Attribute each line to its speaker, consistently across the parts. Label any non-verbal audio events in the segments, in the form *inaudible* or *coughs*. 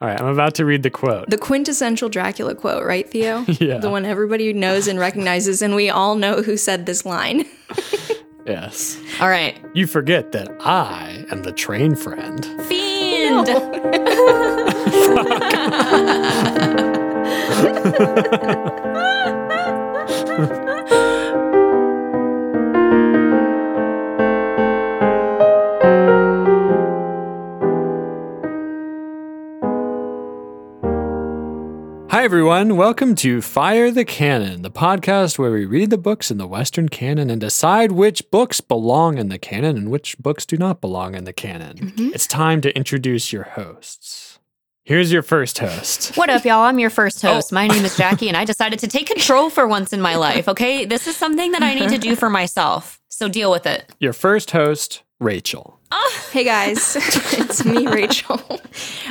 Speaker 1: All right, I'm about to read the quote.
Speaker 2: The quintessential Dracula quote, right, Theo?
Speaker 1: Yeah.
Speaker 2: The one everybody knows and recognizes, and we all know who said this line.
Speaker 1: Yes.
Speaker 3: *laughs* All right.
Speaker 1: You forget that I am the train friend.
Speaker 3: Fiend.
Speaker 1: Hi, everyone. Welcome to Fire the Canon, the podcast where we read the books in the Western canon and decide which books belong in the canon and which books do not belong in the canon. It's time to introduce your hosts. Here's your first host.
Speaker 3: What up, y'all? I'm your first host. My name is Jackie, and I decided to take control for once in my life. Okay. This is something that I need to do for myself. So deal with it.
Speaker 1: Your first host, Rachel. *laughs*
Speaker 2: hey guys, *laughs* it's me, Rachel.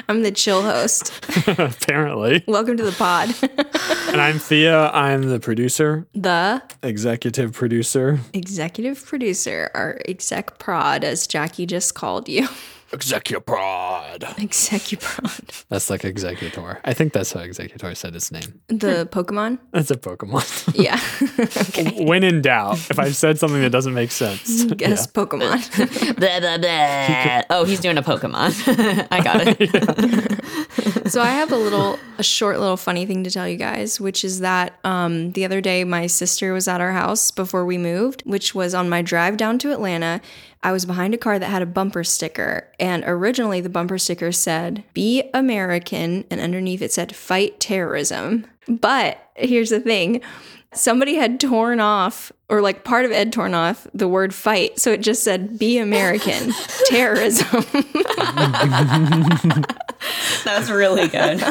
Speaker 2: I'm the chill host.
Speaker 1: Apparently.
Speaker 2: Welcome to the pod. *laughs*
Speaker 1: And I'm Thea. I'm the producer,
Speaker 2: the
Speaker 1: executive producer.
Speaker 2: executive producer, or exec prod, as Jackie just called you.
Speaker 1: Execuprod.
Speaker 2: Execuprod.
Speaker 1: That's like executor. I think that's how executor said its name.
Speaker 2: The Pokemon?
Speaker 1: That's a Pokemon. *laughs*
Speaker 2: Yeah. *laughs*
Speaker 1: when in doubt, if I've said something that doesn't make
Speaker 2: *laughs*
Speaker 1: sense,
Speaker 2: Guess Pokemon.
Speaker 3: Blah, blah, blah. Oh, he's doing a Pokemon. *laughs* I got it.
Speaker 2: so I have a little, a short little funny thing to tell you guys, which is that um, the other day my sister was at our house before we moved, which was on my drive down to Atlanta. I was behind a car that had a bumper sticker, and originally the bumper sticker said "Be American," and underneath it said "Fight terrorism." But here's the thing. Somebody had torn off, or like part of it had torn off the word fight. So it just said, be American, terrorism.
Speaker 3: That's really good.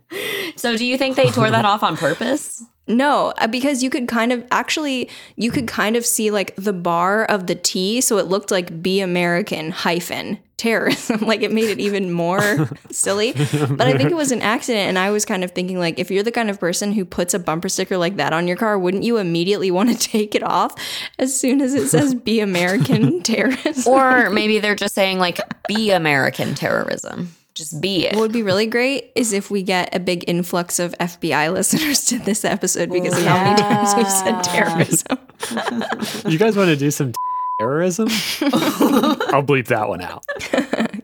Speaker 3: *laughs* so, do you think they tore that off on purpose?
Speaker 2: No, uh, because you could kind of actually you could kind of see like the bar of the T, so it looked like be American hyphen terrorism. *laughs* like it made it even more silly. But I think it was an accident, and I was kind of thinking like if you're the kind of person who puts a bumper sticker like that on your car, wouldn't you immediately want to *laughs* take it off as soon as it says be American terrorism?
Speaker 3: Or maybe they're just saying, like, be American terrorism. Just be
Speaker 2: What
Speaker 3: it.
Speaker 2: would be really great is if we get a big influx of FBI listeners to this episode because of how many times we've said terrorism.
Speaker 1: you guys want to do some *laughs*
Speaker 2: *laughs*
Speaker 1: terrorism? I'll bleep that one out.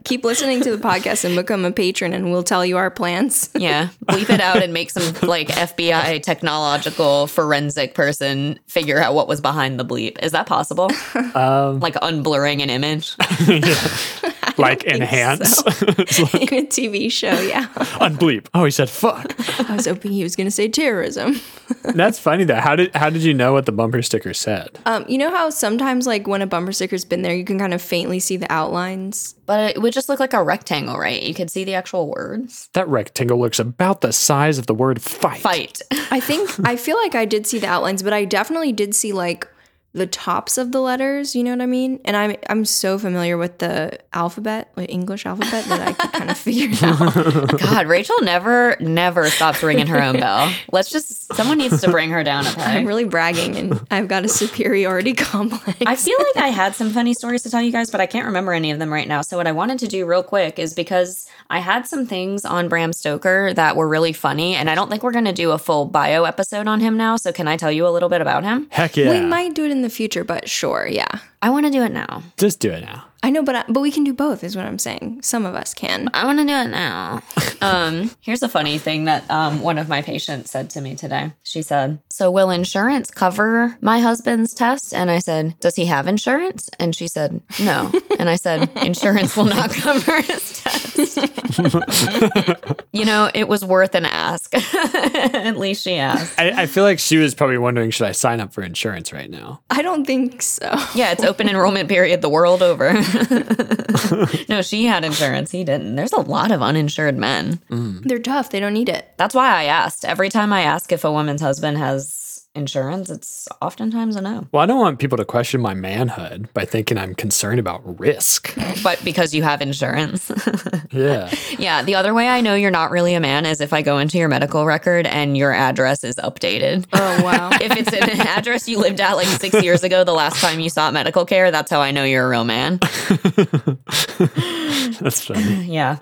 Speaker 2: Keep listening to the *laughs* podcast and become a patron, and we'll tell you our plans. *laughs*
Speaker 3: Yeah. Bleep it out and make some, like, FBI technological forensic person figure out what was behind the bleep. Is that *laughs* possible?
Speaker 1: Um,
Speaker 3: Like, unblurring an image?
Speaker 1: like enhance,
Speaker 2: In a TV show, yeah.
Speaker 1: *laughs* unbleep. Oh, he said fuck.
Speaker 2: *laughs* I was hoping he was going to say terrorism.
Speaker 1: That's funny though. How did how did you know what the bumper sticker said?
Speaker 2: Um, you know how sometimes, like, when a bumper sticker's been there, you can kind of faintly see the outlines?
Speaker 3: But it would just look like a rectangle, right? You could see the actual words.
Speaker 1: that rectangle looks about the size of the word fight.
Speaker 3: Fight.
Speaker 2: I *laughs* think, I feel like I did see the outlines, but I definitely did see, like, the tops of the letters, you know what I mean? And I'm I'm so familiar with the alphabet, like English alphabet, that I could kind *laughs* of figure it out.
Speaker 3: God, Rachel never, never stops ringing her own bell. Let's just, someone needs to bring her down a peg.
Speaker 2: I'm really bragging, and I've got a superiority *laughs* complex.
Speaker 3: I feel like I had some funny stories to tell you guys, but I can't remember any of them right now. So what I wanted to do real quick is because I had some things on Bram Stoker that were really funny, and I don't think we're going to do a full bio episode on him now. So can I tell you a little bit about him?
Speaker 1: Heck yeah.
Speaker 2: We might do it in the future, but sure, yeah.
Speaker 3: I want to do it now.
Speaker 1: Just do it now.
Speaker 2: I know, but I, but we can do both, is what I'm saying. Some of us can.
Speaker 3: I want to do it now. um, here's a funny thing that um, one of my patients said to me today. She said, So, will insurance cover my husband's test? And I said, Does he have insurance? And she said, No. And I said, Insurance will not cover his test. you know, it was worth an ask. *laughs* At least she asked.
Speaker 1: I, I feel like she was probably wondering, should I sign up for insurance right now?
Speaker 2: I don't think so.
Speaker 1: Mm-hmm.
Speaker 3: Yeah, it's open enrollment period the world over. *laughs* no, she had insurance. He didn't. There's a lot of uninsured men.
Speaker 2: They're tough. They don't need it.
Speaker 3: That's why I asked. Every time I ask if a woman's husband has insurance, it's oftentimes a no.
Speaker 1: Well, I don't want people to question my manhood by thinking I'm concerned about risk.
Speaker 3: But because you have insurance. *laughs*
Speaker 1: Yeah.
Speaker 3: yeah, the other way I know you're not really a man is if I go into your medical record and your address is updated.
Speaker 2: Oh wow.
Speaker 3: if it's an *laughs* address you lived at like six years ago, the last time you sought medical care, that's how I know you're a *laughs* real man.
Speaker 1: That's funny.
Speaker 3: Yeah.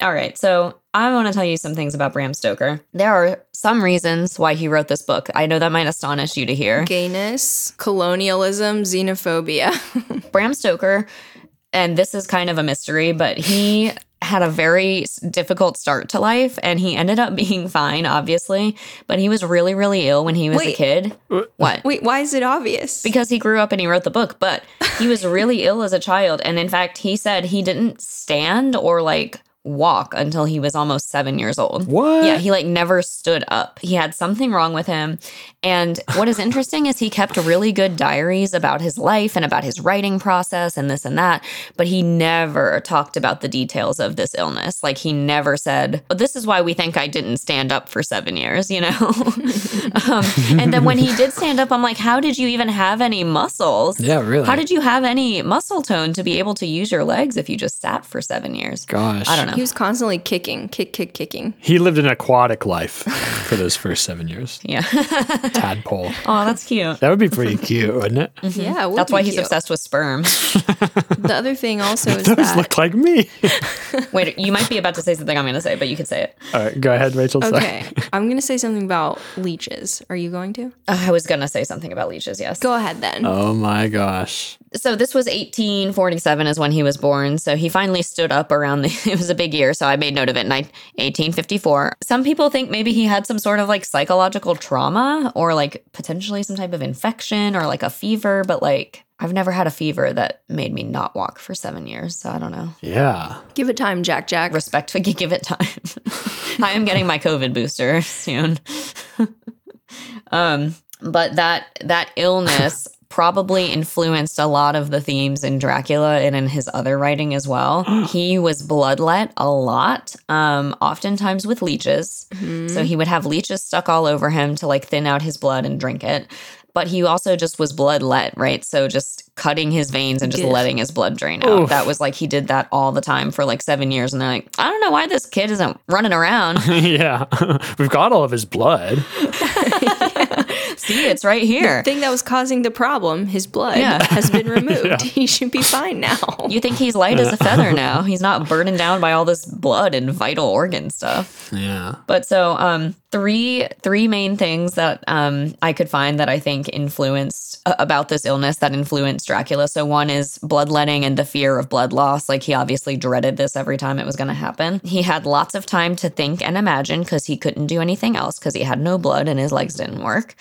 Speaker 3: All right. So I want to tell you some things about Bram Stoker. There are some reasons why he wrote this book. I know that might astonish you to
Speaker 2: *laughs*
Speaker 3: hear.
Speaker 2: Gayness, colonialism, xenophobia. *laughs*
Speaker 3: Bram Stoker, and this is kind of a mystery, but he had a very s- difficult start to life and he ended up *laughs* being fine, obviously, but he was really, really ill when he was a
Speaker 2: Wait.
Speaker 3: kid. What?
Speaker 2: Wait, why is it obvious?
Speaker 3: because he grew up and he wrote the book, but he was really ill as a child. And in fact, he said he didn't stand or like walk until he was almost seven years old.
Speaker 1: What?
Speaker 3: Yeah, he like never stood up. He had something wrong with him. And what is interesting is he kept really good diaries about his life and about his writing process and this and that, but he never talked about the details of this illness. Like he never said, oh, "This is why we think I didn't stand up for 7 years," you know. *laughs* um, and then when he did stand up, I'm like, "How did you even have any muscles?"
Speaker 1: Yeah, really.
Speaker 3: How did you have any muscle tone to be able to use your legs if you just sat for 7 years?
Speaker 1: Gosh.
Speaker 3: I don't know.
Speaker 2: he was constantly kicking, kick, kick, kicking.
Speaker 1: He lived an aquatic
Speaker 3: *laughs*
Speaker 1: life for those first seven years. *laughs*
Speaker 3: Yeah. *laughs*
Speaker 1: Tadpole.
Speaker 3: oh, that's cute.
Speaker 1: That would be
Speaker 3: *laughs*
Speaker 1: pretty cute, wouldn't it?
Speaker 2: Yeah, it would
Speaker 3: Mm-hmm. That's why
Speaker 2: be
Speaker 3: he's
Speaker 2: cute.
Speaker 3: obsessed with *laughs* sperm.
Speaker 2: The
Speaker 1: *laughs*
Speaker 2: other thing also is
Speaker 1: Those
Speaker 2: that
Speaker 1: look like me. *laughs*
Speaker 3: Wait, you might be about to say something I'm going to say, but you can say it.
Speaker 1: All right, go ahead, Rachel. Sorry.
Speaker 2: Okay, I'm gonna say something about leeches. Are you going to?
Speaker 3: Uh, I was going to say something about leeches, yes.
Speaker 2: Go ahead then.
Speaker 1: Oh my gosh.
Speaker 3: So this was 1847 is when he was born. So he finally stood up around the *laughs* it was a big year, so I made note of it. nine- 1854. Some people think maybe he had some sort of like psychological trauma or like potentially some type of infection or like a fever, but like I've never had a fever that made me not walk for 7 years, so I don't know.
Speaker 1: Yeah. *laughs*
Speaker 2: Give it time, Jack. Jack.
Speaker 3: Respect give it time. *laughs* I am getting my COVID booster soon. *laughs* um, but that that illness probably influenced a lot of the themes in Dracula and in his other writing as well. He was bloodlet a lot, um, oftentimes with leeches. So he would have leeches stuck all over him to like thin out his blood and drink it. But he also just was bloodlet, right? So just cutting his veins and just
Speaker 2: Ugh.
Speaker 3: letting his blood drain out.
Speaker 1: Oof.
Speaker 3: That was like he did that all the time for like seven years. And they're like, I don't know why this kid isn't running around.
Speaker 1: yeah. *laughs* We've got all of his blood.
Speaker 3: See, it's right here.
Speaker 2: thing that was causing the problem, his blood,
Speaker 3: Yeah.
Speaker 1: *laughs*
Speaker 2: has been removed. He should be fine now.
Speaker 3: You think he's light as a feather now. He's not burdened down by all this blood and vital organ stuff.
Speaker 1: Yeah.
Speaker 3: But so um three three main things that um I could find that I think influenced uh, about this illness that influenced Dracula. So one is bloodletting and the fear of blood loss. Like he obviously dreaded this every time it was going to happen. He had lots of time to think and imagine cuz he couldn't do anything else cuz he had no blood and his legs didn't work.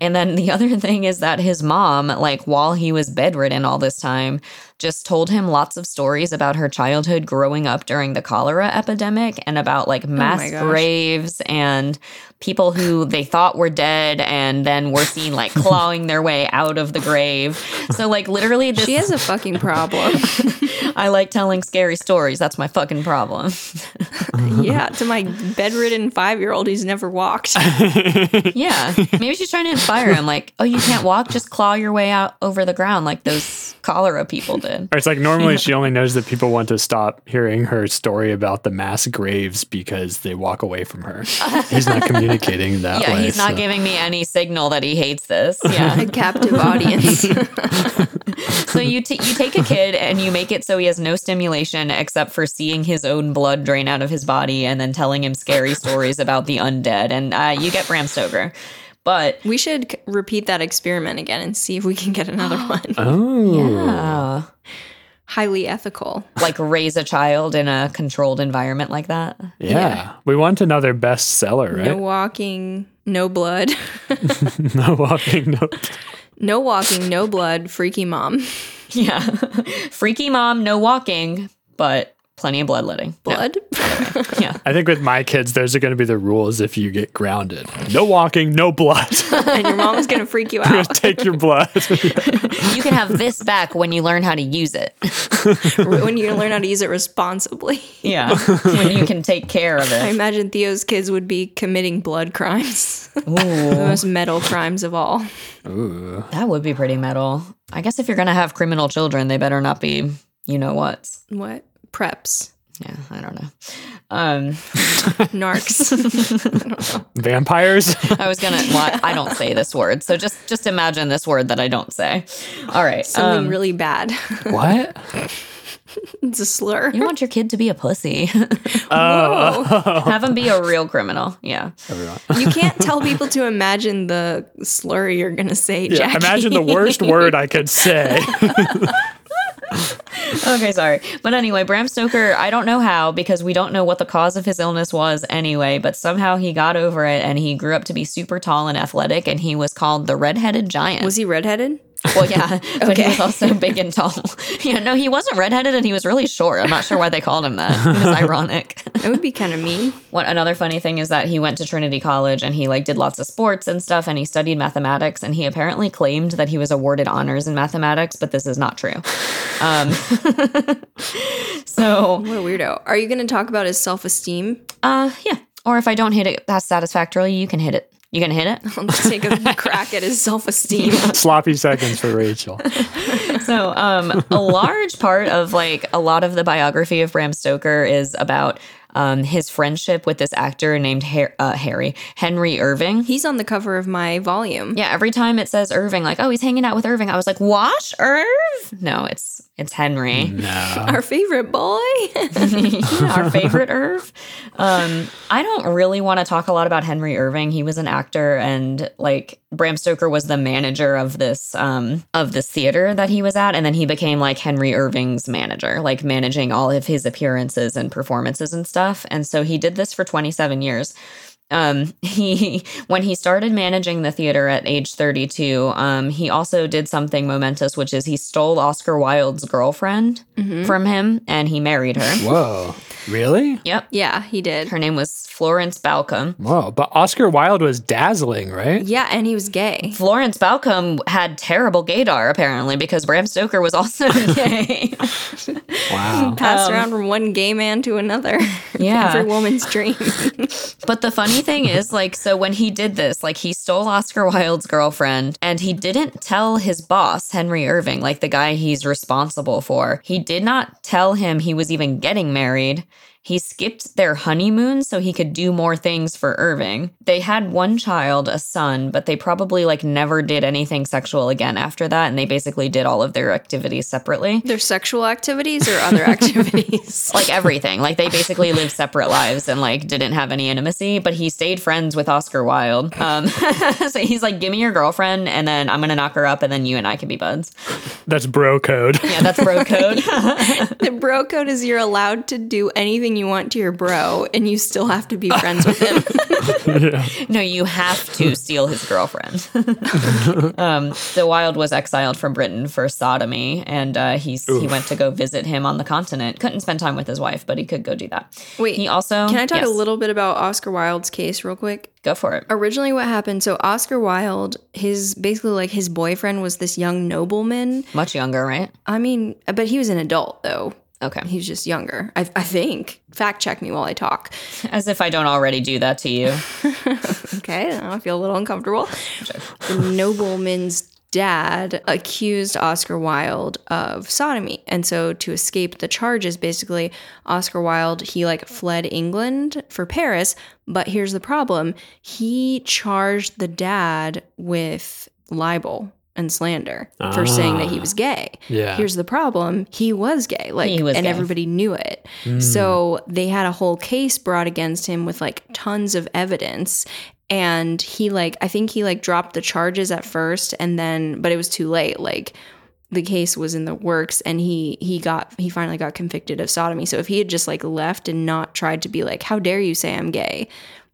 Speaker 3: And then the *laughs* other thing is that his mom, like while he was bedridden all this time, just told him lots of stories about her childhood growing up during the cholera epidemic and about like mass
Speaker 2: gosh.
Speaker 3: graves and people who they thought were dead and then were seen like clawing their way out of the grave. So like literally this
Speaker 2: she has a fucking problem.
Speaker 1: *laughs*
Speaker 3: I like telling scary stories. That's my fucking problem.
Speaker 2: yeah, to my bedridden five year old who's never walked.
Speaker 3: Yeah. Maybe she's trying to inspire him like, "Oh, you can't walk, just claw your way out over the ground like those cholera people did."
Speaker 1: Or it's like normally she only knows that people want to stop hearing her story about the mass graves because they walk away from
Speaker 3: *laughs*
Speaker 1: her. He's not communicating that
Speaker 3: Yeah,
Speaker 1: way.
Speaker 3: he's not
Speaker 1: so-
Speaker 3: giving me any signal that he hates this. Yeah.
Speaker 2: A captive audience.
Speaker 3: so you t- you take a kid and you make it so he has no stimulation except for seeing his own blood drain out of his body and then telling him scary stories about the undead and uh, you get Bram Stoker. But
Speaker 2: *laughs* we should c- repeat that experiment again and see if we can get *gasps* another one.
Speaker 1: Oh.
Speaker 3: yeah,
Speaker 2: Highly ethical.
Speaker 3: like raise a child in a controlled environment like that.
Speaker 1: Yeah. We want another bestseller,
Speaker 2: No
Speaker 1: right?
Speaker 2: walking, no blood. *laughs*
Speaker 1: No, *laughs* walking, no.
Speaker 2: no walking, no blood, freaky mom.
Speaker 3: Yeah, *laughs* freaky mom, no walking, but plenty of bloodletting.
Speaker 2: *laughs* Blood?
Speaker 3: Yeah.
Speaker 1: I think with my kids, those are going to be the rules if you get grounded. No walking, no blood. *laughs*
Speaker 2: and your mom is going to freak you
Speaker 1: We'll
Speaker 2: out.
Speaker 1: Take your blood. *laughs*
Speaker 3: You can have this back when you learn how to use it.
Speaker 2: when you learn how to use it responsibly.
Speaker 3: Yeah. when you can take care of
Speaker 2: I
Speaker 3: it.
Speaker 2: imagine Theo's kids would be committing blood crimes, *laughs*
Speaker 3: Ooh.
Speaker 2: the most metal crimes of all.
Speaker 1: Ooh.
Speaker 3: That would be pretty metal. I guess if you're going to have criminal children, they better not be, you know what.
Speaker 2: What? Preps,
Speaker 3: Yeah, I don't know.
Speaker 2: *laughs*
Speaker 3: Um,
Speaker 2: narcs.
Speaker 1: Vampires? *laughs*
Speaker 3: I was going to, well, I don't say this word. So just, just imagine this word that I don't say. All right. uh,
Speaker 2: Something
Speaker 3: um,
Speaker 2: really bad.
Speaker 1: what?
Speaker 2: *laughs* It's a slur.
Speaker 3: You don't want your kid to be a pussy. *laughs*
Speaker 1: Oh,
Speaker 3: Have him be a real criminal. Yeah.
Speaker 1: everyone.
Speaker 2: You can't tell people to imagine the slur you're gonna say,
Speaker 1: Yeah,
Speaker 2: Jackie.
Speaker 1: imagine the worst word I could
Speaker 2: *laughs*
Speaker 1: say.
Speaker 3: Okay, sorry. But anyway, Bram Stoker, I don't know how because we don't know what the cause of his illness was anyway, but somehow he got over it and he grew up to be super tall and athletic and he was called the redheaded giant.
Speaker 2: Was he redheaded?
Speaker 3: well, yeah, *laughs* but he
Speaker 2: Okay.
Speaker 3: was also big and tall. yeah, no, he wasn't redheaded and he was really short. I'm not sure why they called him that. It was ironic. *laughs*
Speaker 2: That would be kind of mean.
Speaker 3: What another funny thing is that he went to Trinity College and he like did lots of sports and stuff and he studied mathematics and he apparently claimed that he was awarded honors in mathematics, but this is not true. Um, *laughs* so
Speaker 2: What a weirdo. Are you gonna talk about his self *laughs* esteem?
Speaker 3: uh, yeah. Or if I don't hit it that satisfactorily, you can hit it. You gonna hit it?
Speaker 2: Let's take a crack at his self esteem.
Speaker 1: Sloppy seconds for
Speaker 2: *laughs*
Speaker 1: Rachel.
Speaker 3: So, um, a large part of like a lot of the biography of Bram Stoker is about um, his friendship with this actor named Har- uh, Harry Henry Irving.
Speaker 2: He's on the cover of my volume.
Speaker 3: Yeah, every time it says Irving, like, oh, he's hanging out with Irving. I was like, Wash Irv? No, it's it's Henry,
Speaker 1: No.
Speaker 2: Our favorite boy. *laughs*
Speaker 3: our favorite Irv. Um, I don't really want to talk a lot about Henry Irving. He was an actor, and like Bram Stoker was the manager of this um, of this theater that he was at, and then he became like Henry Irving's manager, like managing all of his appearances and performances and stuff. And so he did this for twenty seven years. um he when he started managing the theater at age 32 um he also did something momentous which is he stole oscar wilde's girlfriend from him and he married her
Speaker 1: Whoa. Really?
Speaker 3: yep
Speaker 2: yeah, he did.
Speaker 3: her name was florence balcom
Speaker 1: Whoa. But Oscar Wilde was dazzling, right?
Speaker 2: Yeah, and he was gay.
Speaker 3: florence balcom had terrible gaydar apparently because bram stoker was also gay
Speaker 1: Wow.
Speaker 2: Passed around from one gay man to another. *laughs*
Speaker 3: Yeah.
Speaker 2: Every woman's dream.
Speaker 3: But the funny thing is, like, so when he did this, like, he stole Oscar Wilde's girlfriend and he didn't tell his boss, Henry Irving, like the guy he's responsible for. He did not tell him he was even getting married. He skipped their honeymoon so he could do more things for Irving. They had one child, a son, but they probably like never did anything sexual again after that. And they basically did all of their activities separately
Speaker 2: Their sexual activities or other activities?
Speaker 3: like everything. Like they basically lived separate lives and like didn't have any intimacy, but he stayed friends with Oscar Wilde. Um, *laughs* so he's like, give me your girlfriend and then I'm going to knock her up and then you and I can be buds.
Speaker 1: That's bro code.
Speaker 2: *laughs*
Speaker 3: Yeah, that's *laughs* bro code.
Speaker 2: the bro code is you're allowed to do anything you want to your bro and you still have to be friends with him.
Speaker 3: No, you have to steal his girlfriend. *laughs* um, so Wilde was exiled from Britain for sodomy and uh, he's, he went to go visit him on the continent. Couldn't spend time with his wife, but he could go do that.
Speaker 2: Wait,
Speaker 3: He also.
Speaker 2: Can I talk
Speaker 3: Oh, Yes,
Speaker 2: a little bit about Oscar Wilde's case real quick?
Speaker 3: Go for it.
Speaker 2: Originally what happened, so Oscar Wilde, his basically like his boyfriend was this young nobleman.
Speaker 3: Much younger, right?
Speaker 2: I mean, but he was an adult though.
Speaker 3: Okay.
Speaker 2: He was just younger. I, I think. Fact check me while I talk.
Speaker 3: As if I don't already do that to you.
Speaker 2: Okay, now I feel a little uncomfortable. the nobleman's dad accused Oscar Wilde of sodomy. And so to escape the charges, basically, Oscar Wilde, he like fled England for Paris. But here's the problem he charged the dad with libel and slander for saying that he was gay.
Speaker 1: Yeah.
Speaker 2: Here's the problem. He was gay. Like
Speaker 3: He was
Speaker 2: and
Speaker 3: gay.
Speaker 2: everybody knew it.
Speaker 1: Mm.
Speaker 2: So they had a whole case brought against him with like tons of evidence and he like I think he like dropped the charges at first and then but it was too late. Like the case was in the works and he he got he finally got convicted of sodomy. So if he had just like left and not tried to be like how dare you say I'm gay,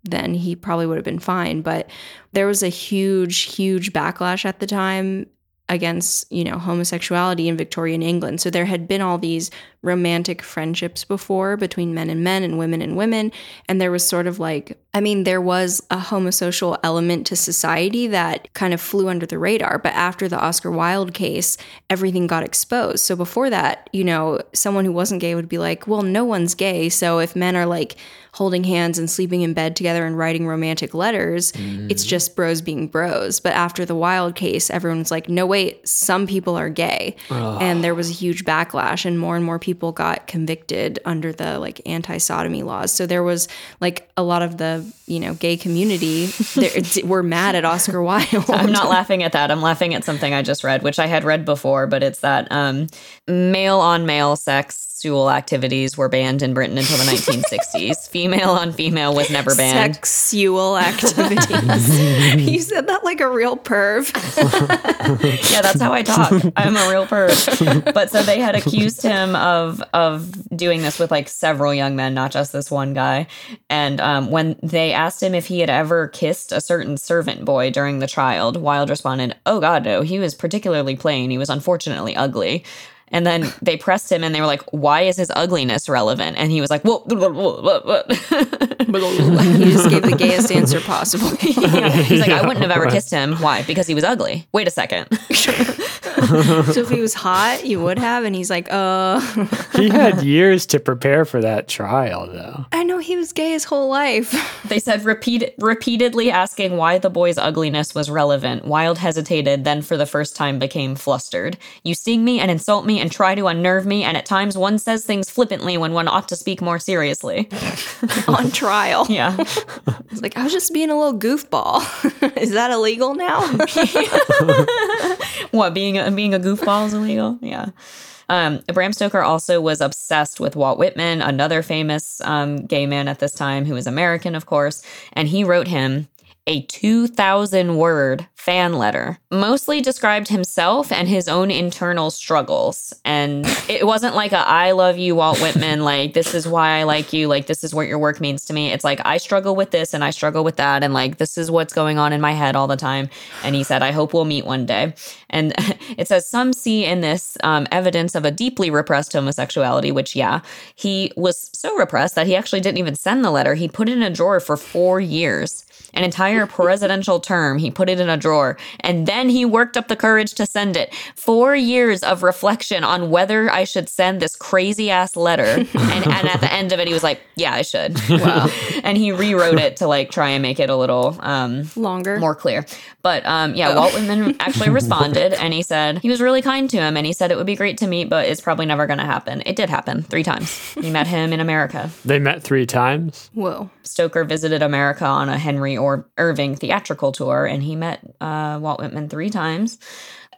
Speaker 2: then he probably would have been fine, but there was a huge huge backlash at the time against, you know, homosexuality in Victorian England. So there had been all these romantic friendships before between men and men and women and women. And there was sort of like, I mean, there was a homosocial element to society that kind of flew under the radar. But after the Oscar Wilde case, everything got exposed. So before that, you know, someone who wasn't gay would be like, well, no one's gay. So if men are like holding hands and sleeping in bed together and writing romantic letters, it's just bros being bros. But after the Wilde case, everyone was like, no, wait, some people are gay. And there was a huge backlash, and more and more people people got convicted under the like anti-sodomy laws. So there was like a lot of the, you know, gay community there, it's- were mad at Oscar Wilde.
Speaker 3: *laughs* I'm not laughing at that. I'm laughing at something I just read, which I had read before, but it's that um, male on male sexual activities were banned in Britain until the 1960s. female on female was never banned.
Speaker 2: Sexual activities. *laughs* you said that like a real perv.
Speaker 3: Yeah, that's how I talk. I'm a real perv. But so they had accused him of of doing this with like several young men, not just this one guy. And um, when they asked him if he had ever kissed a certain servant boy during the trial, Wilde responded, "Oh God, no. He was particularly plain. He was unfortunately ugly." And then they pressed him, and they were like, "Why is his ugliness relevant?" And he was like, *laughs* "Whoa, whoa, whoa, whoa, whoa." *laughs*
Speaker 2: you just gave the gayest answer possible. *laughs*
Speaker 3: He's like, "I wouldn't have ever kissed him. Why? Because he was ugly." Wait a second.
Speaker 2: So if he was hot, you would have. And he's like, uh,
Speaker 1: Hmm.
Speaker 2: *laughs*
Speaker 1: He had years to prepare for that trial, though.
Speaker 2: I know he was gay his whole life. *laughs*
Speaker 3: They said repeat, repeatedly asking why the boy's ugliness was relevant. Wilde hesitated, then for the first time became flustered. You sting me and insult me and try to unnerve me, and at times one says things flippantly when one ought to speak more seriously. *laughs*
Speaker 2: on trial.
Speaker 3: Yeah.
Speaker 2: It's like, I was just being a little goofball. *laughs* Is that illegal now? *laughs*
Speaker 3: what, being a, being a goofball is illegal? Yeah. Um, Bram Stoker also was obsessed with Walt Whitman, another famous um, gay man at this time who was American, of course, and he wrote him a 2,000 word fan letter, mostly described himself and his own internal struggles. And it wasn't like a I love you, Walt Whitman, like this is why I like you, like this is what your work means to me. It's like I struggle with this and I struggle with that, and like this is what's going on in my head all the time. And he said, I hope we'll meet one day. And *laughs* it says, Some see in this um, evidence of a deeply repressed homosexuality, which, yeah, he was so repressed that he actually didn't even send the letter. He put it in a drawer for four years an entire presidential term. He put it in a drawer and then he worked up the courage to send it. Four years of reflection on whether I should send this crazy ass letter. And, and at the end of it, he was like, Yeah, I should. Wow. and he rewrote it to like try and make it a little um,
Speaker 2: Longer.
Speaker 3: more clear. But um, yeah, Walt Whitman actually responded and he said he was really kind to him and he said it would be great to meet, but it's probably never going to happen. It did happen three times. He met him in America.
Speaker 1: They met three
Speaker 2: *laughs*
Speaker 1: times.
Speaker 2: Whoa.
Speaker 3: Stoker visited America on a Henry or Irving theatrical tour, and he met uh, Walt Whitman three times.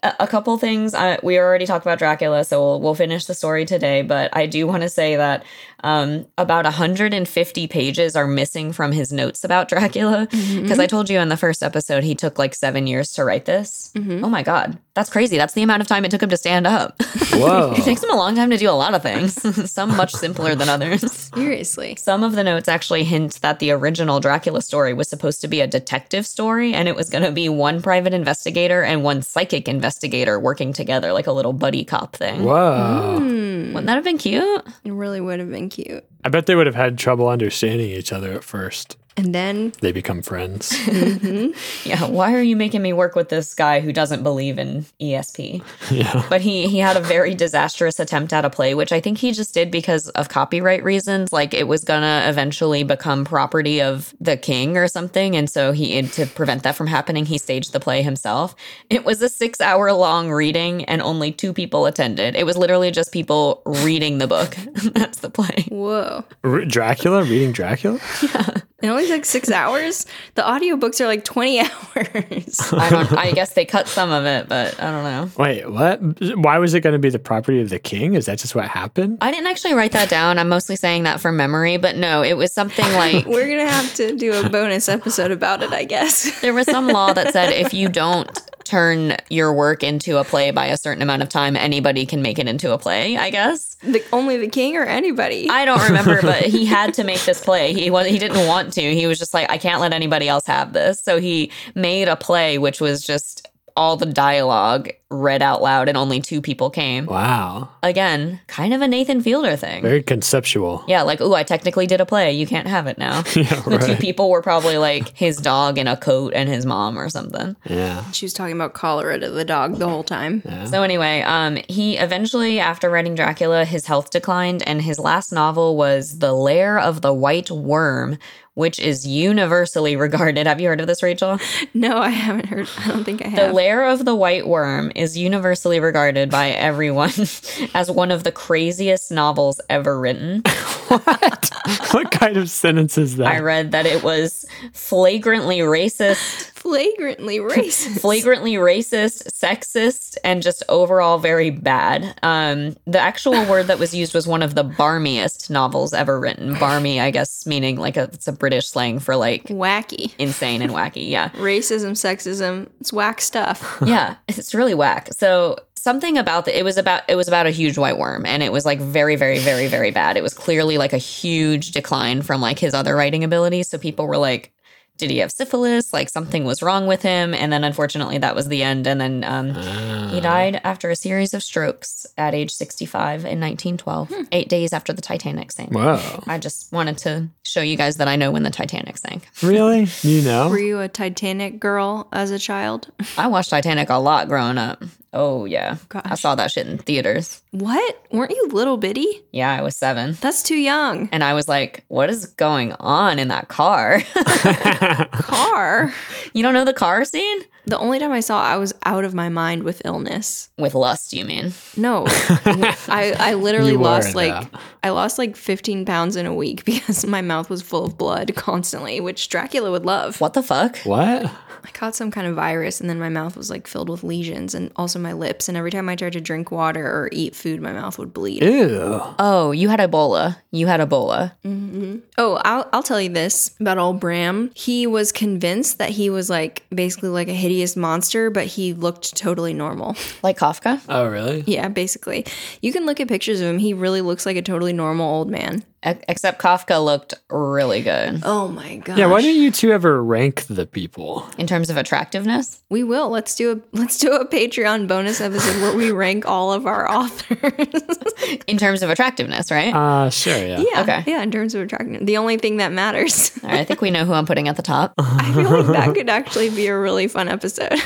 Speaker 3: A, a couple things uh, we already talked about Dracula, so we'll, we'll finish the story today. But I do want to say that um, about 150 pages are missing from his notes about Dracula because I told you in the first episode he took like seven years to write this. Oh my god, that's crazy! That's the amount of time it took him to stand up. *laughs*
Speaker 1: Whoa.
Speaker 3: it takes him a long time to do a lot of things, *laughs* some much simpler than others.
Speaker 2: Seriously.
Speaker 3: Some of the notes actually hint that the original Dracula story was supposed to be a detective story and it was going to be one private investigator and one psychic investigator working together, like a little buddy cop thing.
Speaker 2: Mm.
Speaker 1: Whoa.
Speaker 3: Wouldn't that have been cute?
Speaker 2: It really would have been cute.
Speaker 1: I bet they would have had trouble understanding each other at first.
Speaker 2: And then
Speaker 1: They become friends. *laughs*
Speaker 3: Yeah, why are you making me work with this guy who doesn't believe in E ESP?
Speaker 1: yeah.
Speaker 3: But he he had a very disastrous attempt at a play, which I think he just did because of copyright reasons. Like it was gonna eventually become property of the king or something, and so he to prevent that from happening, he staged the play himself. It was a six hour long reading, and only two people attended. It was literally just people reading the book. *laughs* That's the play.
Speaker 2: whoa.
Speaker 1: R- Dracula? Reading Dracula?
Speaker 2: It only took six hours. The audiobooks are like 20 *laughs* hours.
Speaker 3: I don't. I guess they cut some of it, but I don't know.
Speaker 1: Wait, what? Why was it going to be the property of the king? Is that just what happened?
Speaker 3: I didn't actually write that down. I'm mostly saying that from memory, but no, it was something like
Speaker 2: We're going to have to do a bonus episode about it, I guess. *laughs*
Speaker 3: There was some law that said if you don't turn your work into a play by a certain amount of time, anybody can make it into a play, I guess.
Speaker 2: The, only the king or anybody.
Speaker 3: I don't remember,
Speaker 1: *laughs*
Speaker 3: but he had to make this play. He was he didn't want to. He was just like, I can't let anybody else have this. So he made a play which was just all the dialogue read out loud and only two people came.
Speaker 1: Wow.
Speaker 3: Again, kind of a Nathan Fielder thing.
Speaker 1: Very conceptual.
Speaker 3: Yeah, like, ooh, I technically did a play. You can't have it now.
Speaker 1: *laughs* Yeah,
Speaker 3: The two
Speaker 1: right.
Speaker 3: people were probably like his dog in a coat and his mom or something.
Speaker 1: Yeah. *laughs*
Speaker 2: she was talking about cholera to the dog the whole time. *laughs*
Speaker 3: So anyway, um, he eventually, after writing Dracula, his health declined, and his last novel was *The Lair of the White Worm*, which is universally regarded. Have you heard of this, Rachel?
Speaker 2: No, I haven't heard. I don't think I
Speaker 3: The
Speaker 2: have.
Speaker 3: Lair of the White Worm is universally regarded by everyone *laughs* as one of the craziest novels ever written.
Speaker 1: What? what kind of sentence is
Speaker 3: I
Speaker 1: that?
Speaker 3: read that it was flagrantly racist, *laughs*
Speaker 2: Flagrantly racist.
Speaker 3: flagrantly racist, sexist, and just overall very bad. Um, the actual word that was used was one of the barmiest novels ever written. Barmy, I guess, meaning like a, it's a British slang for like
Speaker 2: Wacky.
Speaker 3: insane and wacky. Yeah.
Speaker 2: Racism, sexism. It's whack stuff.
Speaker 3: yeah, it's really whack. So something about the, it was about it was about a huge white worm, and it was like very, very, very, very bad. It was clearly like a huge decline from like his other writing ability. So people were like, "Did he have syphilis? Like something was wrong with him?" And then unfortunately, that was the end. And then um, he died after a series of strokes at age sixty-five in nineteen twelve, eight days after the Titanic sank.
Speaker 1: Whoa.
Speaker 3: I just wanted to show you guys that I know when the Titanic sank.
Speaker 1: Really? You
Speaker 2: *laughs*
Speaker 1: know?
Speaker 2: Were you a Titanic girl as a child?
Speaker 3: I watched Titanic a lot growing up. Oh yeah, I
Speaker 2: Gosh.
Speaker 3: saw that shit in theaters.
Speaker 2: What? Weren't you little bitty?
Speaker 3: Yeah, I was seven.
Speaker 2: That's too
Speaker 3: *laughs*
Speaker 2: young.
Speaker 3: And I was like, what is going on in that car? *laughs*
Speaker 2: Car.
Speaker 3: you don't know the car scene?
Speaker 2: the only time I saw it, I was out of my mind with illness.
Speaker 3: With lust, you mean?
Speaker 2: No. I, I literally
Speaker 1: You were
Speaker 2: lost
Speaker 1: that.
Speaker 2: like I lost like 15 pounds in a week *laughs* because my mouth was full of blood constantly, which Dracula would love.
Speaker 3: What the fuck?
Speaker 1: *laughs* What?
Speaker 2: I caught some kind of virus and then my mouth was like filled with lesions and also my lips and every time I tried to drink water or eat food my mouth would bleed.
Speaker 1: Ew.
Speaker 3: Oh, you had Ebola. You had Ebola.
Speaker 2: Oh, I'll, I'll tell you this about old Bram. He was convinced that he was like basically like a hideous monster, but he looked totally normal. *laughs*
Speaker 3: Like Kafka?
Speaker 1: Oh, really?
Speaker 2: Yeah, basically. You can look at pictures of him. He really looks like a totally normal old man.
Speaker 3: E- except Kafka looked really good
Speaker 2: Oh my god.
Speaker 1: Yeah, why didn't you two ever rank the people?
Speaker 3: in terms of attractiveness.
Speaker 2: we will. Let's do a let's do a Patreon bonus episode where we rank all of our authors.
Speaker 3: In terms of attractiveness, right?
Speaker 1: Uh, sure, yeah.
Speaker 2: *laughs* yeah.
Speaker 3: Okay.
Speaker 2: Yeah, in terms of attractiveness. The only thing that matters. *laughs*
Speaker 3: All right, I think we know who I'm putting at the top.
Speaker 2: I feel like that could actually be a really fun episode. *laughs*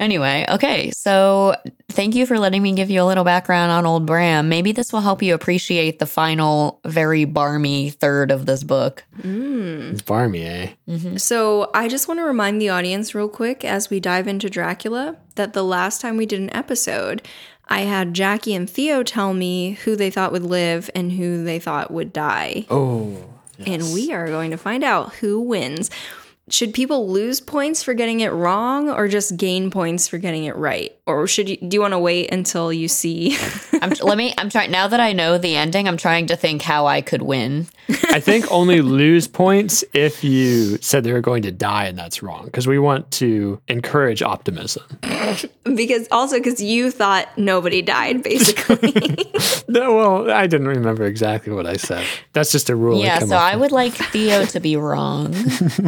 Speaker 3: Anyway, okay, so thank you for letting me give you a little background on Old Bram. Maybe this will help you appreciate the final, very barmy third of this book.
Speaker 1: It's Barmy, eh?
Speaker 2: So, I just want to remind the audience, real quick, as we dive into Dracula, that the last time we did an episode, I had Jackie and Theo tell me who they thought would live and who they thought would die.
Speaker 1: Oh.
Speaker 2: And we are going to find out who wins. Should people lose points for getting it wrong or just gain points for getting it right? Or should you do you want to wait until you see? *laughs*
Speaker 3: I'm let me. I'm trying now that I know the ending. I'm trying to think how I could win.
Speaker 1: I think only lose points if you said they were going to die, and that's wrong because we want to encourage optimism.
Speaker 2: because also because you thought nobody died, basically.
Speaker 1: No, well, I didn't remember exactly what I said. That's just a rule.
Speaker 3: yeah,
Speaker 1: come
Speaker 3: so
Speaker 1: up
Speaker 3: I would like Theo to
Speaker 1: *laughs*
Speaker 3: be wrong.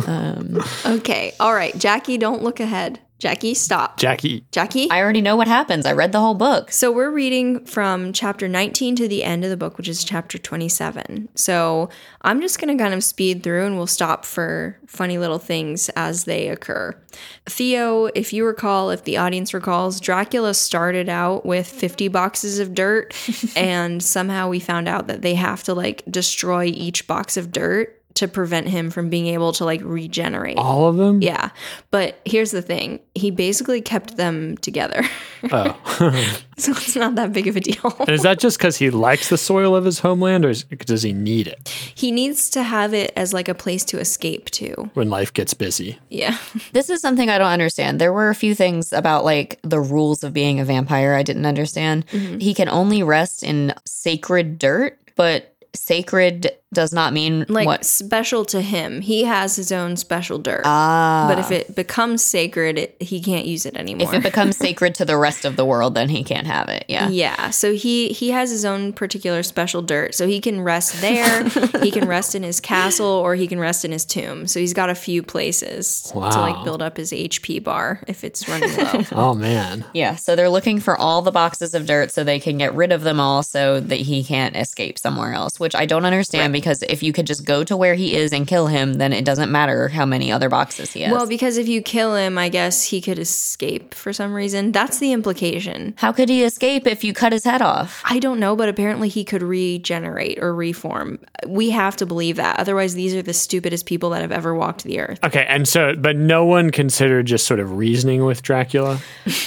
Speaker 3: Um,
Speaker 2: okay. All right. Jackie, don't look ahead. Jackie, stop.
Speaker 1: Jackie.
Speaker 2: Jackie?
Speaker 3: I already know what happens. I read the whole book.
Speaker 2: So we're reading from chapter 19 to the end of the book, which is chapter 27. So I'm just going to kind of speed through and we'll stop for funny little things as they occur. Theo, if you recall, if the audience recalls, Dracula started out with 50 boxes of dirt, and somehow we found out that they have to like destroy each box of dirt to prevent him from being able to like regenerate.
Speaker 1: All of them?
Speaker 2: Yeah. But here's the thing he basically kept them together. *laughs*
Speaker 1: Oh.
Speaker 2: So it's not that big of a deal.
Speaker 1: and is that just because he likes the soil of his homeland, or is, does he need it
Speaker 2: he needs to have it as like a place to escape to.
Speaker 1: when life gets busy?
Speaker 2: Yeah.
Speaker 3: This is something I don't understand. There were a few things about like the rules of being a vampire I didn't understand. He can only rest in sacred dirt, but sacred does not mean
Speaker 2: *laughs* Like
Speaker 3: what.
Speaker 2: special to him. He has his own special dirt.
Speaker 3: Ah,
Speaker 2: but if it becomes sacred, it, he can't use it
Speaker 3: if
Speaker 2: anymore.
Speaker 3: it becomes sacred to the rest of the world, then he can't have it.
Speaker 2: *laughs*
Speaker 3: Yeah.
Speaker 2: yeah. So he he has his own particular special dirt. So he can rest there. he can rest in his castle or he can rest in his tomb. So he's got a few places to
Speaker 1: Wow.
Speaker 2: like build up his HP bar if it's
Speaker 3: *laughs*
Speaker 2: running low.
Speaker 1: Oh, man.
Speaker 3: Yeah, so they're looking for all the boxes of dirt so they can get rid of them all so that he can't escape somewhere else, which I don't understand because if you could just go to where he is and kill him, then it doesn't matter how many other boxes he has.
Speaker 2: Well, because if you kill him, I guess he could escape for some reason. That's the implication.
Speaker 3: how could he escape if you cut his
Speaker 2: *laughs*
Speaker 3: head off?
Speaker 2: I don't know, but apparently he could regenerate or reform. We have to believe that. Otherwise, these are the stupidest people that have ever walked the
Speaker 3: *laughs*
Speaker 2: earth.
Speaker 1: Okay, and so, but no one considered just sort of reasoning with Dracula.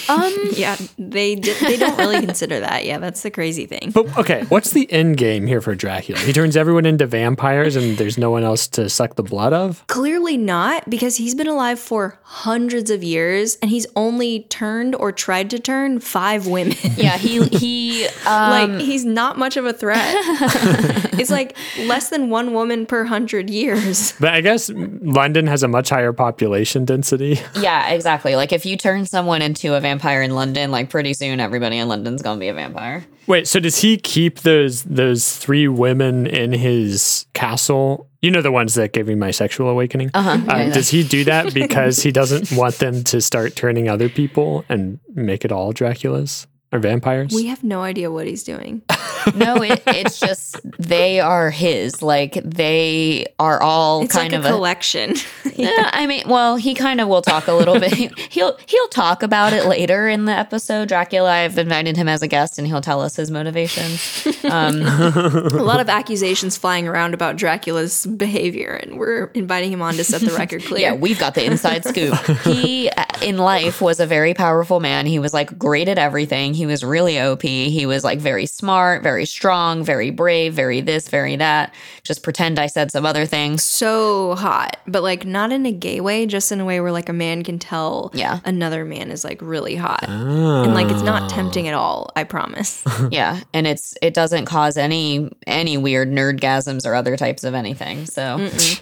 Speaker 3: Um,
Speaker 2: Yeah, they d- they don't really consider that. Yeah, that's the crazy thing.
Speaker 1: But okay, what's the end game here for Dracula? He turns everyone into vampires, and there's no one else to suck the blood of.
Speaker 2: Clearly not, because he's been alive for hundreds of years and he's only turned or tried to turn five women. *laughs*
Speaker 3: yeah, he he
Speaker 2: like,
Speaker 3: um,
Speaker 2: he's not much of a
Speaker 3: *laughs*
Speaker 2: threat. it's like less than one woman per hundred
Speaker 3: *laughs*
Speaker 2: years.
Speaker 1: But I guess London has a much higher population density. *laughs*
Speaker 3: yeah, exactly. Like if you turn someone into a vampire in London, like pretty soon everybody in London's gonna be a
Speaker 2: *laughs*
Speaker 3: vampire.
Speaker 1: Wait, so does he keep those those three women in his castle? You know the ones that gave me my sexual awakening. Uh-huh. does he do that because he doesn't want them to start turning other people and make it all Draculas or vampires?
Speaker 2: We have no idea what he's doing.
Speaker 3: No, it, it's just they are his. Like they are all
Speaker 2: It's
Speaker 3: kind
Speaker 2: like
Speaker 3: of
Speaker 2: a
Speaker 3: *laughs*
Speaker 2: collection.
Speaker 3: Yeah, I mean, well, he kind of will talk a little bit. *laughs* He'll he'll talk about it later in the episode. Dracula, I've invited him as a guest, and he'll tell us his motivations. Um,
Speaker 2: a lot of accusations flying around about Dracula's behavior, and we're inviting him on to set the
Speaker 3: *laughs*
Speaker 2: record clear.
Speaker 3: yeah, we've got the inside scoop. *laughs* He uh, in life was a very powerful man. He was like great at everything. He was really OP. He was like very smart, very strong, very brave, very this, very that. Just pretend I said some other things.
Speaker 2: so hot, but like not in a gay way, just in a way where like a man can tell
Speaker 3: Yeah.
Speaker 2: another man is like really hot. And like it's not tempting at all, I
Speaker 3: *laughs*
Speaker 2: promise.
Speaker 3: Yeah, and it's it doesn't cause any any weird nerdgasms or other types of anything. So,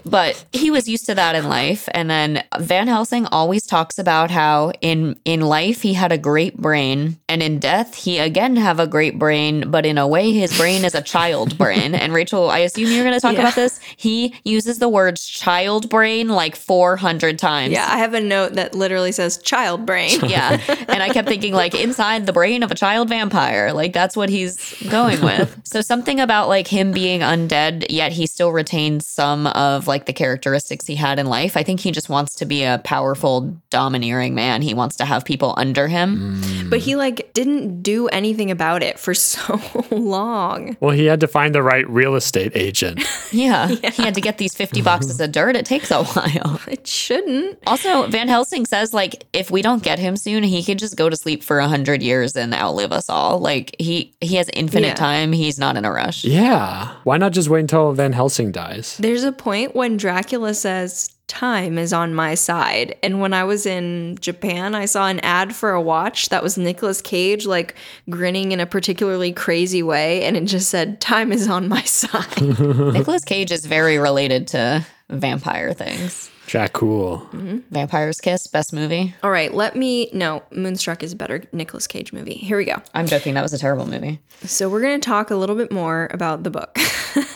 Speaker 3: but he was used to that in life. And then Van Helsing always talks about how in in life he had a great brain, and in death he again have a great brain, but in a way his brain is a child brain. And Rachel, I assume you're going to talk
Speaker 2: Yeah.
Speaker 3: about this. He uses the words child brain like 400 times.
Speaker 2: yeah, I have a note that literally says child brain.
Speaker 3: Yeah. And I kept thinking, like, inside the brain of a child vampire. Like, that's what he's going with. So, something about like him being undead, yet he still retains some of like the characteristics he had in life. I think he just wants to be a powerful, domineering man. He wants to have people under
Speaker 1: Mm.
Speaker 3: him.
Speaker 2: *laughs*
Speaker 1: Hmm.
Speaker 2: But he like didn't do anything about it for *laughs* so long.
Speaker 1: Well, he had to find the right real estate agent.
Speaker 3: Yeah. He had to get these 50 boxes of dirt. It takes a while.
Speaker 2: It shouldn't.
Speaker 3: Also, Van Helsing says, like, if we don't get him soon, he could just go to sleep for 100 years and outlive us all. Like, he, he has infinite
Speaker 2: Yeah.
Speaker 3: time. He's not in a rush.
Speaker 1: yeah. Why not just wait until Van Helsing dies?
Speaker 2: There's a point when Dracula says, Time is on my side. And when I was in Japan, I saw an ad for a watch that was Nicolas Cage, like grinning in a particularly crazy way. And it just said, Time is on my *laughs* side.
Speaker 3: Nicolas Cage is very related to vampire things.
Speaker 1: Dracul.
Speaker 3: Vampire's Kiss, best movie.
Speaker 2: All right, let me. No, Moonstruck is a better Nicolas Cage movie. Here we go.
Speaker 3: I'm joking. That was a terrible movie.
Speaker 2: So we're going to talk a little bit more about the book. *laughs*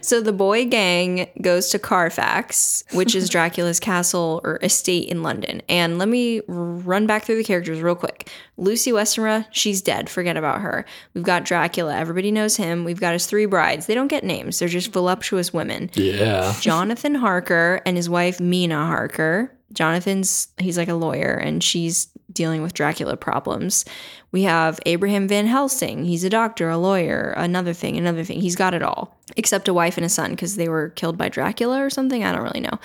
Speaker 2: so the boy gang goes to Carfax, which is Dracula's castle or estate in London. And let me run back through the characters real quick. Lucy Westenra, she's dead. Forget about her. We've got Dracula. Everybody knows him. We've got his three brides. They don't get names. They're just voluptuous women.
Speaker 1: Yeah.
Speaker 2: Jonathan Harker and his wife Mina Harker. Jonathan's he's like a lawyer and she's dealing with Dracula problems. We have Abraham Van Helsing. He's a doctor, a lawyer, another thing, another thing. He's got it all except a wife and a son because they were killed by Dracula or something. I don't really know.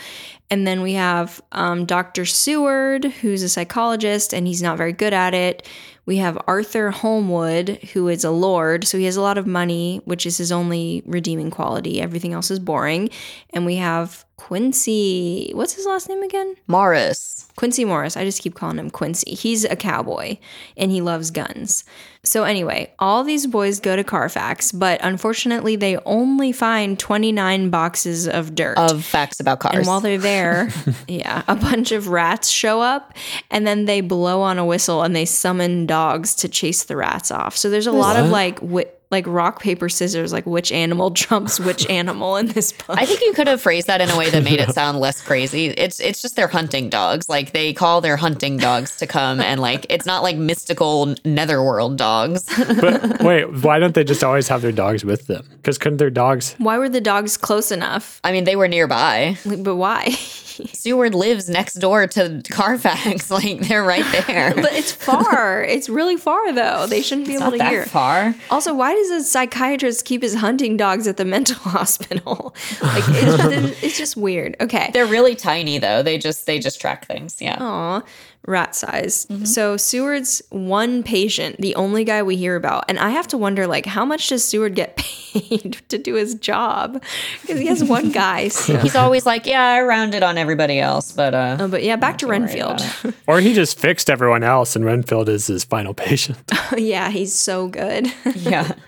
Speaker 2: And then we have um, Dr. Seward, who's a psychologist and he's not very good at it. We have Arthur Holmwood, who is a lord, so he has a lot of money, which is his only redeeming quality. Everything else is boring. And we have Quincy. What's his last name again?
Speaker 3: Morris.
Speaker 2: Quincy Morris. I just keep calling him Quincy. He's a cowboy and he loves guns. So, anyway, all these boys go to Carfax, but unfortunately, they only find 29 boxes of dirt.
Speaker 3: Of facts about cars.
Speaker 2: And while they're *laughs* there, yeah, a bunch of rats show up and then they blow on a whistle and they summon dogs to chase the rats off. So there's a lot of
Speaker 1: What?
Speaker 2: like wi- like rock paper scissors like which animal *laughs* trumps which animal in this book.
Speaker 3: I think you could have phrased that in a way that made it *laughs* sound less crazy. It's it's just their hunting dogs. Like they call their hunting dogs to come and like it's not like mystical netherworld dogs. *laughs*
Speaker 1: But wait, why don't they just always have their dogs with them? Because couldn't their dogs?
Speaker 2: Why were the dogs close enough?
Speaker 3: I mean, they were nearby.
Speaker 2: Like, But why?
Speaker 3: Seward lives next door to Carfax. *laughs* Like they're right there.
Speaker 2: *laughs* but it's far. it's really far though. They shouldn't be
Speaker 3: It's
Speaker 2: able
Speaker 3: not
Speaker 2: to
Speaker 3: that
Speaker 2: hear.
Speaker 3: far.
Speaker 2: Also, why does a psychiatrist keep his hunting dogs at the mental *laughs* hospital? Like it's, it's just weird. *laughs* Okay.
Speaker 3: They're really tiny though. They just they just track things. Yeah.
Speaker 2: Aw, rat size. So Seward's one patient, the only guy we hear about. And I have to wonder, like, how much does Seward get *laughs* paid to do his job? Because he has one guy. So.
Speaker 3: He's always like, yeah, I rounded on everybody else, but uh,
Speaker 2: But yeah, back to Renfield.
Speaker 1: Or he just fixed everyone else, and Renfield is his final *laughs* patient.
Speaker 2: *laughs* yeah, he's so good.
Speaker 3: *laughs*
Speaker 2: *laughs*
Speaker 3: yeah. *laughs*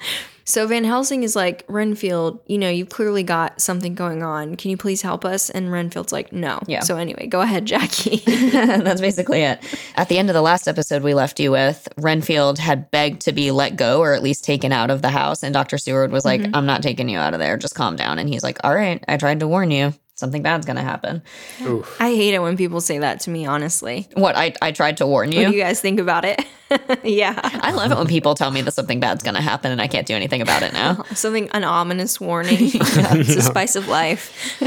Speaker 2: So Van Helsing is like, Renfield, you know, you've clearly got something going on. Can you please help us? And Renfield's like, no.
Speaker 3: Yeah.
Speaker 2: So anyway, go ahead, Jackie. *laughs*
Speaker 3: That's basically it. At the end of the last episode we left you with, Renfield had begged to be let go or at least taken out of the house. And Dr. Seward was like, I'm not taking you out of there. Just calm down. And he's like, All right, I tried to warn you. Something bad's going to happen.
Speaker 2: I hate it when people say that to me, honestly.
Speaker 3: What? I, I tried to warn
Speaker 2: What
Speaker 3: you.
Speaker 2: do you guys think about it? *laughs* yeah.
Speaker 3: I love it when people tell me that something bad's going to happen and I can't do anything about
Speaker 2: *laughs*
Speaker 3: it now.
Speaker 2: Something, an ominous warning. *laughs* it's a spice of life.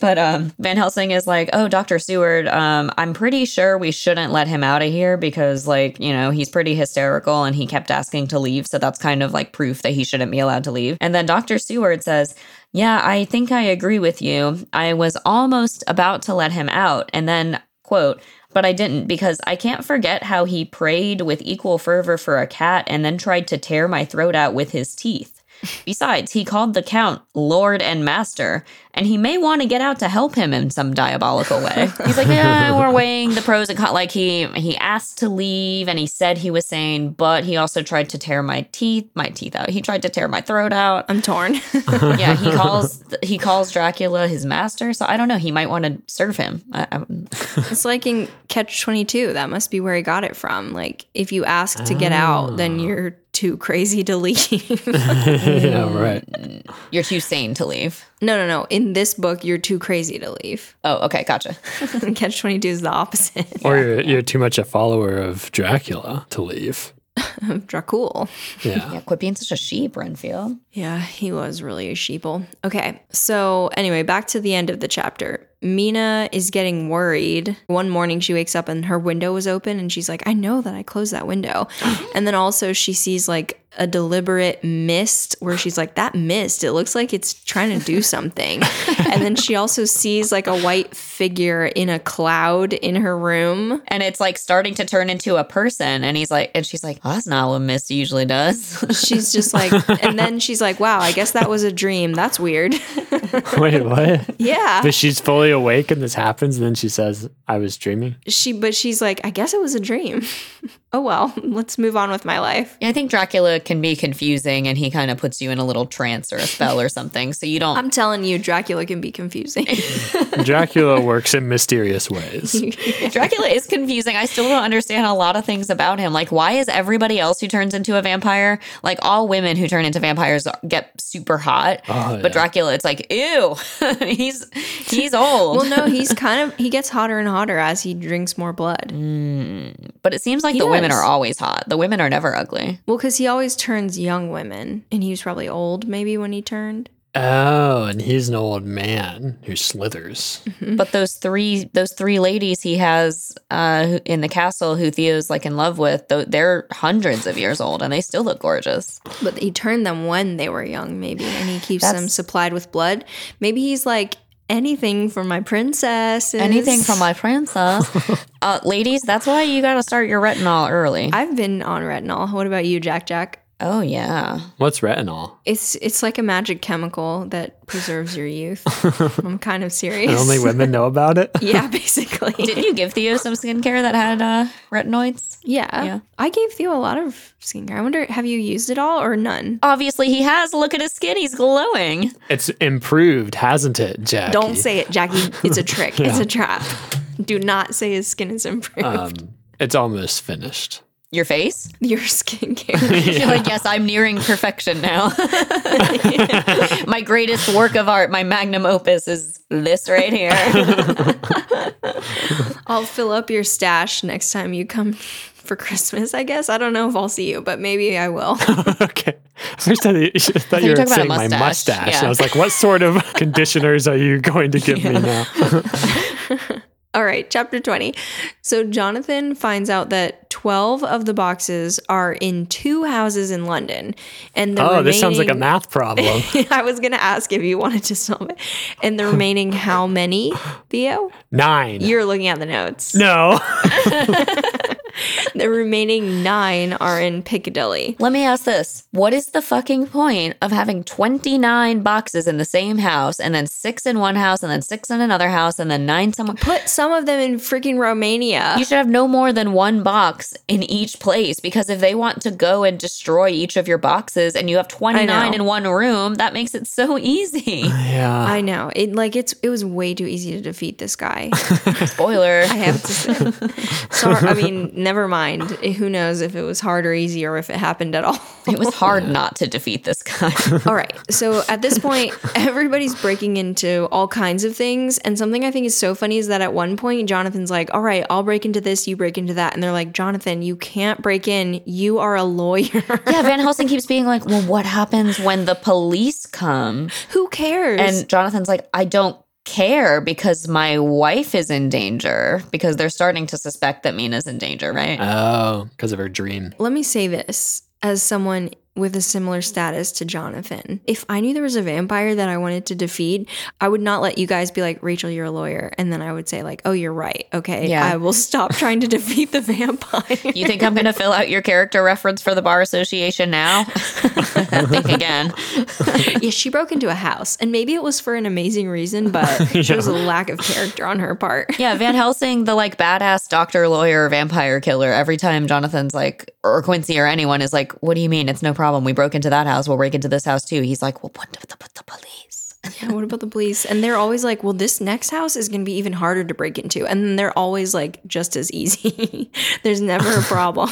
Speaker 3: But um, Van Helsing is like, oh, Dr. Seward, um, I'm pretty sure we shouldn't let him out of here because, like, you know, he's pretty hysterical and he kept asking to leave. So that's kind of like proof that he shouldn't be allowed to leave. And then Dr. Seward says, yeah, I think I agree with you. I was almost about to let him out. And then, quote, but I didn't because I can't forget how he prayed with equal fervor for a cat and then tried to tear my throat out with his teeth. Besides, he called the Count Lord and Master, and he may want to get out to help him in some diabolical way. He's like, yeah, we're weighing the pros and cons. Like he he asked to leave, and he said he was sane, but he also tried to tear my teeth, my teeth out. He tried to tear my throat out
Speaker 2: *laughs* I'm torn.
Speaker 3: yeah, he calls he calls Dracula his master. So I don't know. He might want to serve him. I, I'm-
Speaker 2: it's like in Catch 22. That must be where he got it from. Like, if you ask to get out, then you're too crazy to leave. *laughs*
Speaker 1: yeah, right.
Speaker 3: you're too sane to leave.
Speaker 2: no, no, no. In this book, you're too crazy to leave. *laughs*
Speaker 3: Oh, okay, gotcha. *laughs*
Speaker 2: Catch 22 is the opposite
Speaker 1: Or you're, you're too much a follower of Dracula to leave.
Speaker 2: of Dracul.
Speaker 1: Yeah.
Speaker 3: Yeah, quit being such a sheep, Renfield.
Speaker 2: Yeah, he was really a sheeple. Okay. So, anyway, back to the end of the chapter. Mina is getting worried. One morning she wakes up and her window was open and she's like, I know that I closed that window. and then also she sees like a deliberate mist where she's like, that mist, it looks like it's trying to do something. and then she also sees like a white figure in a cloud in her room.
Speaker 3: And it's like starting to turn into a person. And he's like, and she's like, oh, that's not what Miss usually does. *laughs*
Speaker 2: She's just like, and then she's like, wow, I guess that was a dream. That's weird.
Speaker 1: *laughs*
Speaker 2: *laughs*
Speaker 1: Wait, what?
Speaker 2: yeah.
Speaker 1: But she's fully awake and this happens, and then she says, I was dreaming.
Speaker 2: she but she's like i guess it was a dream *laughs* oh well *laughs* let's move on with my life
Speaker 3: Yeah, I think Dracula can be confusing, and he kind of puts you in a little trance or a spell or something, so you don't.
Speaker 2: i'm telling you dracula can be *laughs* confusing
Speaker 1: Dracula works in mysterious
Speaker 2: *laughs*
Speaker 1: ways.
Speaker 3: Dracula is confusing. I still don't understand a lot of things about him. Like, why is everybody else who turns into a vampire, like all women who turn into vampires, get super hot?
Speaker 1: Oh, yeah.
Speaker 3: but Dracula, it's like, ew, *laughs* he's he's old.
Speaker 2: well no *laughs* he's kind of he gets hotter and hotter as he drinks more blood
Speaker 3: but it seems like the women
Speaker 2: does.
Speaker 3: are always hot. The women are never ugly.
Speaker 2: well because he always turns young women and he was probably old maybe when he turned
Speaker 1: Oh, and he's an old man who slithers.
Speaker 3: But those three those three ladies he has uh, who- in the castle who Theo's like in love with, though they're hundreds of years old and they still look gorgeous.
Speaker 2: but he turned them when they were young maybe and he keeps
Speaker 3: That's-
Speaker 2: them supplied with blood maybe he's like anything for my princess
Speaker 3: Anything from my princess, *laughs* uh, ladies. That's why you got to start your retinol early.
Speaker 2: i've been on retinol what about you jack jack
Speaker 3: oh yeah.
Speaker 1: What's retinol?
Speaker 2: It's it's like a magic chemical that preserves your youth. I'm kind of serious.
Speaker 1: And only women know about it?
Speaker 2: *laughs* yeah, basically.
Speaker 3: Didn't you give Theo some skincare that had uh, retinoids?
Speaker 2: yeah.
Speaker 3: Yeah.
Speaker 2: I gave Theo a lot of skincare. I wonder, have you used it all or none?
Speaker 3: Obviously, he has. Look at his skin; he's glowing.
Speaker 1: It's improved, hasn't it, Jackie?
Speaker 2: Don't say it, Jackie. It's a trick.
Speaker 1: Uh.
Speaker 2: It's a trap. Do not say his skin is improved.
Speaker 1: Um, it's almost finished.
Speaker 3: Your face?
Speaker 2: *laughs*
Speaker 3: *laughs*
Speaker 2: Your skincare.
Speaker 3: You're like, yes, I'm nearing perfection now. *laughs* my greatest work of art, my magnum opus, is this right *laughs* here.
Speaker 2: I'll fill up your stash next time you come *laughs* for Christmas, I guess. I don't know if I'll see you, but maybe I will.
Speaker 1: *laughs* okay. At first, I thought you- I thought you
Speaker 3: you're
Speaker 1: were
Speaker 3: talking
Speaker 1: saying
Speaker 3: about a
Speaker 1: my
Speaker 3: mustache.
Speaker 1: mustache. And
Speaker 3: Yeah.
Speaker 1: I was like, what sort of conditioners are you going to give me now?
Speaker 2: All right, chapter 20. So Jonathan finds out that 12 of the boxes are in two houses in London. And the
Speaker 1: oh, this sounds like a
Speaker 2: remaining-
Speaker 1: math problem.
Speaker 2: *laughs* I was going to ask if you wanted to solve it. And the remaining how many, Theo?
Speaker 1: Nine.
Speaker 2: You're looking at the notes.
Speaker 1: no.
Speaker 2: The remaining nine are in Piccadilly.
Speaker 3: Let me ask this What is the fucking point of having 29 boxes in the same house, and then six in one house, and then six in another house, and then nine somewhere?
Speaker 2: Put some of them in freaking Romania.
Speaker 3: You should have no more than one box in each place because if they want to go and destroy each of your boxes and you have 29 in one room, that makes it so easy.
Speaker 2: *laughs*
Speaker 1: Yeah.
Speaker 2: I know. It like it's it was way too easy to defeat this guy.
Speaker 3: Spoiler.
Speaker 2: I have to say.
Speaker 1: *laughs*
Speaker 2: Sorry, I mean, never mind. Who knows if it was hard or easy or if it happened at all.
Speaker 3: It was hard not to defeat
Speaker 2: *laughs*
Speaker 3: this guy.
Speaker 2: All right. So at this *laughs* point, everybody's breaking into all kinds of things. And something I think is so funny is that at one point, Jonathan's like, All right, I'll break into this, you break into that. And they're like, Jonathan, you can't break in. You are a lawyer.
Speaker 3: yeah, Van Helsing keeps being like, well, what happens when the police come?
Speaker 2: *laughs* Who cares?
Speaker 3: And Jonathan's like, I don't care because my wife is in danger because they're starting to suspect that Mina's in danger, right?
Speaker 1: Oh, because of her dream.
Speaker 2: Let me say this as someone with a similar status to Jonathan. If I knew there was a vampire that I wanted to defeat, I would not let you guys be like, Rachel, you're a lawyer. And then I would say, like, oh, you're right. Okay.
Speaker 3: Yeah.
Speaker 2: I will stop trying to *laughs* defeat the vampire.
Speaker 3: you think I'm going to fill out your character reference for the bar association now? *laughs* think again.
Speaker 2: yeah, she broke into a house. And maybe it was for an amazing reason, *laughs* but there was a lack of character on her part.
Speaker 3: Yeah, Van Helsing, the like badass doctor, lawyer, vampire killer. Every time Jonathan's like, or Quincy or anyone is like, "What do you mean? It's no problem. We broke into that house. We'll break into this house too." He's like, "Well, what about the, the police?"
Speaker 2: *laughs* Yeah, what about the police? And they're always like, well, this next house is going to be even harder to break into. And then they're always like, just as easy. *laughs* There's never a problem.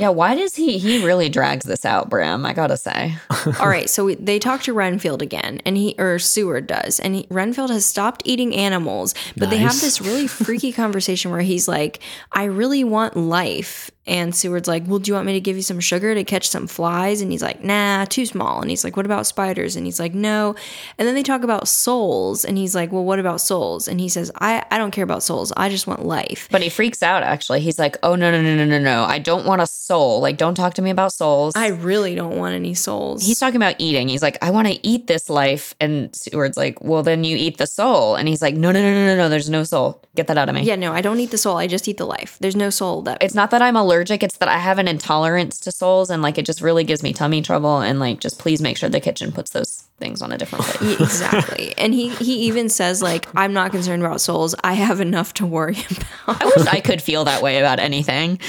Speaker 3: Yeah, why does he? He really drags this out, Bram. I gotta say,
Speaker 2: All right, so we, they talk to Renfield again, and he or Seward does, and he, Renfield has stopped eating animals, but they have
Speaker 1: Nice.
Speaker 2: this really freaky conversation where he's like, "I really want life," and Seward's like, "Well, do you want me to give you some sugar to catch some flies?" And he's like, "Nah, too small." And he's like, "What about spiders?" And he's like, "No." And then they talk about souls, and he's like, "Well, what about souls?" And he says, "I I don't care about souls. I just want life."
Speaker 3: but he freaks out. Actually, he's like, "Oh no, no, no, no, no, no! I don't want a soul. Like, don't talk to me about souls."
Speaker 2: I really don't want any souls.
Speaker 3: he's talking about eating. He's like, I want to eat this life. And Seward's like, well, then you eat the soul. And he's like, no, no, no, no, no, no. There's no soul. Get that out of me.
Speaker 2: yeah, no, I don't eat the soul. I just eat the life. There's no soul that
Speaker 3: It's not that I'm allergic. It's that I have an intolerance to souls. And like, it just really gives me tummy trouble. And like, just please make sure the kitchen puts those things on a different plate.
Speaker 2: Yeah, exactly. and he he even says like, "I'm not concerned about souls. I have enough to worry *laughs* about.
Speaker 3: I wish I could feel that way about anything.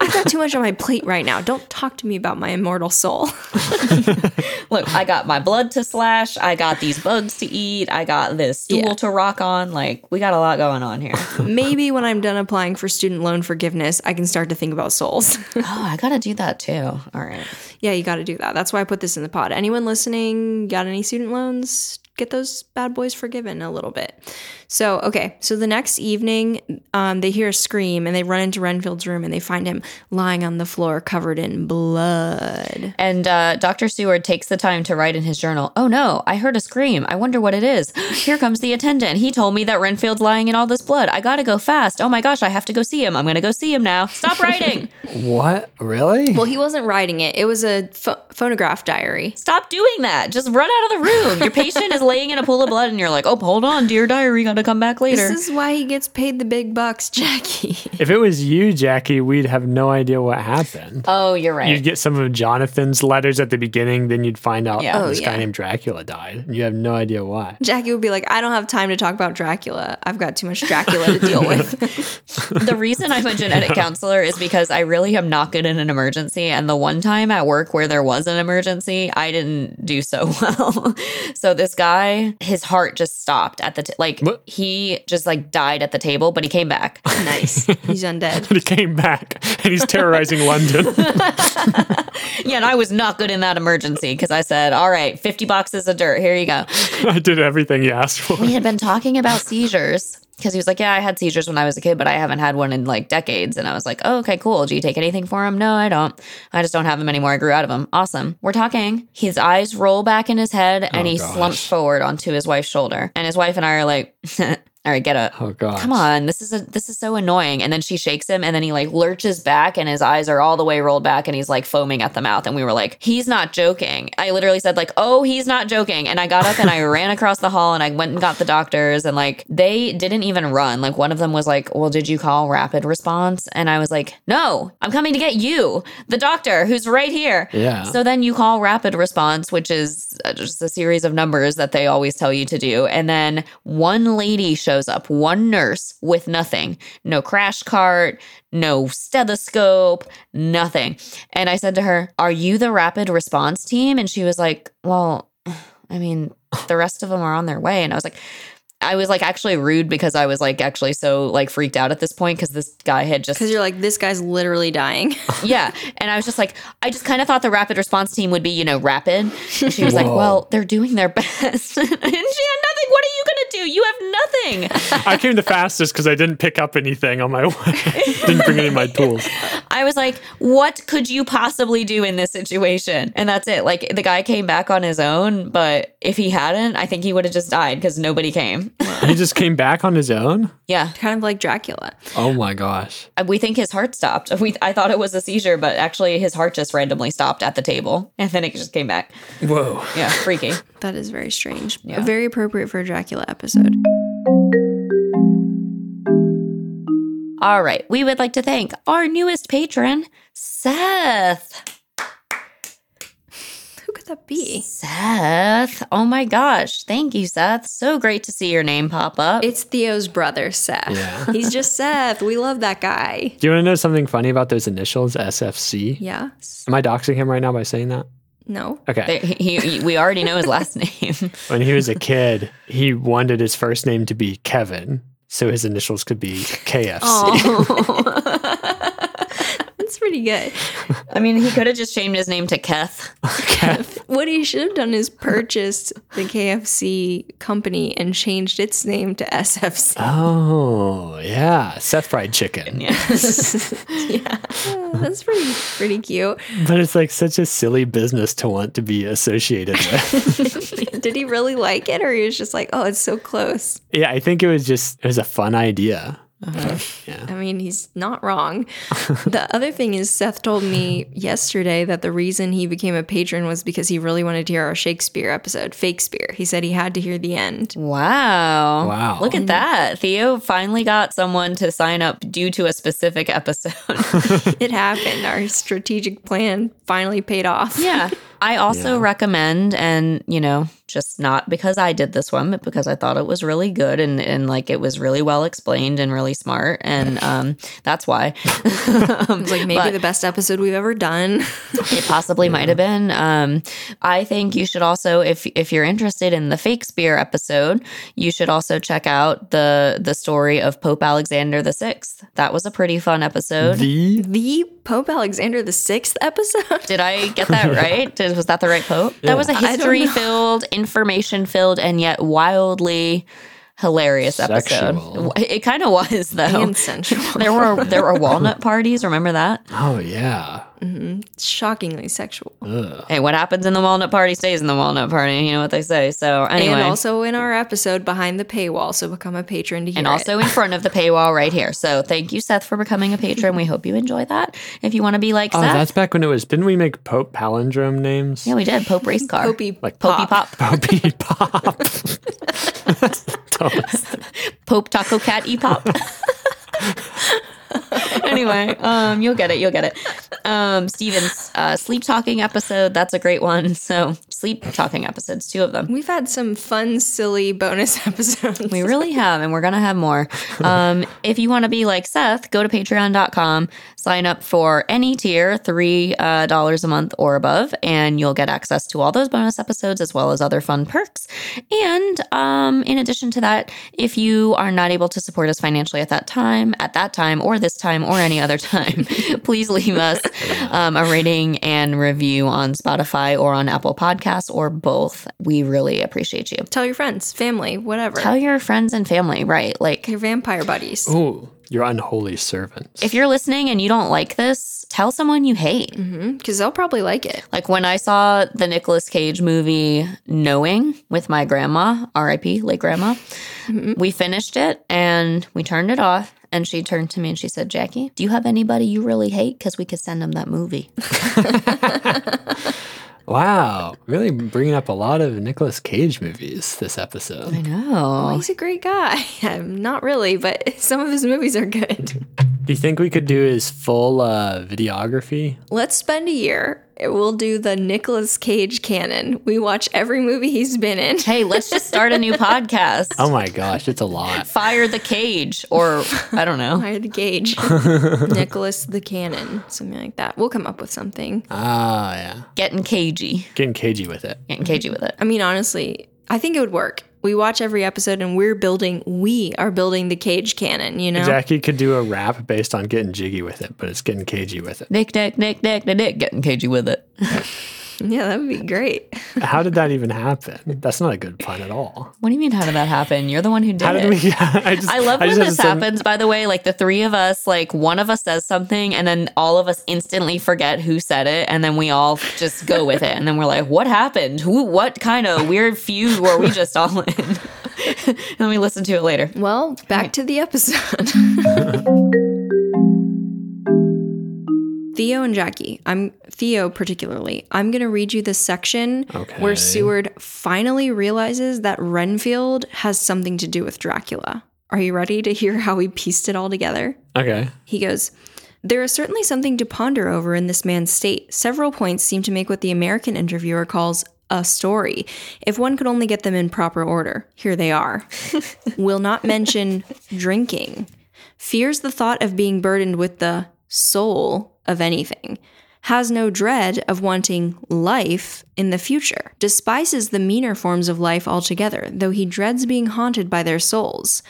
Speaker 2: I've got too much on my plate right now. Don't talk to me about my immortal soul." *laughs*
Speaker 3: Look, I got my blood to slash. I got these bugs to eat. I got this stool
Speaker 2: Yeah.
Speaker 3: to rock on. Like, we got a lot going on *laughs* here. oh,
Speaker 2: Maybe when I'm done applying for student loan forgiveness, I can start to think about souls. *laughs*
Speaker 3: Oh, I got to do that too. All right.
Speaker 2: yeah, you got to do that. That's why I put this in the pod. Anyone listening, got any student loans? Get those bad boys forgiven a little bit. So, okay. So the next evening, um, they hear a scream and they run into Renfield's room and they find him lying on the floor covered in blood.
Speaker 3: And uh, Dr. Seward takes the time to write in his journal, Oh no, I heard a scream. I wonder what it is. *gasps* Here comes the attendant. He told me that Renfield's lying in all this blood. I gotta go fast. Oh my gosh, I have to go see him. I'm gonna go see him now. Stop *laughs* writing.
Speaker 1: What? Really?
Speaker 2: Well, he wasn't writing it. It was a pho- phonograph diary.
Speaker 3: Stop doing that. Just run out of the room. Your patient is laying in a pool of blood, and you're like, Oh, hold on, dear diary, gotta come back later.
Speaker 2: This is why he gets paid the big bucks, *laughs* Jackie.
Speaker 1: if it was you, Jackie, we'd have no idea what happened.
Speaker 3: oh, you're
Speaker 1: You'd
Speaker 3: right.
Speaker 1: get some of Jonathan's letters at the beginning, then you'd find out
Speaker 3: Yeah. Oh,
Speaker 1: this guy
Speaker 2: yeah.
Speaker 1: named Dracula died. and You have no idea why. *laughs*
Speaker 2: Jackie would be like, I don't have time to talk about Dracula. I've got too much Dracula to deal *laughs* with.
Speaker 3: the reason I'm a genetic counselor is because I really am not good in an emergency. And the one time at work where there was an emergency, I *laughs* didn't do so well. so this guy, his heart just stopped at the t- like
Speaker 1: What?
Speaker 3: he just like died at the table, but he came back.
Speaker 2: Nice. He's undead.
Speaker 1: But he came back and he's terrorizing London. *laughs*
Speaker 3: yeah, and I was not good in that emergency because I said, all right, 50 boxes of dirt. Here you go.
Speaker 1: I did everything he asked for.
Speaker 3: *laughs* We had been talking about seizures because he was like, yeah, I had seizures when I was a kid, but I haven't had one in like decades. And I was like, oh, okay, cool. Do you take anything for him? No, I don't. I just don't have him anymore. I grew out of him. Awesome. We're talking. His eyes roll back in his head and
Speaker 1: Oh,
Speaker 3: he
Speaker 1: gosh.
Speaker 3: slumps forward onto his wife's shoulder. And his wife and I are like, *laughs* all right, get up.
Speaker 1: Oh god.
Speaker 3: Come on, this is a this is so annoying. And then she shakes him, and then he like lurches back, and his eyes are all the way rolled back, and he's like foaming at the mouth. And we were like, he's not joking. I literally said like, oh, he's not joking. And I got up and I *laughs* ran across the hall, and I went and got the doctors, and like they didn't even run. Like one of them was like, well, did you call rapid response? And I was like, no, I'm coming to get you, the doctor who's right here.
Speaker 1: Yeah.
Speaker 3: So then you call rapid response, which is uh, just a series of numbers that they always tell you to do. And then one lady shows up, one nurse with nothing no crash cart, no stethoscope, nothing. And I said to her, Are you the rapid response team? And she was like, Well, *sighs* I mean, the rest of them are on their way. And I was like, I was like actually rude because I was like actually so like freaked out at this point because this guy had just
Speaker 2: Because you're like, this guy's literally dying. *laughs*
Speaker 3: yeah. And I was just like, I just kind of thought the rapid response team would be, you know, rapid. And she was like,
Speaker 1: Whoa.
Speaker 3: well, they're doing their *laughs* best. and she had nothing. What are you going to do? You have nothing.
Speaker 1: I came the fastest because I didn't pick up anything on my way. *laughs* didn't bring any of my tools.
Speaker 3: I was like, what could you possibly do in this situation? And that's it. Like the guy came back on his own, but if he hadn't, I think he would have just died because nobody came.
Speaker 1: He just came back on his own.
Speaker 3: yeah. Uh,
Speaker 2: kind of like Dracula.
Speaker 1: Oh my gosh.
Speaker 3: We think his heart stopped. *laughs* We, I thought it was a seizure, but actually his heart just randomly stopped at the table and then it just came back.
Speaker 1: Whoa.
Speaker 3: Yeah. Freaky.
Speaker 2: That is very strange.
Speaker 3: Yeah.
Speaker 2: Very appropriate for a Dracula episode.
Speaker 3: All right. We would like to thank our newest patron, Seth.
Speaker 2: Who could that be?
Speaker 3: Seth. Oh my gosh. Thank you, Seth. So great to see your name pop up.
Speaker 2: It's Theo's brother, Seth.
Speaker 1: Yeah.
Speaker 2: He's just Seth. We love that guy.
Speaker 1: Do you want to know something funny about those initials, SFC?
Speaker 2: Yeah.
Speaker 1: Am I doxing him right now by saying that?
Speaker 2: No.
Speaker 1: Okay.
Speaker 3: There- he- he- we already know his last *laughs* name.
Speaker 1: when he was a kid, he wanted his first name to be Kevin, so his initials could be KFC.
Speaker 2: That's pretty good.
Speaker 3: I mean, he could have just changed his name to Keth.
Speaker 1: Kev.
Speaker 2: What he should have done is purchased the KFC company and changed its name to
Speaker 1: *laughs*
Speaker 2: *laughs* SFC.
Speaker 1: *laughs* Oh, yeah. Seth Fried Chicken.
Speaker 2: Uh, That's pretty pretty cute. *laughs*
Speaker 1: But it's like such a silly business to want to be associated with. *laughs*
Speaker 2: Did he really like it, or he was just like, "Oh, it's so close."
Speaker 1: yeah, I think it was just, it was a fun idea.
Speaker 2: I mean, he's not wrong. the other thing is, Seth told me yesterday that the reason he became a patron was because he really wanted to hear our Shakespeare episode, Fakespeare. He said he had to hear the
Speaker 3: *laughs*
Speaker 2: end.
Speaker 3: Wow.
Speaker 1: Wow.
Speaker 3: Look at that. Theo finally got someone to sign up due to a specific episode. *laughs*
Speaker 2: It happened. Our strategic plan finally paid off.
Speaker 3: Yeah. I also recommend, and you know, just not because I did this one, but because I thought it was really good and, and like it was really well explained and really smart.
Speaker 2: *laughs*
Speaker 3: And um, that's why
Speaker 2: It was like maybe
Speaker 3: But-
Speaker 2: the best episode we've ever done. *laughs*
Speaker 3: it possibly might have been. Um, I think you should also, if if you're interested in the fake spear episode, you should also check out the the story of Pope Alexander the Sixth. That was a pretty fun episode.
Speaker 1: The
Speaker 2: the Pope Alexander the Sixth
Speaker 3: *laughs*
Speaker 2: episode.
Speaker 3: Did I
Speaker 1: *laughs*
Speaker 3: get that right? Did, was that the right quote? That was a
Speaker 2: don't
Speaker 3: history filled, information filled, and yet wildly hilarious
Speaker 1: Sexual.
Speaker 3: episode. It, kind of was though.
Speaker 2: And sensual.
Speaker 3: *laughs* there were there were walnut parties. Remember that?
Speaker 1: Oh, yeah.
Speaker 2: Shockingly sexual.
Speaker 3: Hey, what happens in the walnut party stays in the walnut party. You know what they say. So anyway,
Speaker 2: And also in our episode behind the paywall, so become a patron to hear
Speaker 3: and
Speaker 2: it.
Speaker 3: also in front of the paywall right here. So thank you, Seth, for becoming a patron. We hope you enjoy that. If you want to be like
Speaker 1: Oh,
Speaker 3: Seth,
Speaker 1: that's back when it was, didn't we make Pope palindrome names? *laughs*
Speaker 3: yeah, we did Pope *laughs* race car,
Speaker 2: Popey
Speaker 1: Like
Speaker 3: Popey pop,
Speaker 1: Popey Pop.
Speaker 3: Pope Taco Cat E Epop. *laughs* anyway, um, you'll get it. You'll get it. Um, Steven's uh, sleep talking episode. That's a great one. So just sleep talking episodes, two of them.
Speaker 2: We've had some fun, silly bonus *laughs* episodes.
Speaker 3: We really have, and we're gonna have more. Um, if you want to be like Seth, go to patreon.com, sign up for any tier, three uh, dollars a month or above, and you'll get access to all those bonus episodes as well as other fun perks. And um, in addition to that, if you are not able to support us financially at that time, at that time, or this time, or any other time, *laughs* please leave us um, a rating and review on Spotify or on Apple Podcasts or both. We really appreciate you.
Speaker 2: Tell your friends, family, whatever.
Speaker 3: Tell your friends and family, right? Like,
Speaker 2: your vampire buddies.
Speaker 1: Oh, your unholy servants.
Speaker 3: if you're listening and you don't like this, tell someone you hate.
Speaker 2: Because they'll probably like it.
Speaker 3: Like when I saw the Nicolas Cage movie Knowing with my grandma, RIP, late grandma, we finished it and we turned it off. And she turned to me and she said, Jackie, do you have anybody you really hate? Because we could send them that *laughs* movie.
Speaker 1: Wow, really bringing up a lot of Nicolas Cage movies this episode.
Speaker 3: I know.
Speaker 2: He's a great guy. *laughs* I'm not really, but *laughs* some of his movies are
Speaker 3: *laughs*
Speaker 2: good.
Speaker 1: Do you think we could do his full uh, videography?
Speaker 2: Let's spend a year. We'll do the Nicolas Cage canon. We watch every movie he's been in.
Speaker 3: Hey, let's just start a new podcast.
Speaker 1: Oh my gosh, it's a lot.
Speaker 3: Fire the cage, *laughs* or I don't know.
Speaker 2: Fire the Cage. Nicholas the Cannon. Something like that. We'll come up with something.
Speaker 1: Ah, yeah.
Speaker 3: Getting cagey.
Speaker 1: Getting cagey with it.
Speaker 3: Getting cagey with it.
Speaker 2: I mean, honestly, I think it would work. We watch every episode and we're building, we are building the cage canon, you know?
Speaker 1: Jackie could do a rap based on getting jiggy with it, but it's getting cagey with it.
Speaker 3: Nick, Nick, Nick, Nick, Nick, Nick, getting cagey with it.
Speaker 2: Yeah, that would be great.
Speaker 1: How did that even happen? That's not a good pun at all.
Speaker 3: What do you mean? How did that happen? You're the one who did
Speaker 1: How
Speaker 3: it.
Speaker 1: did we? *laughs* I, just,
Speaker 3: I
Speaker 1: just
Speaker 3: love when
Speaker 1: have
Speaker 3: this
Speaker 1: to send-
Speaker 3: happens, by the way. Like the three of us, like one of us says something, and then all of us instantly forget who said it, and then we all just go with it. And then we're like, what happened? Who, what kind of weird feud were we just all in? *laughs* and then we listen to it later.
Speaker 2: Well, back to the episode. *laughs* Theo and Jackie, I'm Theo particularly. I'm going to read you the section
Speaker 1: Okay.
Speaker 2: where Seward finally realizes that Renfield has something to do with Dracula. Are you ready to hear how he pieced it all together?
Speaker 1: Okay.
Speaker 2: He goes, There is certainly something to ponder over in this man's state. Several points seem to make what the American interviewer calls a story. If one could only get them in proper order, here they are. Will not mention drinking. Fears the thought of being burdened with the soul of anything. Has no dread of wanting life in the future. Despises the meaner forms of life altogether, though he dreads being haunted by their souls.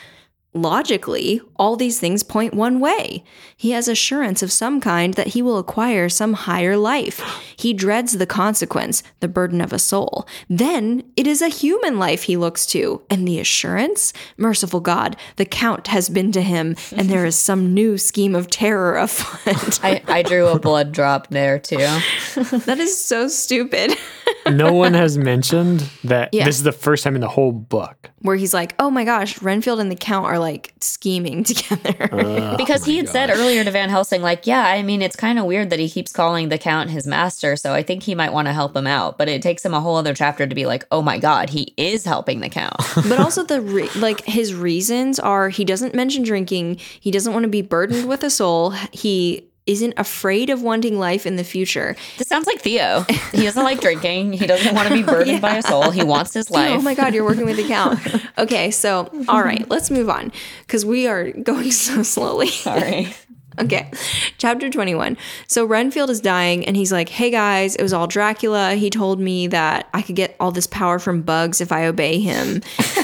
Speaker 2: Logically, all these things point one way. He has assurance of some kind that he will acquire some higher life. He dreads the consequence, the burden of a soul. Then it is a human life he looks to. And the assurance? Merciful God, the Count has been to him, and there is some new scheme of terror afoot.
Speaker 3: I, I drew a blood drop there too.
Speaker 2: *laughs* that is so stupid. *laughs*
Speaker 1: No one has mentioned that
Speaker 2: Yeah.
Speaker 1: this is the first time in the whole book.
Speaker 2: Where he's like, oh my gosh, Renfield and the Count are like scheming *laughs* together.
Speaker 1: Oh
Speaker 3: Because he had said earlier to Van Helsing, like, yeah, I mean, it's kind of weird that he keeps calling the Count his master, so I think he might want to help him out. But it takes him a whole other chapter to be like, oh my God, he is helping the Count.
Speaker 2: but also the re- like his reasons are he doesn't mention drinking he doesn't want to be burdened with a soul he isn't afraid of wanting life in the future
Speaker 3: This sounds like Theo. He doesn't like drinking. He doesn't want to be burdened by a soul. He wants his life.
Speaker 2: oh
Speaker 3: *laughs*
Speaker 2: my god you're working with the count okay so all right let's move on because we are going so slowly
Speaker 3: Sorry.
Speaker 2: Okay, chapter 21. So Renfield is dying, and he's like, Hey guys, it was all Dracula. He told me that I could get all this power from bugs if I obey him.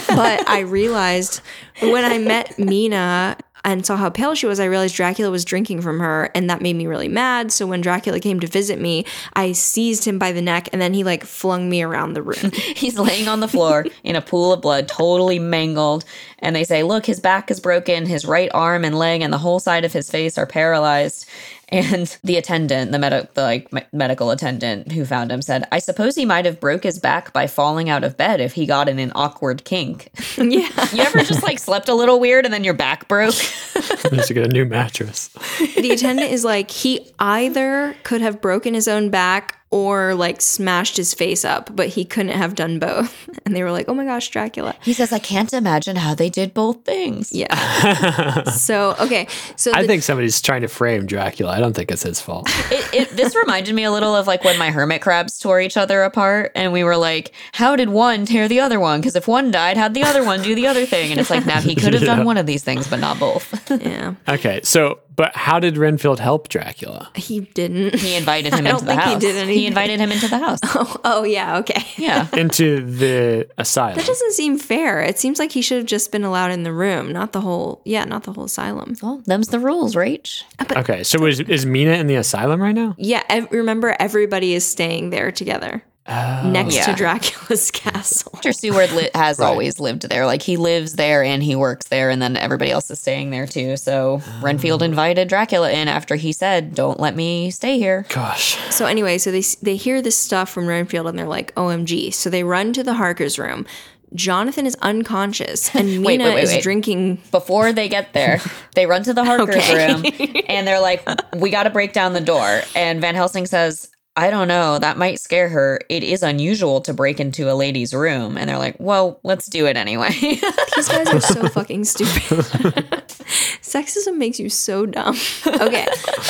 Speaker 2: but I realized when I met Mina and saw how pale she was, I realized Dracula was drinking from her, and that made me really mad. So when Dracula came to visit me, I seized him by the neck, and then he like flung me around the room. *laughs*
Speaker 3: He's laying on the floor in a pool of blood, totally mangled. And they say, Look, his back is broken, his right arm and leg, and the whole side of his face are paralyzed. And the attendant, the, medi- the like me- medical attendant who found him, said, "I suppose he might have broke his back by falling out of bed if he got in an awkward kink." *laughs*
Speaker 2: yeah.
Speaker 3: you ever just like slept a little weird and then your back broke?
Speaker 1: Needs to get a new mattress.
Speaker 2: the attendant is like, he either could have broken his own back or like smashed his face up, but he couldn't have done both. *laughs* And they were like, oh my gosh, Dracula.
Speaker 3: He says, I can't imagine how they did both things.
Speaker 2: Yeah. So, okay. So,
Speaker 1: I
Speaker 2: the-
Speaker 1: think somebody's trying to frame Dracula. I don't think it's his fault.
Speaker 3: It, it, this reminded me a little of like when my hermit crabs tore each other apart, and we were like, "How did one tear the other one? Because if one died, how'd the other one do the other thing?" And it's like, now he could have
Speaker 1: Yeah.
Speaker 3: done one of these things, but not both.
Speaker 2: yeah,
Speaker 1: Okay, so but how did Renfield help Dracula?
Speaker 2: he didn't.
Speaker 3: He invited him
Speaker 2: I don't
Speaker 3: into the
Speaker 2: think he
Speaker 3: house.
Speaker 2: did anything.
Speaker 3: invited him into the house.
Speaker 2: *laughs* Oh, yeah. Okay.
Speaker 3: Yeah,
Speaker 1: Into the asylum.
Speaker 2: That doesn't seem fair. It seems like he should have just been allowed in the room, not the whole, yeah, not the whole asylum.
Speaker 3: well, them's the rules, Rach.
Speaker 1: Okay, so is is Mina in the asylum right now?
Speaker 2: Yeah, ev- remember everybody is staying there together next to
Speaker 3: Yeah.
Speaker 2: Dracula's *laughs* castle.
Speaker 3: Dr. Seward li- has always lived there. Like he lives there and he works there, and then everybody else is staying there too. So Renfield invited Dracula in after he said, "Don't let me stay here."
Speaker 1: Gosh.
Speaker 2: So anyway, so they they hear this stuff from Renfield and they're like, "OMG!" So they run to the Harker's room. Jonathan is unconscious and Mina
Speaker 3: *laughs* Wait, wait, wait,
Speaker 2: is
Speaker 3: wait.
Speaker 2: drinking.
Speaker 3: before they get there, they run to the Harker's
Speaker 2: Okay.
Speaker 3: room and they're like, "We got to break down the door." And Van Helsing says, "I don't know. That might scare her. It is unusual to break into a lady's room." And they're like, "Well, let's do it anyway." *laughs*
Speaker 2: These guys are so fucking stupid. *laughs* Sexism makes you so dumb. *laughs* Okay,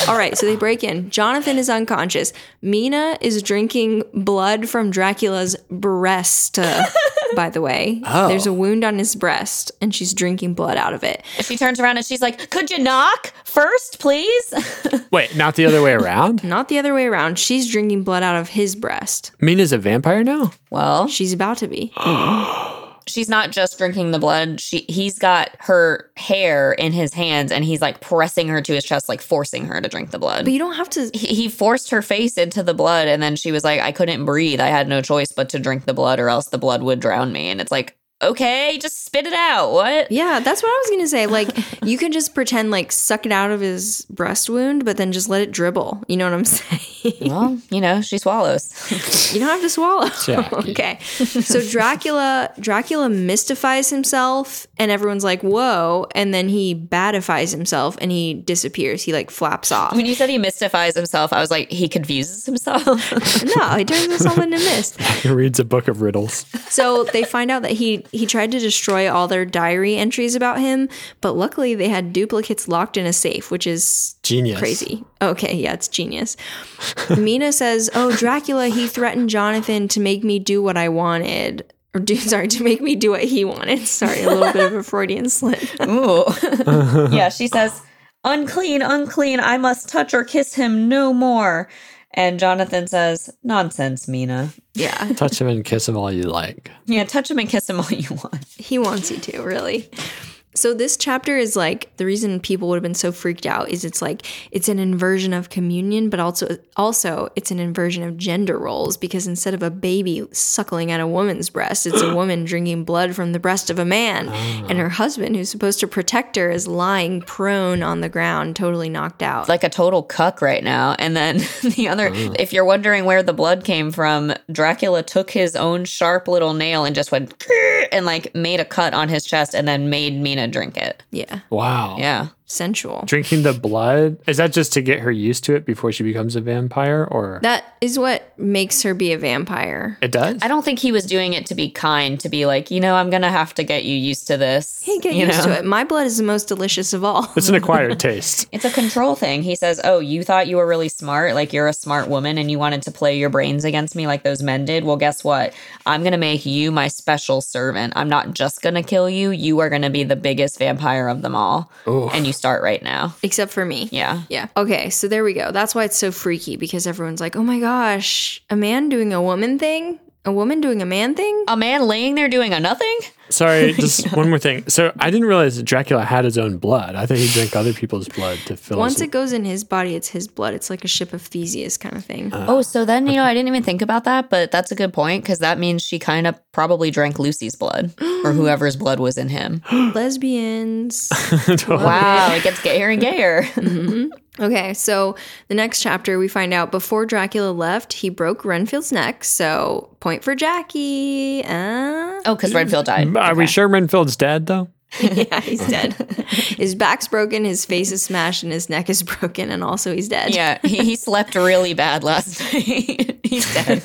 Speaker 2: all right. So they break in. Jonathan is unconscious. Mina is drinking blood from Dracula's breast.
Speaker 3: *laughs*
Speaker 2: uh, by the way,
Speaker 1: Oh.
Speaker 2: there's a wound on his breast, and she's drinking blood out of it.
Speaker 3: she turns around and she's like, "Could you knock first, please?" *laughs*
Speaker 1: Wait, not the other way around?
Speaker 2: Not the other way around. She's drinking blood out of his breast.
Speaker 1: Mina's a vampire now? *laughs*
Speaker 3: well,
Speaker 2: She's about to be.
Speaker 3: she's not just drinking the blood. She he's got her hair in his hands and he's like pressing her to his chest, like forcing her to drink the blood.
Speaker 2: But you don't have to.
Speaker 3: he he forced her face into the blood and then she was like i couldn't breathe i had no choice but to drink the blood or else the blood would drown me and it's like okay just spit it
Speaker 2: *laughs*
Speaker 3: out
Speaker 2: *laughs*
Speaker 3: what
Speaker 2: Yeah, that's what I was gonna say. Like, you can just pretend like suck it out of his breast wound, but then just let it dribble. You know what I'm *laughs* saying?
Speaker 3: well you know she swallows
Speaker 2: You don't have to swallow.
Speaker 1: Jackie.
Speaker 2: *laughs* okay. So Dracula, Dracula mystifies himself, and everyone's like, "Whoa!" And then he badifies himself, and he disappears. He like flaps
Speaker 3: *laughs*
Speaker 2: off.
Speaker 3: when you said he mystifies himself i was like he confuses himself *laughs*
Speaker 2: No, he turns himself into mist.
Speaker 1: He reads a book of riddles.
Speaker 2: So they find out that he he tried to destroy all their diary entries about him, but luckily they had duplicates locked in a safe, which is
Speaker 1: Genius.
Speaker 2: crazy. Okay, yeah, it's genius. Mina says, "Oh, Dracula, he threatened Jonathan to make me do what I wanted." Or do, sorry, to make me do what he wanted. Sorry, a little bit of a Freudian slip.
Speaker 3: ooh yeah she says unclean unclean i must touch or kiss him no more and jonathan says nonsense mina
Speaker 2: Yeah,
Speaker 1: Touch him and kiss him all you like.
Speaker 3: yeah touch him and kiss him all you want
Speaker 2: he wants you to, really. So this chapter is like the reason people would have been so freaked out is it's like it's an inversion of communion, but also also it's an inversion of gender roles because instead of a baby suckling at a woman's breast, it's *coughs* a woman drinking blood from the breast of a man, and her husband, who's supposed to protect her, is lying prone on the ground, totally knocked out.
Speaker 3: like a total cuck right now. And then *laughs* the other, if you're wondering where the blood came from, Dracula took his own sharp little nail and just went *laughs* "Grr," and like made a cut on his chest and then made Mina drink it.
Speaker 2: yeah,
Speaker 1: Wow.
Speaker 3: Yeah.
Speaker 2: sensual.
Speaker 1: Drinking the blood? Is that just to get her used to it before she becomes a vampire or
Speaker 2: That is what makes her be a vampire.
Speaker 1: it does?
Speaker 3: I don't think he was doing it to be kind, to be like, you know, I'm going to have to get you used to this.
Speaker 2: Hey, get
Speaker 3: you
Speaker 2: used
Speaker 3: know?
Speaker 2: to it. My blood is the most delicious of all.
Speaker 1: It's an acquired taste.
Speaker 3: It's a control thing. He says, Oh, you thought you were really smart, like you're a smart woman and you wanted to play your brains against me like those men did. Well, guess what? I'm going to make you my special servant. I'm not just going to kill you. You are going to be the biggest vampire of them all. And you start right now.
Speaker 2: *laughs* Except for me.
Speaker 3: Yeah.
Speaker 2: Yeah. Okay, so there we go. That's why it's so freaky because everyone's like, "Oh my gosh, a man doing a woman thing? A woman doing a man thing?"
Speaker 3: A man laying there doing a nothing?
Speaker 2: *laughs*
Speaker 1: Sorry, just one more thing. So I didn't realize that Dracula had his own blood. I thought he drank other people's blood to fill *laughs*
Speaker 2: Once
Speaker 1: his
Speaker 2: it goes in his body, it's his blood. It's like a ship of Theseus kind of thing.
Speaker 3: Oh, so then, you know, I didn't even think about that, but that's a good point because that means she kind of probably drank Lucy's blood *gasps* or whoever's blood was in him.
Speaker 2: *gasps* *laughs* Lesbians.
Speaker 3: wow. It gets gayer and *laughs* gayer.
Speaker 2: Okay, so the next chapter we find out before Dracula left, he broke Renfield's neck. So, point for Jackie. Uh,
Speaker 3: oh, because Renfield died.
Speaker 1: Are we
Speaker 3: Okay.
Speaker 1: sure Renfield's dead though? *laughs*
Speaker 2: *laughs* yeah, *laughs* he's dead. his back's broken, his face is smashed, and his neck is *laughs* broken, and also he's dead.
Speaker 3: Yeah, he, he slept really bad last *laughs* night. He's dead.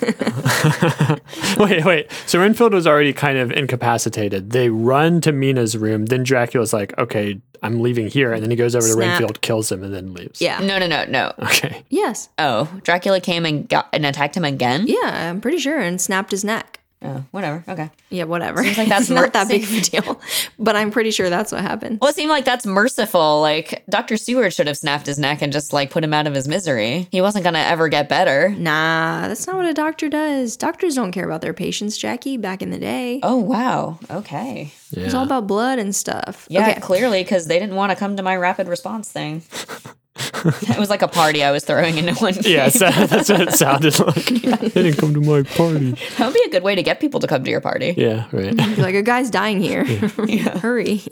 Speaker 1: wait, wait. So Renfield was already kind of incapacitated. They run to Mina's room. Then Dracula's like, okay, I'm leaving here. And then he goes over to
Speaker 2: Snap.
Speaker 1: Renfield, kills him, and then leaves.
Speaker 2: Yeah.
Speaker 3: No, no, no, no.
Speaker 1: *laughs* Okay.
Speaker 2: Yes.
Speaker 3: Oh, Dracula came and got and attacked him again.
Speaker 2: Yeah, I'm pretty sure, and snapped his neck.
Speaker 3: Oh, whatever. Okay.
Speaker 2: Yeah, whatever.
Speaker 3: Seems
Speaker 2: *laughs*
Speaker 3: like that's
Speaker 2: it's not that
Speaker 3: mer-
Speaker 2: big of a deal, *laughs* but I'm pretty sure that's what happened.
Speaker 3: Well, it seemed like that's merciful. Like Dr. Seward should have snapped his neck and just like put him out of his misery. He wasn't gonna ever get better.
Speaker 2: Nah, that's not what a doctor does. Doctors don't care about their patients, Jackie, back in the day.
Speaker 3: Oh wow. Okay.
Speaker 1: Yeah.
Speaker 2: It was all about blood and stuff.
Speaker 3: Yeah,
Speaker 2: Okay.
Speaker 3: clearly because they didn't want to come to my rapid response thing. it was like a party I was throwing into one. Game.
Speaker 1: *laughs* Yeah, so that's what it sounded like.
Speaker 2: *laughs*
Speaker 1: They didn't come to my party.
Speaker 3: *laughs* that would be a good way to get people to come to your party.
Speaker 1: Yeah,
Speaker 2: *laughs*
Speaker 1: right.
Speaker 2: You're like, a guy's dying here. *laughs* Hurry.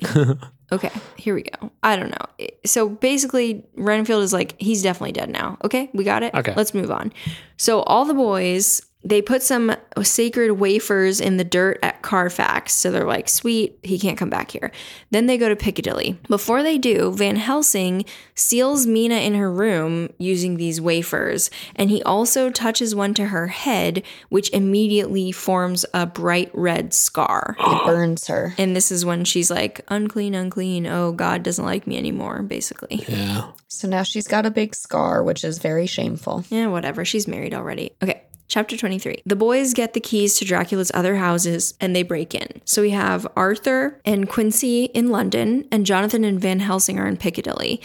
Speaker 2: okay, here we go. I don't know. It- So basically, Renfield is like, he's definitely dead now. Okay, we got it.
Speaker 1: Okay.
Speaker 2: Let's move on. So all the boys. They put some sacred wafers in the dirt at Carfax. So they're like, sweet, he can't come back here. Then they go to Piccadilly. Before they do, Van Helsing seals Mina in her room using these wafers. And he also touches one to her head, which immediately forms a bright red scar.
Speaker 3: It burns her.
Speaker 2: And this is when she's like, unclean, unclean. Oh, God doesn't like me anymore, basically.
Speaker 1: Yeah. *laughs*
Speaker 3: So now she's got a big scar, which is very shameful.
Speaker 2: Yeah, whatever. She's married already. Okay. Chapter 23. The boys get the keys to Dracula's other houses and they break in. So we have Arthur and Quincy in London, and Jonathan and Van Helsing are in Piccadilly.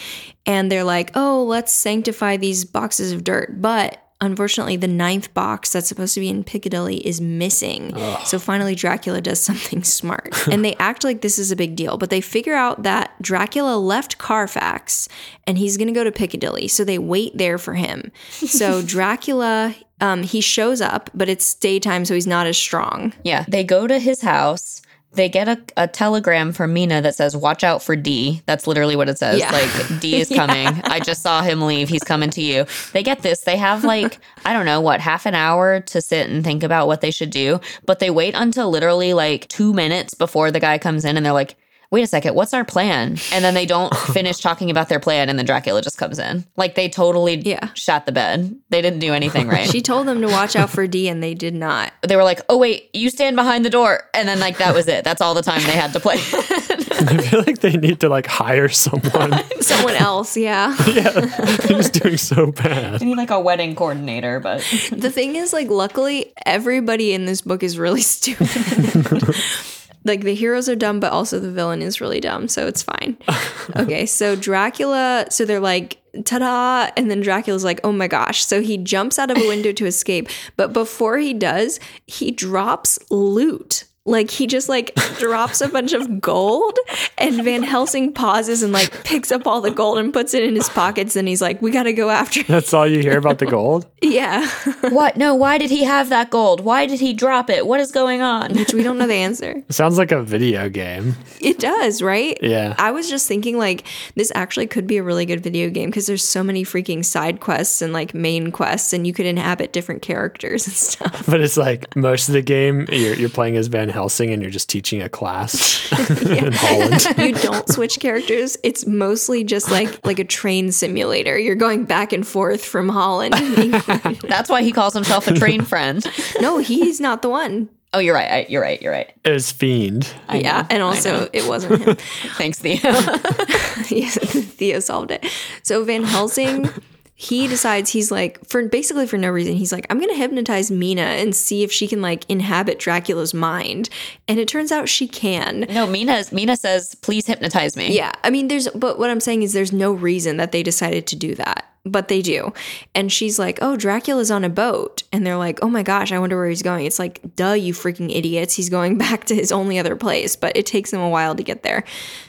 Speaker 2: And they're like, oh, let's sanctify these boxes of dirt. But unfortunately, the ninth box that's supposed to be in Piccadilly is missing. So finally, Dracula does *laughs* something smart. and they act like this is a big deal, but they figure out that Dracula left Carfax and he's going to go to Piccadilly. So they wait there for him. So Dracula. Um, he shows up, but it's daytime, so he's not as strong.
Speaker 3: Yeah. They go to his house. They get a, a telegram from Mina that says, Watch out for D. That's literally what it says.
Speaker 2: Yeah.
Speaker 3: Like, D is
Speaker 2: *laughs*
Speaker 3: coming. I just saw him leave. He's coming to you. They get this. They have, like, *laughs* I don't know, what, half an hour to sit and think about what they should do. But they wait until literally like two minutes before the guy comes in and they're like, Wait a second, what's our plan? And then
Speaker 2: *laughs*
Speaker 3: they don't finish talking about their plan and then Dracula just comes in. Like, they totally
Speaker 2: Yeah.
Speaker 3: shot the bed. They didn't do anything
Speaker 2: *laughs*
Speaker 3: right
Speaker 2: She told them to watch out for D, and they did not.
Speaker 3: they were like, "Oh wait, you stand behind the door," and then like that was it. That's all the time they had to play.
Speaker 1: I feel like they need to like hire someone. *laughs*
Speaker 2: Someone else, yeah.
Speaker 1: yeah. They're just doing so bad.
Speaker 3: *laughs* you need like a wedding coordinator, but
Speaker 2: The thing is, like, luckily, everybody in this book is really *laughs* stupid. *laughs* like, the heroes are dumb, but also the villain is really dumb, so it's *laughs* fine. Okay, so Dracula, so they're like, ta da! And then Dracula's like, oh my gosh. So he jumps out of a window to escape, but before he does, he drops loot. Like he just like drops a bunch of gold and Van Helsing pauses and like picks up all the gold and puts it in his pockets and he's like, We gotta go after *laughs* him.
Speaker 1: That's all you hear about the gold?
Speaker 2: Yeah.
Speaker 3: *laughs* what? No, why did he have that gold? Why did he drop it? What is going *laughs* on?
Speaker 2: which we don't know the answer.
Speaker 1: Sounds like a video game.
Speaker 2: It does, right?
Speaker 1: Yeah.
Speaker 2: I was just thinking like this actually could be a really good video game because there's so many freaking side quests and like main quests and you could inhabit different characters *laughs* and stuff.
Speaker 1: But it's like most of the game you're, you're playing as Van Helsing and you're just teaching a
Speaker 2: *laughs*
Speaker 1: class in Holland.
Speaker 2: you don't switch characters. It's mostly just like like a train simulator. You're going back and forth from Holland.
Speaker 3: *laughs* That's why he calls himself a train friend.
Speaker 2: no, he's not the one.
Speaker 3: Oh, you're right. I, you're right. You're right.
Speaker 1: It was Fiend.
Speaker 2: yeah,
Speaker 3: know,
Speaker 2: and
Speaker 3: I
Speaker 2: also it wasn't him.
Speaker 3: Thanks, Theo.
Speaker 2: *laughs*
Speaker 3: *laughs*
Speaker 2: yes, Theo solved it. So Van Helsing, he decides he's like for basically for no reason. He's like, I'm gonna hypnotize Mina and see if she can like inhabit Dracula's mind. And it turns out she can.
Speaker 3: no, Mina. Mina says, "Please hypnotize me."
Speaker 2: Yeah, I mean, there's, but what I'm saying is there's no reason that they decided to do that, but they do. And she's like, oh, Dracula's on a boat. And they're like, oh my gosh, I wonder where he's going. It's like, duh, you freaking idiots. He's going *laughs* back to his only other place, but it takes him a while to get there.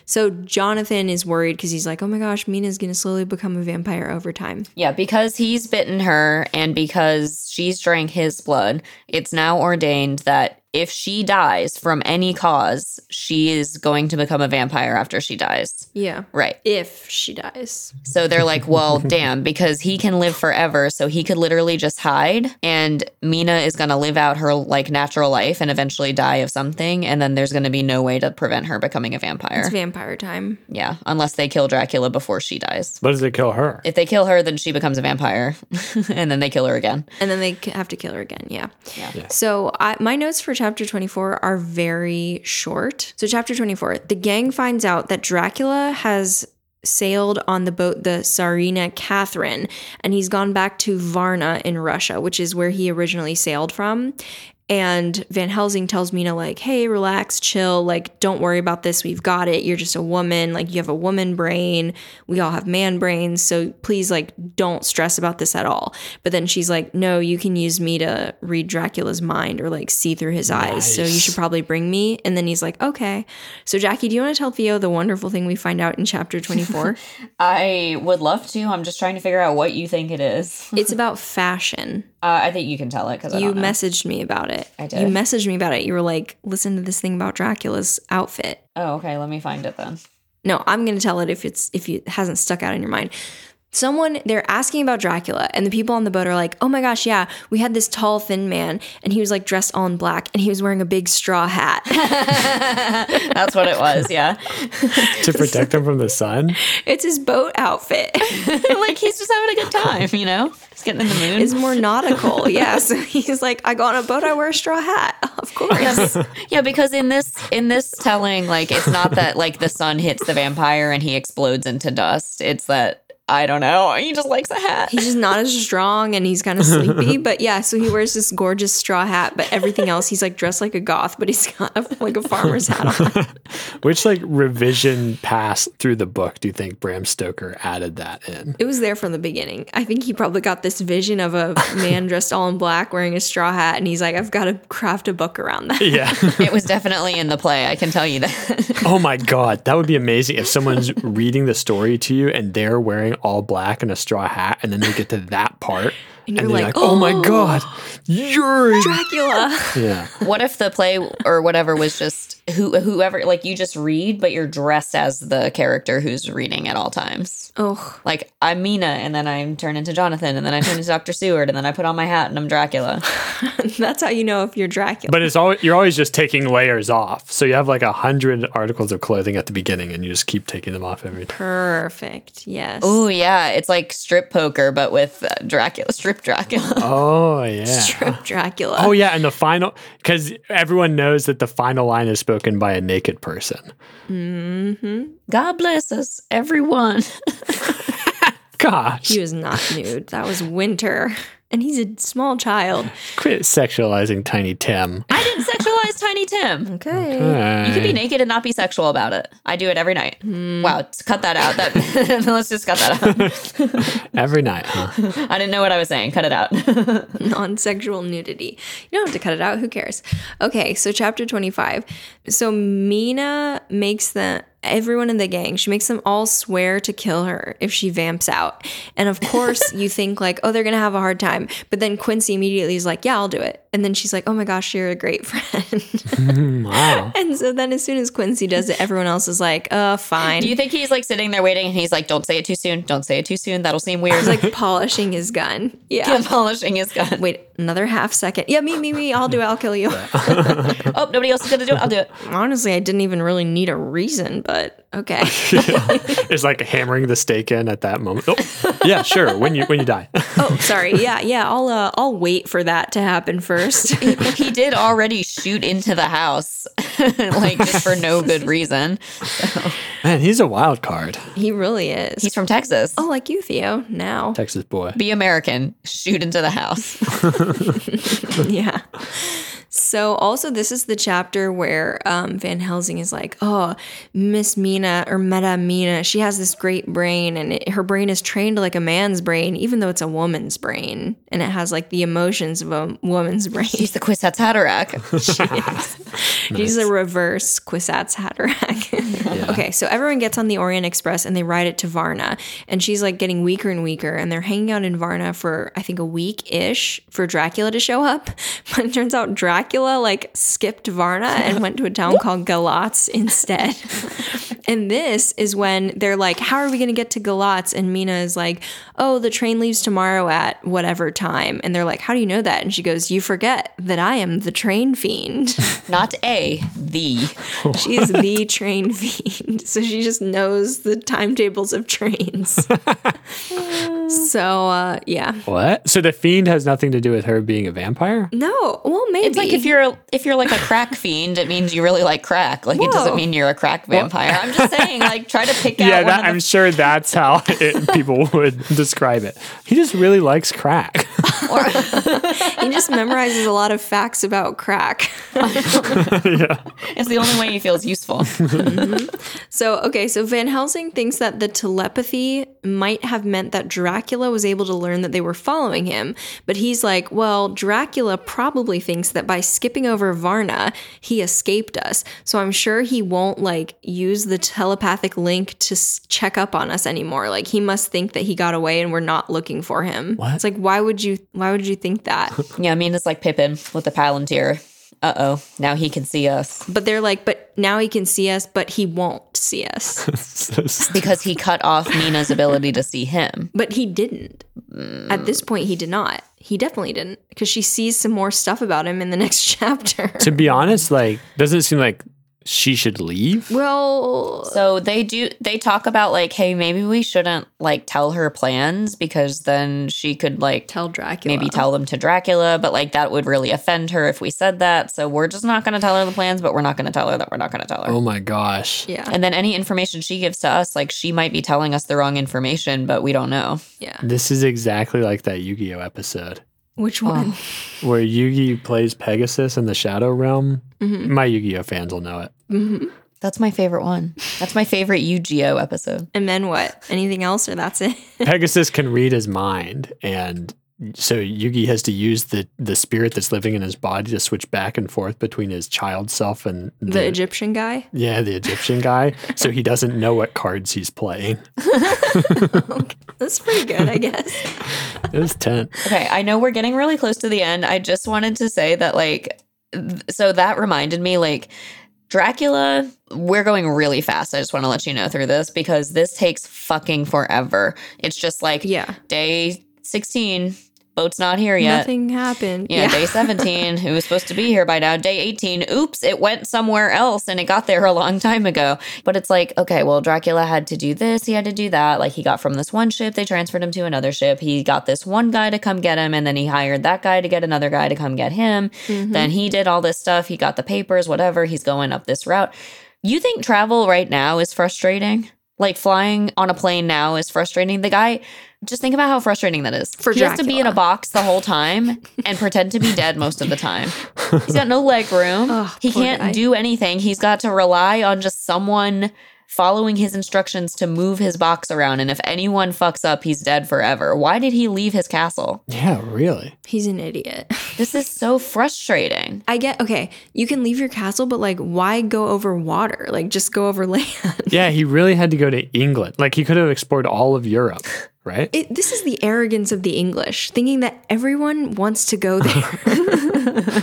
Speaker 2: So Jonathan is worried because he's like, oh my gosh, Mina's going to slowly become a vampire over time.
Speaker 3: Yeah, because he's bitten her and because she's drank his blood, it's now ordained that if she dies from any cause, she is going to become a vampire after she dies.
Speaker 2: Yeah.
Speaker 3: Right.
Speaker 2: If she dies.
Speaker 3: So they're like, well, damn, because he can live forever. So he could literally just hide. And Mina is going to live out her like natural life and eventually die of something. And then there's going to be no way to prevent her becoming a vampire.
Speaker 2: It's vampire time.
Speaker 3: yeah. Unless they kill Dracula before she dies.
Speaker 1: But does it kill her?
Speaker 3: If they kill her, then she becomes a vampire. *laughs* and then they kill her again.
Speaker 2: And then they c- have to kill her again. Yeah.
Speaker 3: Yeah.
Speaker 2: So I, my notes for chapter 24 are very short. So, chapter 24 the gang finds out that Dracula has sailed on the boat the Tsarina Catherine and he's gone back to Varna in Russia, which is where he originally sailed from. And Van Helsing tells Mina, like, hey, relax, chill. Like, don't worry about this. We've got it. You're just a woman. Like, you have a woman brain. We all have man brains. So please, like, don't stress about this at all. But then she's like, no, you can use me to read Dracula's mind or like see through his eyes. So you
Speaker 1: Nice.
Speaker 2: should probably bring me. And then he's like, okay. So, Jackie, do you want to tell Theo the wonderful thing we find out in chapter
Speaker 3: *laughs*
Speaker 2: 24?
Speaker 3: I would love to. I'm just trying to figure out what you think it is.
Speaker 2: it's about fashion.
Speaker 3: Uh, I think you can tell it because I
Speaker 2: you
Speaker 3: don't know.
Speaker 2: messaged me about it.
Speaker 3: I did.
Speaker 2: You messaged me about it. You were like, listen to this thing about Dracula's outfit.
Speaker 3: oh, okay. Let me find it *laughs* then.
Speaker 2: No, I'm going to tell it if it's if it hasn't stuck out in your mind. Someone they're asking about Dracula and the people on the boat are like, "Oh my gosh, yeah, we had this tall thin man and he was like dressed all in black and he was wearing a big straw hat."
Speaker 3: *laughs* That's what it was. Yeah.
Speaker 1: to protect them from the sun?
Speaker 2: it's his boat outfit.
Speaker 3: *laughs* like he's just having a good time, you know? He's getting in the mood.
Speaker 2: It's more nautical. Yeah, so *laughs* he's like, "I go on a boat, I wear a straw hat." *laughs* Of course.
Speaker 3: yeah, because in this in this telling, like it's not that like the sun hits the vampire and he explodes into dust. It's that I don't know. He just likes a hat.
Speaker 2: He's just not as strong and he's kind of sleepy, but yeah, so he wears this gorgeous straw hat, but everything else he's like dressed like a goth, but he's got a, like a farmer's hat on.
Speaker 1: Which like revision pass through the book do you think Bram Stoker added that in?
Speaker 2: It was there from the beginning. I think he probably got this vision
Speaker 1: *laughs*
Speaker 2: of a man dressed all in black wearing a straw hat, and he's like, I've got to craft a book
Speaker 1: *laughs*
Speaker 2: around that.
Speaker 1: Yeah.
Speaker 3: It was definitely in the play, I can tell you that. *laughs*
Speaker 1: oh my god, that would be amazing if someone's reading the story to you and they're wearing all black and a straw hat, and then they get to that part, and,
Speaker 2: you're
Speaker 1: they're like,
Speaker 2: like,
Speaker 1: "Oh my
Speaker 2: "Oh."
Speaker 1: god, you're
Speaker 2: Dracula.
Speaker 1: yeah."
Speaker 3: what if the play or whatever was just who whoever like you just read, but you're dressed as the character who's reading at all times?
Speaker 2: Oh,
Speaker 3: Like I'm Mina, and then I turn into Jonathan, and then I turn into Doctor Seward, and then I put on my hat and I'm Dracula.
Speaker 2: *laughs* that's how you know if you're Dracula.
Speaker 1: But it's always you're always just taking layers off. So you have like a hundred articles of clothing at the beginning, and you just keep taking them off every time.
Speaker 2: Perfect. Yes.
Speaker 3: Oh yeah, it's like strip poker, but with uh, Dracula, *laughs* strip Dracula.
Speaker 1: Oh
Speaker 2: *laughs*
Speaker 1: yeah.
Speaker 2: Strip Dracula.
Speaker 1: Oh yeah, and the final because everyone knows that the final line is spoken by a naked person.
Speaker 3: God bless us, everyone. *laughs*
Speaker 1: Gosh,
Speaker 2: He was not nude. That was winter. *laughs* And he's a small child.
Speaker 1: *laughs* quit sexualizing Tiny Tim.
Speaker 3: I didn't sexualize Tiny Tim.
Speaker 2: Okay.
Speaker 3: You could be naked and not be sexual about it. I do it every night. Wow, t- cut that out. That *laughs* let's just cut that out.
Speaker 1: every night.
Speaker 3: *laughs*
Speaker 1: Huh?
Speaker 3: I didn't know what I was saying. Cut it
Speaker 2: *laughs*
Speaker 3: out. *laughs*
Speaker 2: non sexual nudity. You don't have to cut it out. Who cares? Okay, so chapter 25. So Mina makes the everyone in the gang, she makes them all swear to kill her if she vamps out. And of course, you think like, oh, they're going to have a hard time. But then Quincy immediately is like, yeah, I'll do it. And then she's like, oh my gosh, you're a great *laughs* friend.
Speaker 1: *laughs* Wow.
Speaker 2: and so then as soon as Quincy does it, everyone else is like, uh, fine.
Speaker 3: do you think he's like sitting there waiting and he's like, "Don't say it too soon. Don't say it too soon. That'll seem weird." *laughs*
Speaker 2: He's like polishing his gun. Yeah.
Speaker 3: polishing his gun.
Speaker 2: Wait another half second. Yeah, me, me, me. I'll do it. I'll kill you.
Speaker 3: Oh, nobody else is gonna do it. I'll do it.
Speaker 2: Honestly, I didn't even really need a reason, but okay. *laughs*
Speaker 1: it's like hammering the stake in at that moment. Oh, yeah, sure. When you when you die, *laughs*
Speaker 2: oh, sorry. Yeah, yeah. I'll uh, I'll wait for that to happen first.
Speaker 3: he did already shoot into the house, *laughs* like just for no good reason.
Speaker 1: man, he's a wild card,
Speaker 2: he really is.
Speaker 3: He's from Texas.
Speaker 2: oh, like you, Theo. Now,
Speaker 1: Texas boy.
Speaker 3: Be American, shoot into the house.
Speaker 2: yeah. So also, this is the chapter where um, Van Helsing is like, "Oh, Miss Mina or Meta Mina, she has this great brain, and it, her brain is trained like a man's brain, even though it's a woman's brain, and it has like the emotions of a woman's brain."
Speaker 3: He's the Kwisatz Haderach.
Speaker 2: *laughs* He's a reverse Quisatz Haderach. Okay, so everyone gets on the Orient Express and they ride it to Varna. And she's like getting weaker and weaker. And they're hanging out in Varna for, I think, a week ish for Dracula to show up. *laughs* But it turns out Dracula like skipped Varna and went to a town called Galatz instead. and this is when they're like, How are we going to get to Galatz? And Mina is like, Oh, the train leaves tomorrow at whatever time. And they're like, How do you know that? And she goes, You forget that I am the train fiend. *laughs*
Speaker 3: Not a, the.
Speaker 2: she is the train fiend. So she just knows the timetables of trains. so, uh, yeah.
Speaker 1: What? So the fiend has nothing to do with her being a vampire?
Speaker 2: No, well, maybe.
Speaker 3: It's like if you're if you're like a crack fiend, it means you really like crack. Like it doesn't
Speaker 2: Whoa.
Speaker 3: mean you're a crack vampire. I'm just saying, like try to *laughs* pick out.
Speaker 1: Yeah,
Speaker 3: one
Speaker 1: that,
Speaker 3: of the-
Speaker 1: I'm sure that's how *laughs* it, people would describe it. He just really likes crack. *laughs*
Speaker 2: He just memorizes a lot of facts about crack.
Speaker 3: it's the only way he feels useful.
Speaker 2: So, okay, so Van Helsing thinks that the telepathy might have meant that Dracula was able to learn that they were following him, but he's like, well, Dracula probably thinks that by skipping over Varna, he escaped us. So I'm sure he won't like use the telepathic link to s- check up on us anymore. Like he must think that he got away and we're not looking for him.
Speaker 1: What?
Speaker 2: It's like why would you why would you think that?
Speaker 3: *laughs* yeah, I mean it's like Pippin with the palantir. Uh oh, now he can see us
Speaker 2: But they're like, but now he can see us, but he won't see us.
Speaker 3: because he cut off Mina's ability to see him.
Speaker 2: But he didn't. At this point, he did not. He definitely didn't because she sees some more stuff about him in the *laughs* next chapter.
Speaker 1: to be honest, like, doesn't it seem like she should leave?
Speaker 2: well,
Speaker 3: So they do they talk about like, hey, maybe we shouldn't like tell her plans because then she could like
Speaker 2: tell Dracula.
Speaker 3: maybe tell them to Dracula, but like that would really offend her if we said that. So we're just not going to tell her the plans, but we're not going to tell her that we're not going to tell her.
Speaker 1: Oh my gosh.
Speaker 2: Yeah.
Speaker 3: And then any information she gives to us, like she might be telling us the wrong information, but we don't know.
Speaker 2: Yeah.
Speaker 1: This is exactly like that Yu Gi Oh episode
Speaker 2: *laughs* Which one?
Speaker 1: where Yugi plays Pegasus in the Shadow Realm.
Speaker 2: Mhm.
Speaker 3: Mm-hmm.
Speaker 1: My Yu Gi Oh fans will know it.
Speaker 2: hmm
Speaker 3: That's my favorite one. That's my favorite UGO episode.
Speaker 2: And then what? Anything else or that's
Speaker 3: *laughs*
Speaker 2: it?
Speaker 1: Pegasus can read his mind and so Yugi has to use the the spirit that's living in his body to switch back and forth between his child self and
Speaker 2: The Egyptian guy?
Speaker 1: yeah, the Egyptian guy. so he doesn't know what cards he's playing.
Speaker 2: That's pretty good, I
Speaker 3: *laughs*
Speaker 2: guess.
Speaker 1: It was tense.
Speaker 3: Okay, I know we're getting really close to the end. I just wanted to say that, like, th- so that reminded me, like, Dracula, we're going really fast. I just want to let you know through this because this takes fucking forever. It's just like,
Speaker 2: Yeah.
Speaker 3: day 16, boat's not here yet.
Speaker 2: Nothing happened.
Speaker 3: Yeah, day 17, it was supposed to be here by now. Day 18, oops, it went somewhere else and it got there a long time ago. But it's like, okay, well, Dracula had to do this, he had to do that. Like, he got from this one ship, they transferred him to another ship. He got this one guy to come get him, and then he hired that guy to get another guy to come get him.
Speaker 2: Mm-hmm.
Speaker 3: Then he did all this stuff. He got the papers, whatever. He's going up this route. You think travel right now is frustrating? Like flying on a plane now is frustrating. The guy, just think about how frustrating that is.
Speaker 2: For
Speaker 3: he has to be in a
Speaker 2: Dracula.
Speaker 3: box the whole time and pretend to be dead most of the time. He's got no
Speaker 2: *laughs*
Speaker 3: leg room.
Speaker 2: Ugh,
Speaker 3: he
Speaker 2: Oh, poor
Speaker 3: can't
Speaker 2: guy.
Speaker 3: do anything. He's got to rely on just someone following his instructions to move his box around. And if anyone fucks up, he's dead forever. Why did he leave his castle?
Speaker 1: Yeah, really.
Speaker 2: He's an idiot. *laughs*
Speaker 3: This is so frustrating.
Speaker 2: I get okay, you can leave your castle, but like why go over water? Like just go over *laughs* land.
Speaker 1: Yeah, he really had to go to England. Like he could have explored all of Europe, right?
Speaker 2: It, this is the arrogance of the English, thinking that everyone wants to
Speaker 3: *laughs*
Speaker 2: go there.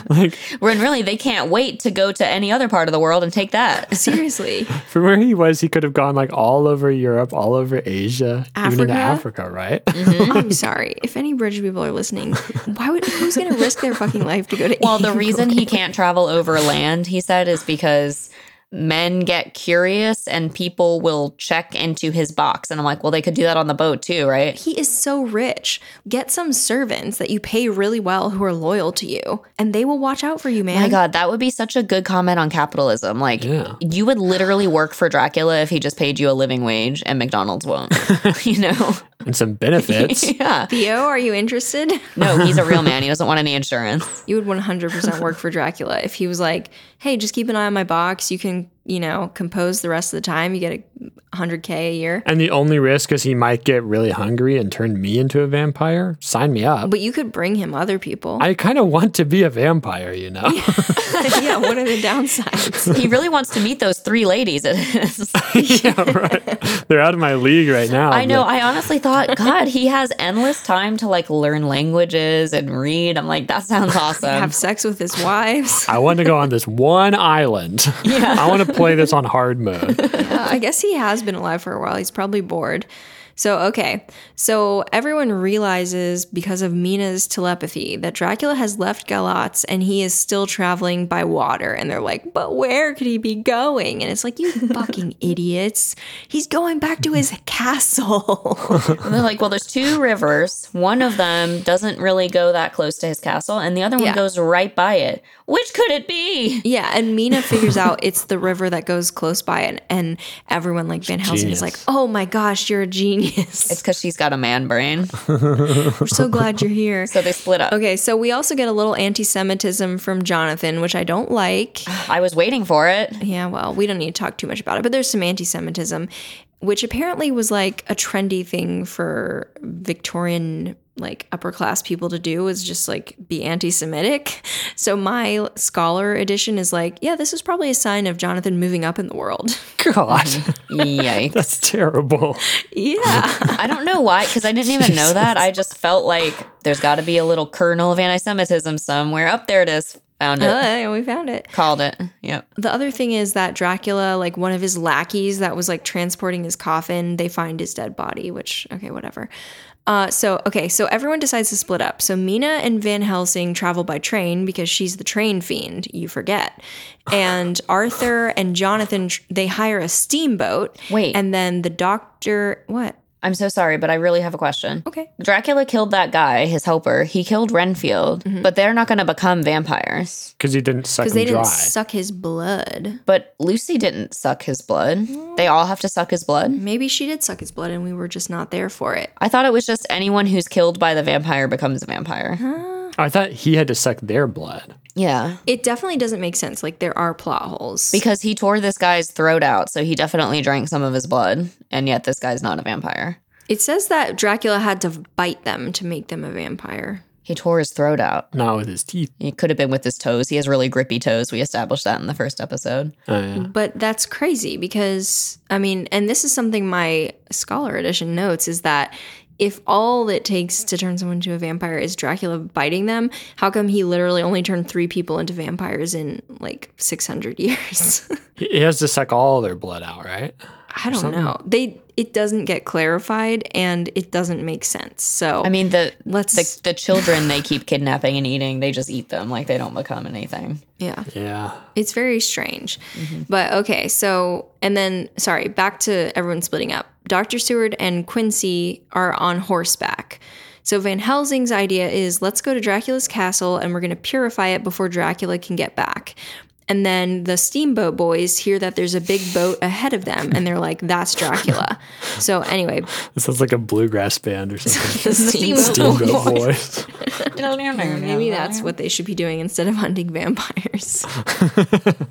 Speaker 1: Like
Speaker 3: When really they can't wait to go to any other part of the world and take that. *laughs*
Speaker 2: Seriously.
Speaker 1: from where he was, he could have gone like all over Europe, all over Asia, even into
Speaker 2: Africa?
Speaker 1: Africa, right?
Speaker 2: *laughs*
Speaker 1: *laughs*
Speaker 2: I'm sorry. If any British people are listening, why would who's gonna risk their fucking life to go to
Speaker 3: Well, the
Speaker 2: England?
Speaker 3: reason he can't travel over land, he said, is because men get curious and people will check into his box. And I'm like, well, they could do that on the boat too,
Speaker 2: *laughs*
Speaker 3: right?
Speaker 2: he is so rich. Get some servants that you pay really well who are loyal to you, and they will watch out for you, man.
Speaker 3: My God, that would be such a good comment on capitalism. Like,
Speaker 1: Yeah.
Speaker 3: you would literally work for Dracula if he just paid you a living wage and McDonald's won't, *laughs* you know?
Speaker 1: And some
Speaker 2: *laughs*
Speaker 1: benefits.
Speaker 3: yeah.
Speaker 2: Theo, are you interested? *laughs*
Speaker 3: No, he's a real man. He doesn't want any insurance.
Speaker 2: You would 100% work for Dracula if he was like, "Hey, just keep an eye on my box. You can you know, composed the rest of the time, you get a hundred K a year.
Speaker 1: And the only risk is he might get really hungry and turn me into a vampire. Sign me up.
Speaker 2: But you could bring him other people.
Speaker 1: I kind of want to be a vampire, you know?
Speaker 2: *laughs* yeah, what are the
Speaker 3: *laughs*
Speaker 2: downsides?
Speaker 3: He really wants to meet those three ladies at his.
Speaker 1: yeah, right. *laughs* They're out of my league
Speaker 2: *laughs*
Speaker 1: right now.
Speaker 3: I know.
Speaker 1: but-
Speaker 3: I honestly thought, God, he has endless time to like learn languages and read. I'm like,
Speaker 2: *laughs*
Speaker 3: that sounds awesome.
Speaker 2: Have sex with his wives.
Speaker 1: I want to go on this one island.
Speaker 2: *laughs*
Speaker 1: I want to play this on hard mode.
Speaker 2: Uh, I guess he has been alive for a while. He's probably bored. So, okay. So, everyone realizes because of Mina's telepathy that Dracula has left Galatz and he is still traveling by water. And they're like, but where could he be going? And it's like, you fucking idiots. He's going back to his castle. *laughs*
Speaker 3: And they're like, well, there's two rivers. One of them doesn't really go that close to his castle, and the other one
Speaker 2: Yeah.
Speaker 3: goes right by it. Which could it be?
Speaker 2: yeah. And Mina figures out it's the river that goes close by. And, and everyone, like Van Helsing,
Speaker 1: Genius.
Speaker 2: is like, oh my gosh, you're a genius.
Speaker 3: *laughs* It's because she's got a man brain.
Speaker 2: We're so glad you're here.
Speaker 3: So they split up.
Speaker 2: Okay, so we also get a little anti Semitism from Jonathan, which I don't like.
Speaker 3: I was waiting for it.
Speaker 2: yeah, well, we don't need to talk too much about it, but there's some anti Semitism, which apparently was like a trendy thing for Victorian, like upper class people to do, was just like be anti Semitic. *laughs* So my scholar edition is like, yeah, this is probably a sign of Jonathan moving up in the world. *laughs*
Speaker 1: God, *laughs*
Speaker 3: Yikes.
Speaker 1: that's terrible.
Speaker 3: *laughs*
Speaker 2: yeah. *laughs*
Speaker 3: I don't know why, because I didn't even know that. I just felt like there's got to be a little kernel of anti Semitism somewhere. Up there it is. Found it.
Speaker 2: Uh, we found it.
Speaker 3: Called it. Yep.
Speaker 2: The other thing is that Dracula, like one of his lackeys that was like transporting his coffin, they find his dead body, which, okay, whatever. Uh, so, okay, so everyone decides to split up. So Mina and Van Helsing travel by train because she's the train fiend, you forget. And Arthur and Jonathan, tr- they hire a steamboat.
Speaker 3: Wait.
Speaker 2: And then the doctor, what?
Speaker 3: I'm so sorry, but I really have a question.
Speaker 2: Okay.
Speaker 3: Dracula killed that guy, his helper. He killed Renfield, but they're not going to become vampires.
Speaker 1: Because he didn't suck
Speaker 2: Because they
Speaker 1: him
Speaker 2: didn't
Speaker 1: dry.
Speaker 2: suck his blood.
Speaker 3: But Lucy didn't suck his blood. They all have to suck his blood.
Speaker 2: Maybe she did suck his blood and we were just not there for it.
Speaker 3: I thought it was just anyone who's killed by the vampire becomes a vampire.
Speaker 1: I thought he had to suck their blood.
Speaker 3: Yeah.
Speaker 2: It definitely doesn't make sense. Like, there are plot holes.
Speaker 3: Because he tore this guy's throat out, so he definitely drank some of his blood, and yet this guy's not a vampire.
Speaker 2: It says that Dracula had to bite them to make them a vampire.
Speaker 3: He tore his throat out.
Speaker 1: Not with his teeth.
Speaker 3: It could have been with his toes. He has really grippy toes. We established that in the first episode.
Speaker 1: Oh, yeah.
Speaker 2: But that's crazy because, I mean, and this is something my scholar edition notes is that if all it takes to turn someone into a vampire is Dracula biting them, how come he literally only turned three people into vampires in like 600 *laughs* years?
Speaker 1: He he has to suck all their blood out, right?
Speaker 2: I don't know. They it doesn't get clarified and it doesn't make sense. So
Speaker 3: I mean, the
Speaker 2: let's
Speaker 3: the, the children they keep kidnapping and eating, they just eat them like they don't become anything.
Speaker 2: yeah.
Speaker 1: Yeah.
Speaker 2: It's very strange. But okay, so, and then, sorry, back to everyone splitting up. Dr. Seward and Quincy are on horseback. So Van Helsing's idea is let's go to Dracula's castle and we're going to purify it before Dracula can get back. And then the steamboat boys hear that there's a big boat ahead of them and they're like, that's Dracula. so, anyway,
Speaker 1: It sounds like a bluegrass band
Speaker 2: *laughs*
Speaker 1: or
Speaker 3: *laughs*
Speaker 1: something.
Speaker 2: the steamboat,
Speaker 1: Steamboat Boys.
Speaker 2: Maybe that's what they should be doing instead of hunting vampires.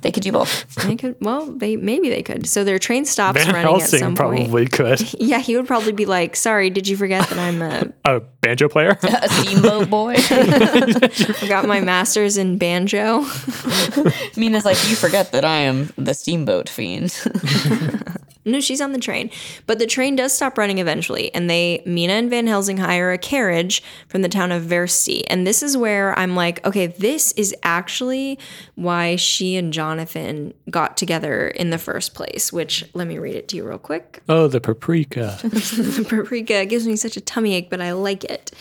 Speaker 2: *laughs*
Speaker 3: they could do both.
Speaker 2: They could, well, they maybe they could. So their train stops
Speaker 1: Van
Speaker 2: running at
Speaker 1: Helsing
Speaker 2: some point.
Speaker 1: probably
Speaker 2: *laughs*
Speaker 1: could.
Speaker 2: Yeah, he would probably be like, "Sorry, did you forget that I'm a
Speaker 1: A banjo
Speaker 2: *laughs*
Speaker 1: player?
Speaker 3: *laughs* A steamboat *laughs* boy.
Speaker 2: got my masters in banjo?"
Speaker 3: Mina's like, you forget that I am the steamboat fiend. *laughs*
Speaker 2: no, she's on the train, but the train does stop running eventually, and they Mina and Van Helsing hire a carriage from the town of Versti, and this is where I'm like, okay, this is actually why she and Jonathan got together in the first place. Which let me read it to you real quick.
Speaker 1: oh, the paprika.
Speaker 2: *laughs* the paprika gives me such a tummy ache, but I like it.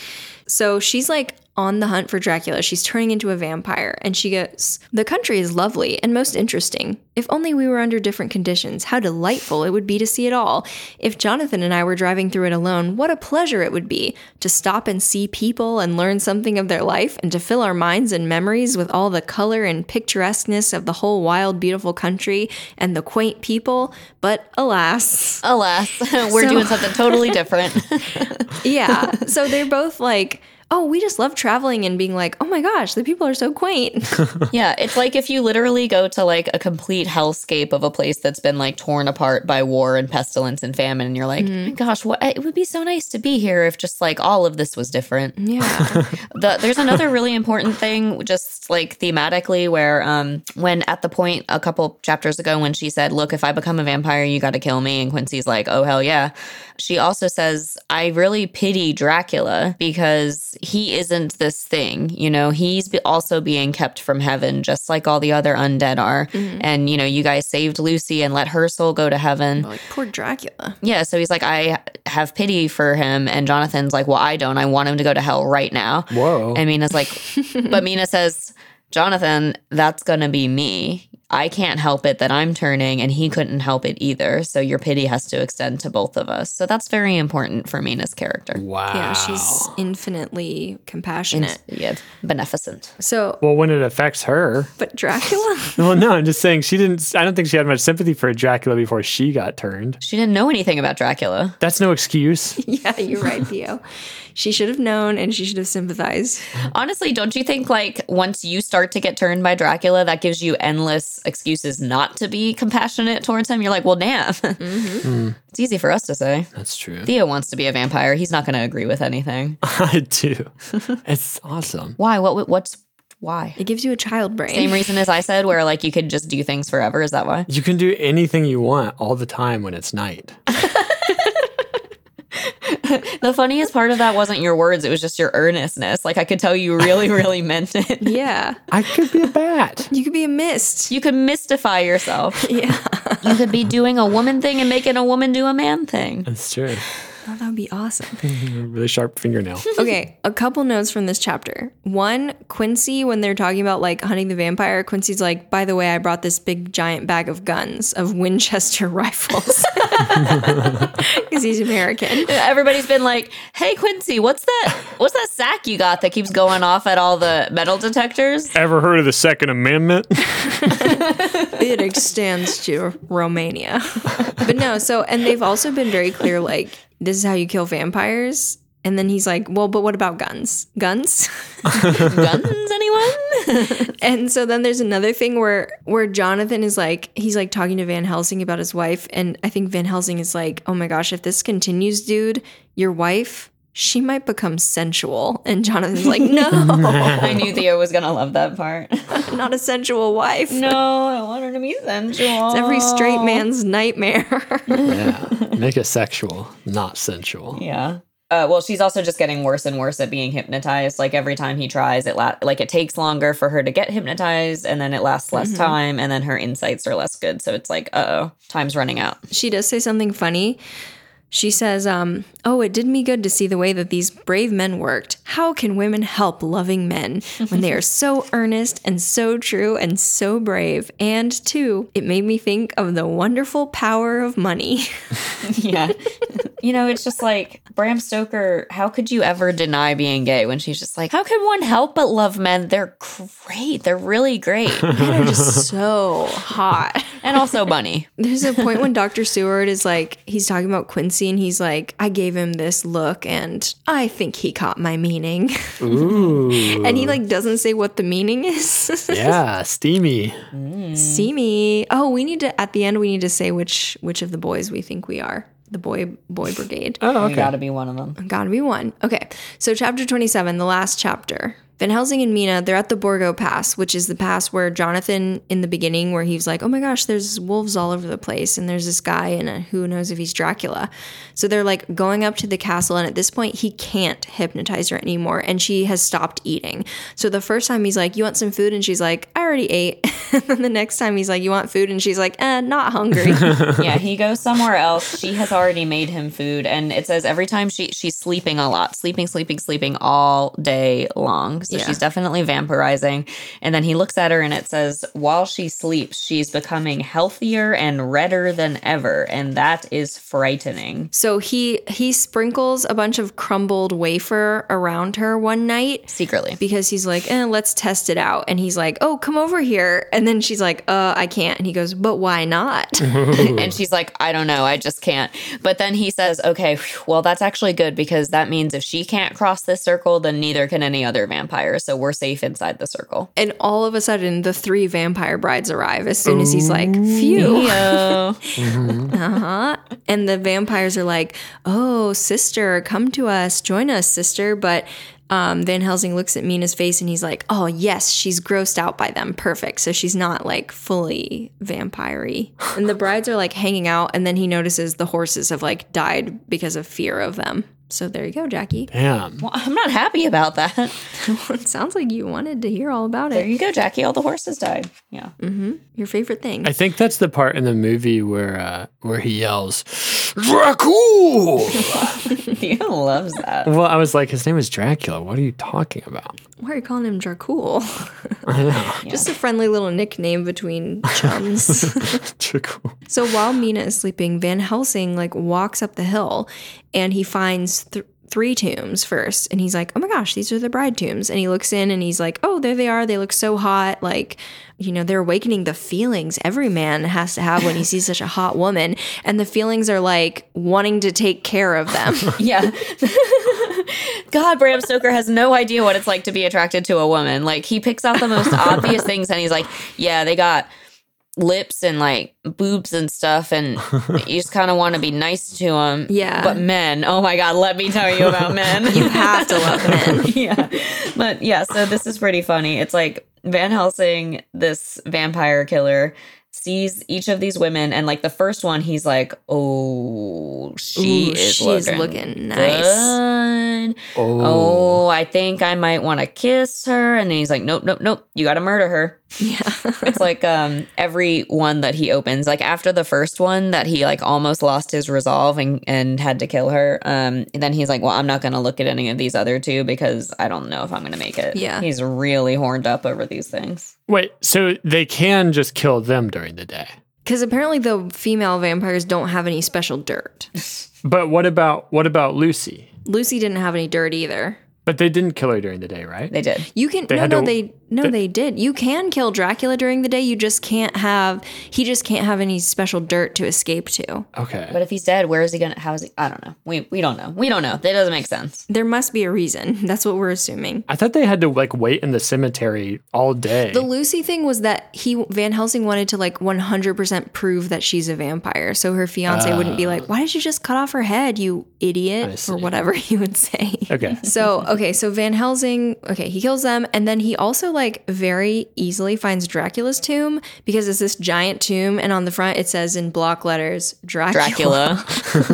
Speaker 2: So she's like on the hunt for Dracula. She's turning into a vampire and she goes, The country is lovely and most interesting. If only we were under different conditions, how delightful it would be to see it all. If Jonathan and I were driving through it alone, what a pleasure it would be to stop and see people and learn something of their life and to fill our minds and memories with all the color and picturesqueness of the whole wild, beautiful country and the quaint people. But alas,
Speaker 3: Alas, *laughs* we're
Speaker 2: So-
Speaker 3: *laughs* doing something totally different.
Speaker 2: *laughs* yeah. So they're both like, oh, we just love traveling and being like, oh my gosh, the people are so quaint.
Speaker 3: Yeah, it's like if you literally go to like a complete hellscape of a place that's been like torn apart by war and pestilence and famine, and you're like, "My gosh, what? It would be so nice to be here if just like all of this was different.
Speaker 2: *laughs* yeah.
Speaker 3: the, there's another really important thing, just like thematically, where um, when at the point a couple chapters ago when she said, "Look, if I become a vampire, you got to kill me," and Quincy's like, "Oh hell yeah," she also says, "I really pity Dracula because he isn't this thing. You know, he's be- also being kept from heaven, just like all the other undead are. And you know, you guys saved Lucy and let her soul go to heaven."
Speaker 2: like, poor Dracula.
Speaker 3: Yeah, so he's like, I have pity for him. And Jonathan's like, Well, I don't. I want him to go to hell right now.
Speaker 1: Whoa.
Speaker 3: And Mina's like, but Mina says, Jonathan, that's going to be me. I can't help it that I'm turning, and he couldn't help it either. So your pity has to extend to both of us. So that's very important for Mina's character.
Speaker 1: wow.
Speaker 2: Yeah, she's infinitely compassionate.
Speaker 3: Yeah, beneficent.
Speaker 2: so,
Speaker 1: well, when it affects her.
Speaker 2: but Dracula? *laughs*
Speaker 1: Well, no, I'm just saying she didn't. I don't think she had much sympathy for Dracula before she got turned.
Speaker 3: She didn't know anything about Dracula.
Speaker 1: That's no
Speaker 2: *laughs*
Speaker 1: excuse.
Speaker 2: yeah, you're right, Theo. She should have known and she should have sympathized.
Speaker 3: Honestly, don't you think like once you start to get turned by Dracula, that gives you endless excuses not to be compassionate towards him? You're like, well, damn. *laughs* It's easy for us to say.
Speaker 1: That's true.
Speaker 3: Theo wants to be a vampire. He's not going to agree with anything.
Speaker 1: *laughs* I
Speaker 2: *laughs*
Speaker 1: do. It's awesome.
Speaker 3: Why? What? What's why?
Speaker 2: It gives you a child brain.
Speaker 3: Same reason as I said, where like you could just do things forever. Is that why?
Speaker 1: You can do anything you want all the time when it's night.
Speaker 3: The funniest part of that wasn't your words; it was just your earnestness. Like I could tell you really, really *laughs* meant
Speaker 2: *laughs*
Speaker 3: it.
Speaker 2: yeah.
Speaker 1: I could be a bat.
Speaker 2: You could be a mist.
Speaker 3: You could mystify yourself.
Speaker 2: Yeah.
Speaker 3: You could be doing a woman thing and making a woman do a man
Speaker 1: *laughs*
Speaker 3: thing.
Speaker 1: That's true.
Speaker 2: *laughs* Oh, that would be awesome.
Speaker 1: Really sharp fingernail.
Speaker 2: Okay, a couple notes from this chapter. One, Quincy, when they're talking about like hunting the vampire, Quincy's like, by the way, I brought this big giant bag of guns, of Winchester *laughs* rifles. Because he's American.
Speaker 3: Everybody's been like, "Hey Quincy, what's that? What's that sack you got that keeps going off at all the metal detectors?"
Speaker 1: Ever heard of the Second Amendment?
Speaker 2: it extends to Romania. *laughs* But no, so and they've also been very clear like this is how you kill vampires. And then he's like, "Well, but what about guns? Guns?" *laughs*
Speaker 3: Guns, anyone? *laughs*
Speaker 2: And so then there's another thing where where Jonathan is like he's like talking to Van Helsing about his wife and I think Van Helsing is like, "Oh my gosh, if this continues, dude, your wife, she might become sensual." And Jonathan's like, "No, *laughs*
Speaker 3: I knew Theo was gonna love that part.
Speaker 2: not a sensual wife."
Speaker 3: no, I want her to be sensual.
Speaker 2: It's every straight man's nightmare.
Speaker 1: *laughs*
Speaker 2: *laughs*
Speaker 1: yeah. Make it sexual, not sensual.
Speaker 3: Yeah. Uh, well, she's also just getting worse and worse at being hypnotized. Like every time he tries, it la- like it takes longer for her to get hypnotized, and then it lasts less time, and then her insights are less good. So it's like, uh oh, time's running out. *laughs*
Speaker 2: she does say something funny. She says, um, Oh, it did me good to see the way that these brave men worked. How can women help loving men when they are so *laughs* earnest and so true and so brave? And two, it made me think of the wonderful power of money. *laughs*
Speaker 3: yeah, you know, it's just like Bram Stoker. How could you ever deny being gay when she's just like, how can one help but love men? They're great. They're really great,
Speaker 2: Men are just so hot.
Speaker 3: and also money.
Speaker 2: There's a point when Dr. Seward is like, he's talking about Quincy and he's like, I gave him this look and I think he caught my meaning. *laughs*
Speaker 1: *laughs* Ooh.
Speaker 2: And he like doesn't say what the meaning is. *laughs*
Speaker 1: Yeah, steamy.
Speaker 2: See me. Oh, we need to at the end we need to say which which of the boys we think we are. The boy boy brigade.
Speaker 1: Oh,
Speaker 3: You
Speaker 1: okay.
Speaker 3: got to be one of them.
Speaker 2: Gotta be one. Okay. So chapter twenty seven, the last chapter. Van Helsing and Mina, they're at the Borgo Pass, which is the pass where Jonathan in the beginning, where he was like, Oh my gosh, there's wolves all over the place, and there's this guy, and uh, who knows if he's Dracula. So they're like going up to the castle, and at this point, he can't hypnotize her anymore, and she has stopped eating. So the first time he's like, You want some food? And she's like, I already ate. *laughs* and then the next time he's like, You want food? And she's like, eh, not hungry.
Speaker 3: yeah, he goes somewhere else. She has already made him food, and it says every time she she's sleeping a lot, sleeping, sleeping, sleeping all day long. So
Speaker 2: Yeah.
Speaker 3: she's definitely vampirizing. And then he looks at her and it says, while she sleeps, she's becoming healthier and redder than ever. And that is frightening.
Speaker 2: So he he sprinkles a bunch of crumbled wafer around her one night
Speaker 3: Secretly.
Speaker 2: because he's like, eh, let's test it out. And he's like, oh, come over here. And then she's like, uh, I can't. And he goes, but why not?
Speaker 3: And she's like, I don't know, I just can't. But then he says, okay, phew, well, that's actually good because that means if she can't cross this circle, then neither can any other vampire. So we're safe inside the circle.
Speaker 2: and all of a sudden, the three vampire brides arrive as soon as he's like, phew.
Speaker 3: *laughs*
Speaker 2: Uh-huh. And the vampires are like, oh, sister, come to us. Join us, sister. But um, Van Helsing looks at Mina's face and he's like, oh, yes, she's grossed out by them. Perfect. So she's not like fully vampire And the brides are like hanging out. And then he notices the horses have like died because of fear of them. So there you go, Jackie.
Speaker 1: Damn.
Speaker 3: Well, I'm not happy about that.
Speaker 2: it sounds like you wanted to hear all about
Speaker 3: There
Speaker 2: it.
Speaker 3: you go, Jackie. All the horses died. Yeah. *laughs*
Speaker 2: Your favorite thing.
Speaker 1: I think that's the part in the movie where uh, where he yells, Dracul.
Speaker 3: Theo loves that.
Speaker 1: well, I was like, his name is Dracula. What are you talking *laughs* about?
Speaker 2: Why are you calling him Dracul? Just a friendly little nickname between chums.
Speaker 1: *laughs* Dracul.
Speaker 2: so while Mina is sleeping, Van Helsing like walks up the hill and he finds th- three tombs first and he's like, "Oh my gosh, these are the bride tombs." And he looks in and he's like, "Oh, there they are. They look so hot." Like, you know, they're awakening the feelings every man has to have when he sees such a hot woman, and the feelings are like wanting to take care of them.
Speaker 3: Yeah. *laughs* God, Bram Stoker has no idea what it's like to be attracted to a woman. Like, he picks out the
Speaker 2: *laughs*
Speaker 3: most obvious things and he's like, yeah, they got lips and like boobs and stuff. And you just kind of want to be nice to them.
Speaker 2: Yeah.
Speaker 3: But men, oh my God, let me tell you about men.
Speaker 2: *laughs* you have to love men.
Speaker 3: *laughs* yeah. But yeah, so this is pretty funny. It's like Van Helsing, this vampire killer, sees each of these women, and like the first one, he's like, oh,
Speaker 2: *laughs*
Speaker 3: she
Speaker 2: Ooh,
Speaker 3: is
Speaker 2: she is
Speaker 3: looking,
Speaker 2: looking nice."
Speaker 3: good.
Speaker 1: Oh.
Speaker 3: Oh. I think I might want to kiss her. And then he's like, nope, nope, nope. You got to
Speaker 2: *laughs*
Speaker 3: murder her.
Speaker 2: Yeah.
Speaker 3: It's like um every one that he opens, like after the first one that he like almost lost his resolve and and had to kill her. Um, then he's like, well, I'm not gonna look at any of these other two because I don't know if I'm gonna make it.
Speaker 2: Yeah.
Speaker 3: he's really horned up over these things.
Speaker 1: Wait, so they can just kill them during the day.
Speaker 2: Because apparently the female vampires don't have any special dirt.
Speaker 1: But what about what about Lucy?
Speaker 2: Lucy didn't have any dirt either.
Speaker 1: But they didn't kill her during the day, right?
Speaker 3: They did.
Speaker 2: You can
Speaker 1: They
Speaker 2: no
Speaker 1: had
Speaker 2: no
Speaker 1: to-
Speaker 2: they no they, did. You can kill Dracula during the day. You just can't have he just can't have any special dirt to escape to.
Speaker 1: Okay.
Speaker 3: But if he's dead, where is he gonna? How is he? I don't know. We we don't know. We don't know. That doesn't
Speaker 2: *laughs*
Speaker 3: make sense.
Speaker 2: There must be a reason. *laughs* That's what we're assuming.
Speaker 1: I thought they had to like wait in the cemetery all day.
Speaker 2: The Lucy thing was that he Van Helsing wanted to like 100% prove that she's a vampire, so her fiance wouldn't be like, "Why did you just cut off her head, you idiot?"
Speaker 1: Ah. see.
Speaker 2: or whatever *laughs* he would say.
Speaker 1: okay.
Speaker 2: So, okay, so Van Helsing, okay, he kills them. And then he also, like, very easily finds Dracula's tomb because it's this giant tomb. And on the front, it says in block letters, Dracula.
Speaker 3: Dracula,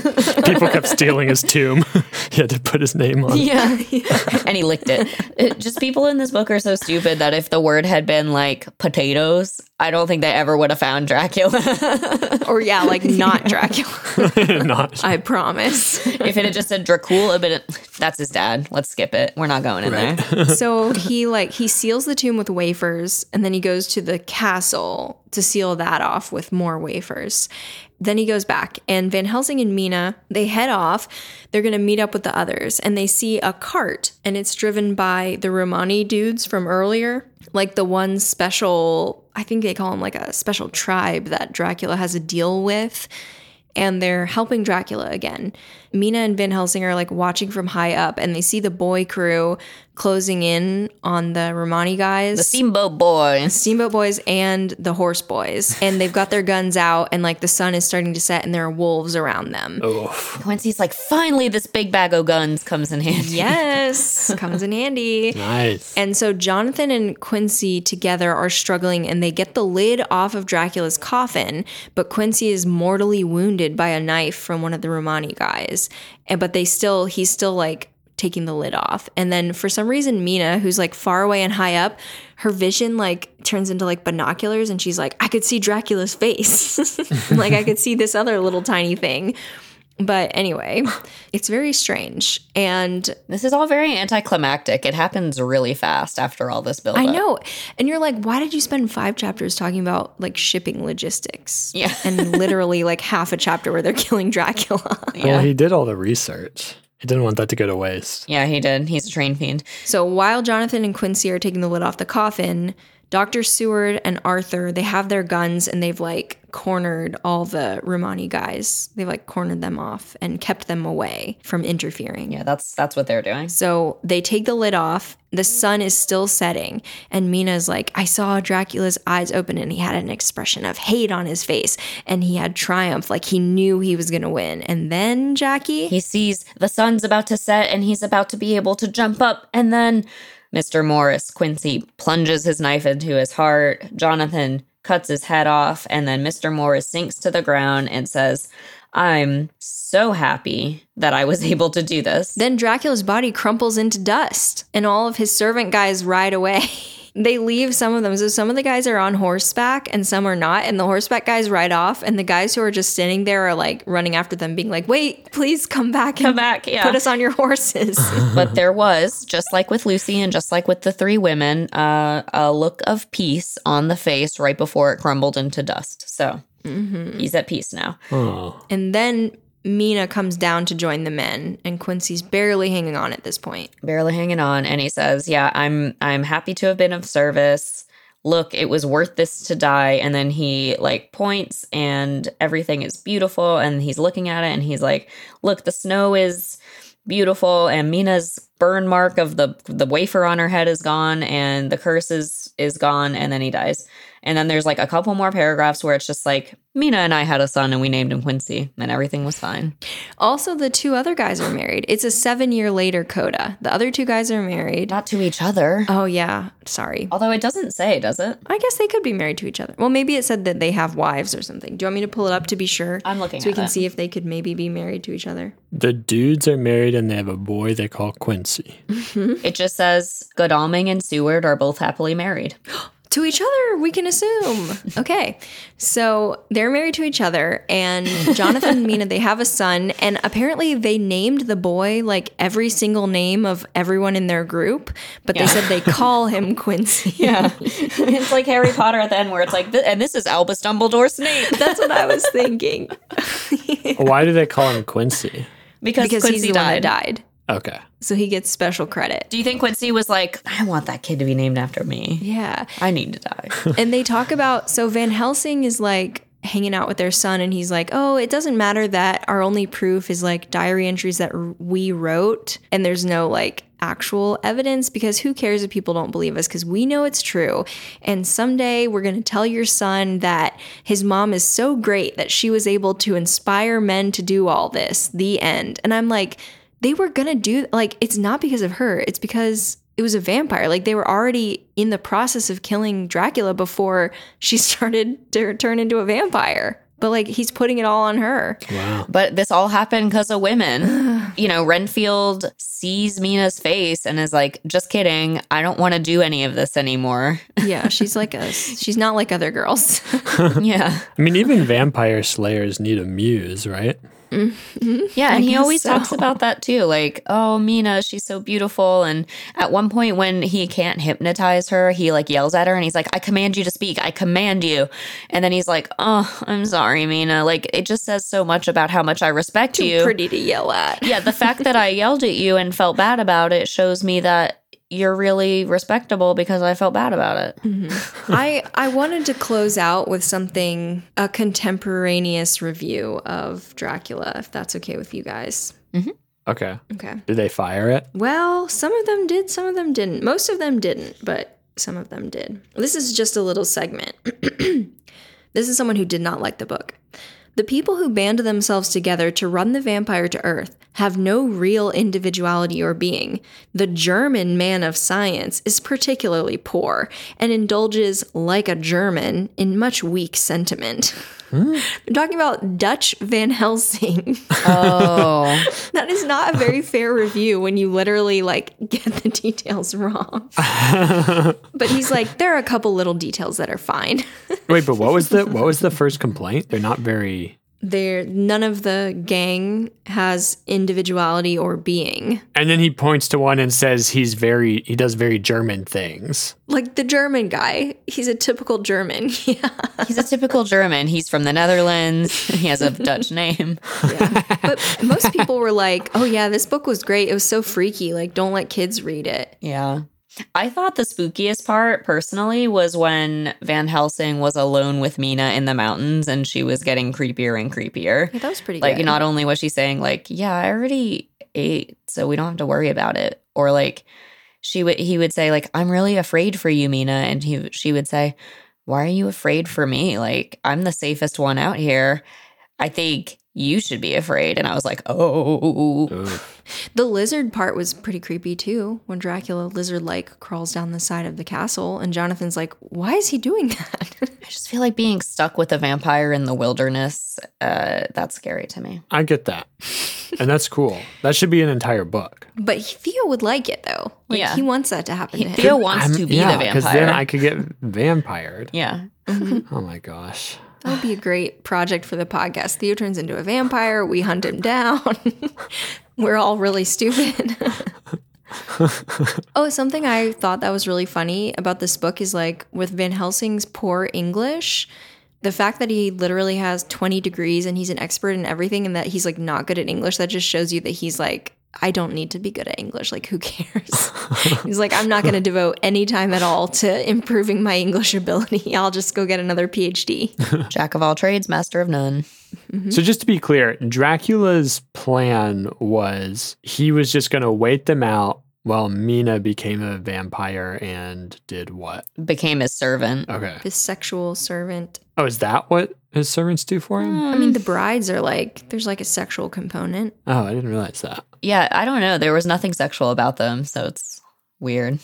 Speaker 1: People kept stealing his tomb. *laughs* he had to put his name on. it.
Speaker 2: Yeah, *laughs* yeah.
Speaker 3: and he licked it. it. Just people in this book are so stupid that if the word had been like potatoes, I don't think they ever would have found Dracula. *laughs*
Speaker 2: Or, yeah, like,
Speaker 1: *laughs*
Speaker 2: not Dracula.
Speaker 1: Not
Speaker 2: I promise.
Speaker 3: if it had just said Dracul, but it, that's his dad. Let's skip it. We're not going in there.
Speaker 2: So he, like, he seals the tomb with wafers. And then he goes to the castle to seal that off with more wafers. Then he goes back, and Van Helsing and Mina, they head off. They're going to meet up with the others, and they see a cart, and it's driven by the Romani dudes from earlier, like the one special, I think they call them like a special tribe that Dracula has a deal with. And they're helping Dracula again. Mina and Van Helsing are like watching from high up, and they see the boy crew closing in on the Romani guys.
Speaker 3: Steamboat boy.
Speaker 2: Steamboat Boys and the Horse Boys, and they've got their guns out, and like the sun is starting to set, and there are wolves around them.
Speaker 3: Quincy's like, finally, this big bag of guns comes in handy.
Speaker 2: Yes, comes in handy.
Speaker 1: nice.
Speaker 2: And so Jonathan and Quincy together are struggling, and they get the lid off of Dracula's coffin, but Quincy is mortally wounded by a knife from one of the Romani guys, and but they still he's still like taking the lid off. And then for some reason, Mina, who's like far away and high up, her vision like turns into like binoculars *laughs* and she's like, I could see Dracula's face. like I could see this other little tiny thing. But anyway, it's very strange. And
Speaker 3: This is all very anticlimactic. It happens really fast after all this build.
Speaker 2: I know. And you're like, why did you spend five chapters talking about like shipping logistics?
Speaker 3: Yeah.
Speaker 2: and literally like half a chapter where they're *laughs* killing Dracula.
Speaker 1: Well,
Speaker 3: Yeah.
Speaker 1: he did all the research. He didn't want that to go to waste.
Speaker 3: yeah, he did. He's a train fiend.
Speaker 2: so while Jonathan and Quincy are taking the lid off the coffin, Dr. Seward and Arthur, they have their guns and they've like cornered all the Romani guys. They've like cornered them off and kept them away from interfering.
Speaker 3: Yeah, that's that's what they're doing.
Speaker 2: So they take the lid off. The sun is still setting. And Mina's like, I saw Dracula's eyes open and he had an expression of hate on his face and he had triumph, like he knew he was going to win. And then, Jackie,
Speaker 3: He sees the sun's about to set and he's about to be able to jump up. And then Mr. Morris Quincy plunges his knife into his heart. Jonathan cuts his head off. And then Mr. Morris sinks to the ground and says, I'm so happy that I was *laughs* able to do this.
Speaker 2: then Dracula's body crumples into dust and all of his servant guys ride away. *laughs* They leave some of them. So some of the guys are on horseback and some are not. And the horseback guys ride off. And the guys who are just standing there are like running after them, being like, wait, please come back and
Speaker 3: Come back. Yeah.
Speaker 2: put us on your horses.
Speaker 3: *laughs* but there was, just like with Lucy and just like with the three women, uh, a look of peace on the face right before it crumbled into dust. So
Speaker 2: Mm-hmm.
Speaker 3: he's at peace now.
Speaker 1: Oh,
Speaker 2: And then Mina comes down to join the men, and Quincy's barely hanging on at this point.
Speaker 3: barely hanging on and he says yeah i'm i'm happy to have been of service look it was worth this to die and then he like points and everything is beautiful and he's looking at it and he's like look the snow is beautiful and mina's burn mark of the the wafer on her head is gone and the curse is is gone and then he dies and then there's like a couple more paragraphs where it's just like mina and i had a son and we named him quincy and everything was fine
Speaker 2: Also, the two other guys are married. It's a seven year later coda. The other two guys are married.
Speaker 3: not to each other
Speaker 2: Oh, yeah. Sorry.
Speaker 3: although it doesn't say does it
Speaker 2: I guess they could be married to each other. Well, maybe it said that they have wives or something. Do you want me to pull it up to be sure?
Speaker 3: I'm looking
Speaker 2: So we
Speaker 3: at
Speaker 2: can
Speaker 3: it.
Speaker 2: see if they could maybe be married to each other.
Speaker 1: the dudes are married and they have a boy they call Quincy.
Speaker 3: It just says Godalming and Seward are both happily married.
Speaker 2: To each other, we can assume. Okay. So they're married to each other, and Jonathan and Mina, they have a son, and apparently they named the boy like every single name of everyone in their group, but they
Speaker 3: Yeah.
Speaker 2: said they call him Quincy. *laughs*
Speaker 3: *laughs* Yeah. it's like Harry Potter at the end where it's like, "Th- and this is Albus Dumbledore's *laughs* name.
Speaker 2: That's what I was thinking.
Speaker 1: Why do they call him Quincy?
Speaker 3: Because,
Speaker 2: Because
Speaker 3: Quincy
Speaker 2: he's the one that
Speaker 3: died.
Speaker 2: died.
Speaker 1: Okay.
Speaker 2: So he gets special credit.
Speaker 3: Do you think Quincy was like, I want that kid to be named after me.
Speaker 2: Yeah.
Speaker 3: I need to die.
Speaker 2: *laughs* and they talk about so Van Helsing is like hanging out with their son and he's like, "Oh, it doesn't matter that our only proof is like diary entries that r- we wrote and there's no like actual evidence because who cares if people don't believe us cuz we know it's true and someday we're going to tell your son that his mom is so great that she was able to inspire men to do all this. The end." And I'm like, they were gonna do like it's not because of her it's because it was a vampire like they were already in the process of killing dracula before she *laughs* started to turn into a vampire but like he's putting it all on her
Speaker 1: Wow.
Speaker 3: *laughs* but this all happened because of women. *sighs* you know, Renfield sees Mina's face and is like, just kidding. I don't want to do any of this anymore. *laughs*
Speaker 2: yeah she's like us she's not like other *laughs* girls
Speaker 3: yeah.
Speaker 1: I mean, even vampire slayers need a muse, right?
Speaker 3: Yeah,
Speaker 2: I
Speaker 3: and he
Speaker 2: guess
Speaker 3: always
Speaker 2: so.
Speaker 3: talks about that too. Like, oh, Mina, she's so beautiful. And at one point, when he can't hypnotize her, he like yells at her and he's like, I command you to speak. I command you. And then he's like, oh, I'm sorry, Mina. Like, it just says so much about how much I respect you.
Speaker 2: pretty to yell at
Speaker 3: yeah, the fact that I yelled at you and felt bad about it shows me that you're really respectable because I felt bad about it.
Speaker 2: Mm. i i wanted to close out with something a contemporaneous review of dracula if that's okay with you guys
Speaker 1: Okay.
Speaker 2: okay
Speaker 1: Did they fire it?
Speaker 2: Well, some of them did, some of them didn't. Most of them didn't, but some of them did. This is just a little segment. *clears throat* this is someone who did not like the book. The people who band themselves together to run the vampire to earth have no real individuality or being. The German man of science is particularly poor and indulges, like a German, in much weak sentiment. *laughs* I'm talking about Dutch Van Helsing. *laughs*
Speaker 3: Oh,
Speaker 2: That is not a very *laughs* fair review when you literally like *laughs* get the details *laughs* wrong. but he's like, there are a couple little details that are fine. *laughs*
Speaker 1: Wait, but what was the what was the first complaint? They're not very
Speaker 2: There, none of the gang has individuality or being.
Speaker 1: And then he points to one and says he's very he does very German things.
Speaker 2: Like the German guy, he's a typical German. *laughs* Yeah,
Speaker 3: He's a typical German. He's from the Netherlands. He has
Speaker 2: *laughs*
Speaker 3: a Dutch name.
Speaker 2: but most people were like, "Oh yeah, this book was great. It was so freaky. Like, don't let kids read it."
Speaker 3: Yeah. I thought the spookiest part personally was when Van Helsing was alone with Mina in the mountains and she was getting creepier and
Speaker 2: *laughs*
Speaker 3: creepier.
Speaker 2: Yeah, that was pretty.
Speaker 3: Like,
Speaker 2: good.
Speaker 3: not only was she saying, like, yeah, I already ate, so we don't have to worry about it. Or like, she would, he would say, like, I'm really afraid for you, Mina. And he, she would say, why are you afraid for me? Like, I'm the safest one out here. I think you should be afraid. And I was like, oh,
Speaker 2: The lizard part was pretty creepy too, when Dracula lizard like crawls down the side of the castle, and Jonathan's like, "Why is he doing *laughs* that?"
Speaker 3: I just feel like being stuck with a vampire in the wilderness. Uh, that's scary to me.
Speaker 1: I get that. And that's cool. That should be an entire book.
Speaker 2: but Theo would like it though. Like
Speaker 3: Yeah.
Speaker 2: he wants that to happen. to him.
Speaker 3: Theo wants
Speaker 1: I'm-
Speaker 3: to be the
Speaker 1: Because
Speaker 3: vampire.
Speaker 1: then I could get vampired.
Speaker 3: yeah.
Speaker 1: Oh my gosh.
Speaker 2: That would be a great project for the podcast. Theo turns into a vampire. We hunt him down. *laughs* We're all really stupid. oh, something I thought that was really funny about this book is like with Van Helsing's poor English, the fact that he literally has 20 degrees and he's an expert in everything and that he's like not good at English, that just shows you that he's like, I don't need to be good at English. Like, who cares? he's like, I'm not going to devote any time at all to improving my English ability. I'll just go get another PhD.
Speaker 3: Jack of all trades, master of none.
Speaker 1: Mm-hmm. So just to be clear, Dracula's plan was he was just going to wait them out while Mina became a vampire and did what?
Speaker 3: Became his servant.
Speaker 1: Okay.
Speaker 2: his sexual servant.
Speaker 1: Oh, is that what his servants do for
Speaker 3: Uh,
Speaker 1: him?
Speaker 3: Hmm,
Speaker 2: I mean,
Speaker 3: Mm.
Speaker 2: the brides are like, there's like a sexual component.
Speaker 1: Oh, I didn't realize that.
Speaker 3: Yeah, I don't know. There was nothing sexual about them, so it's weird.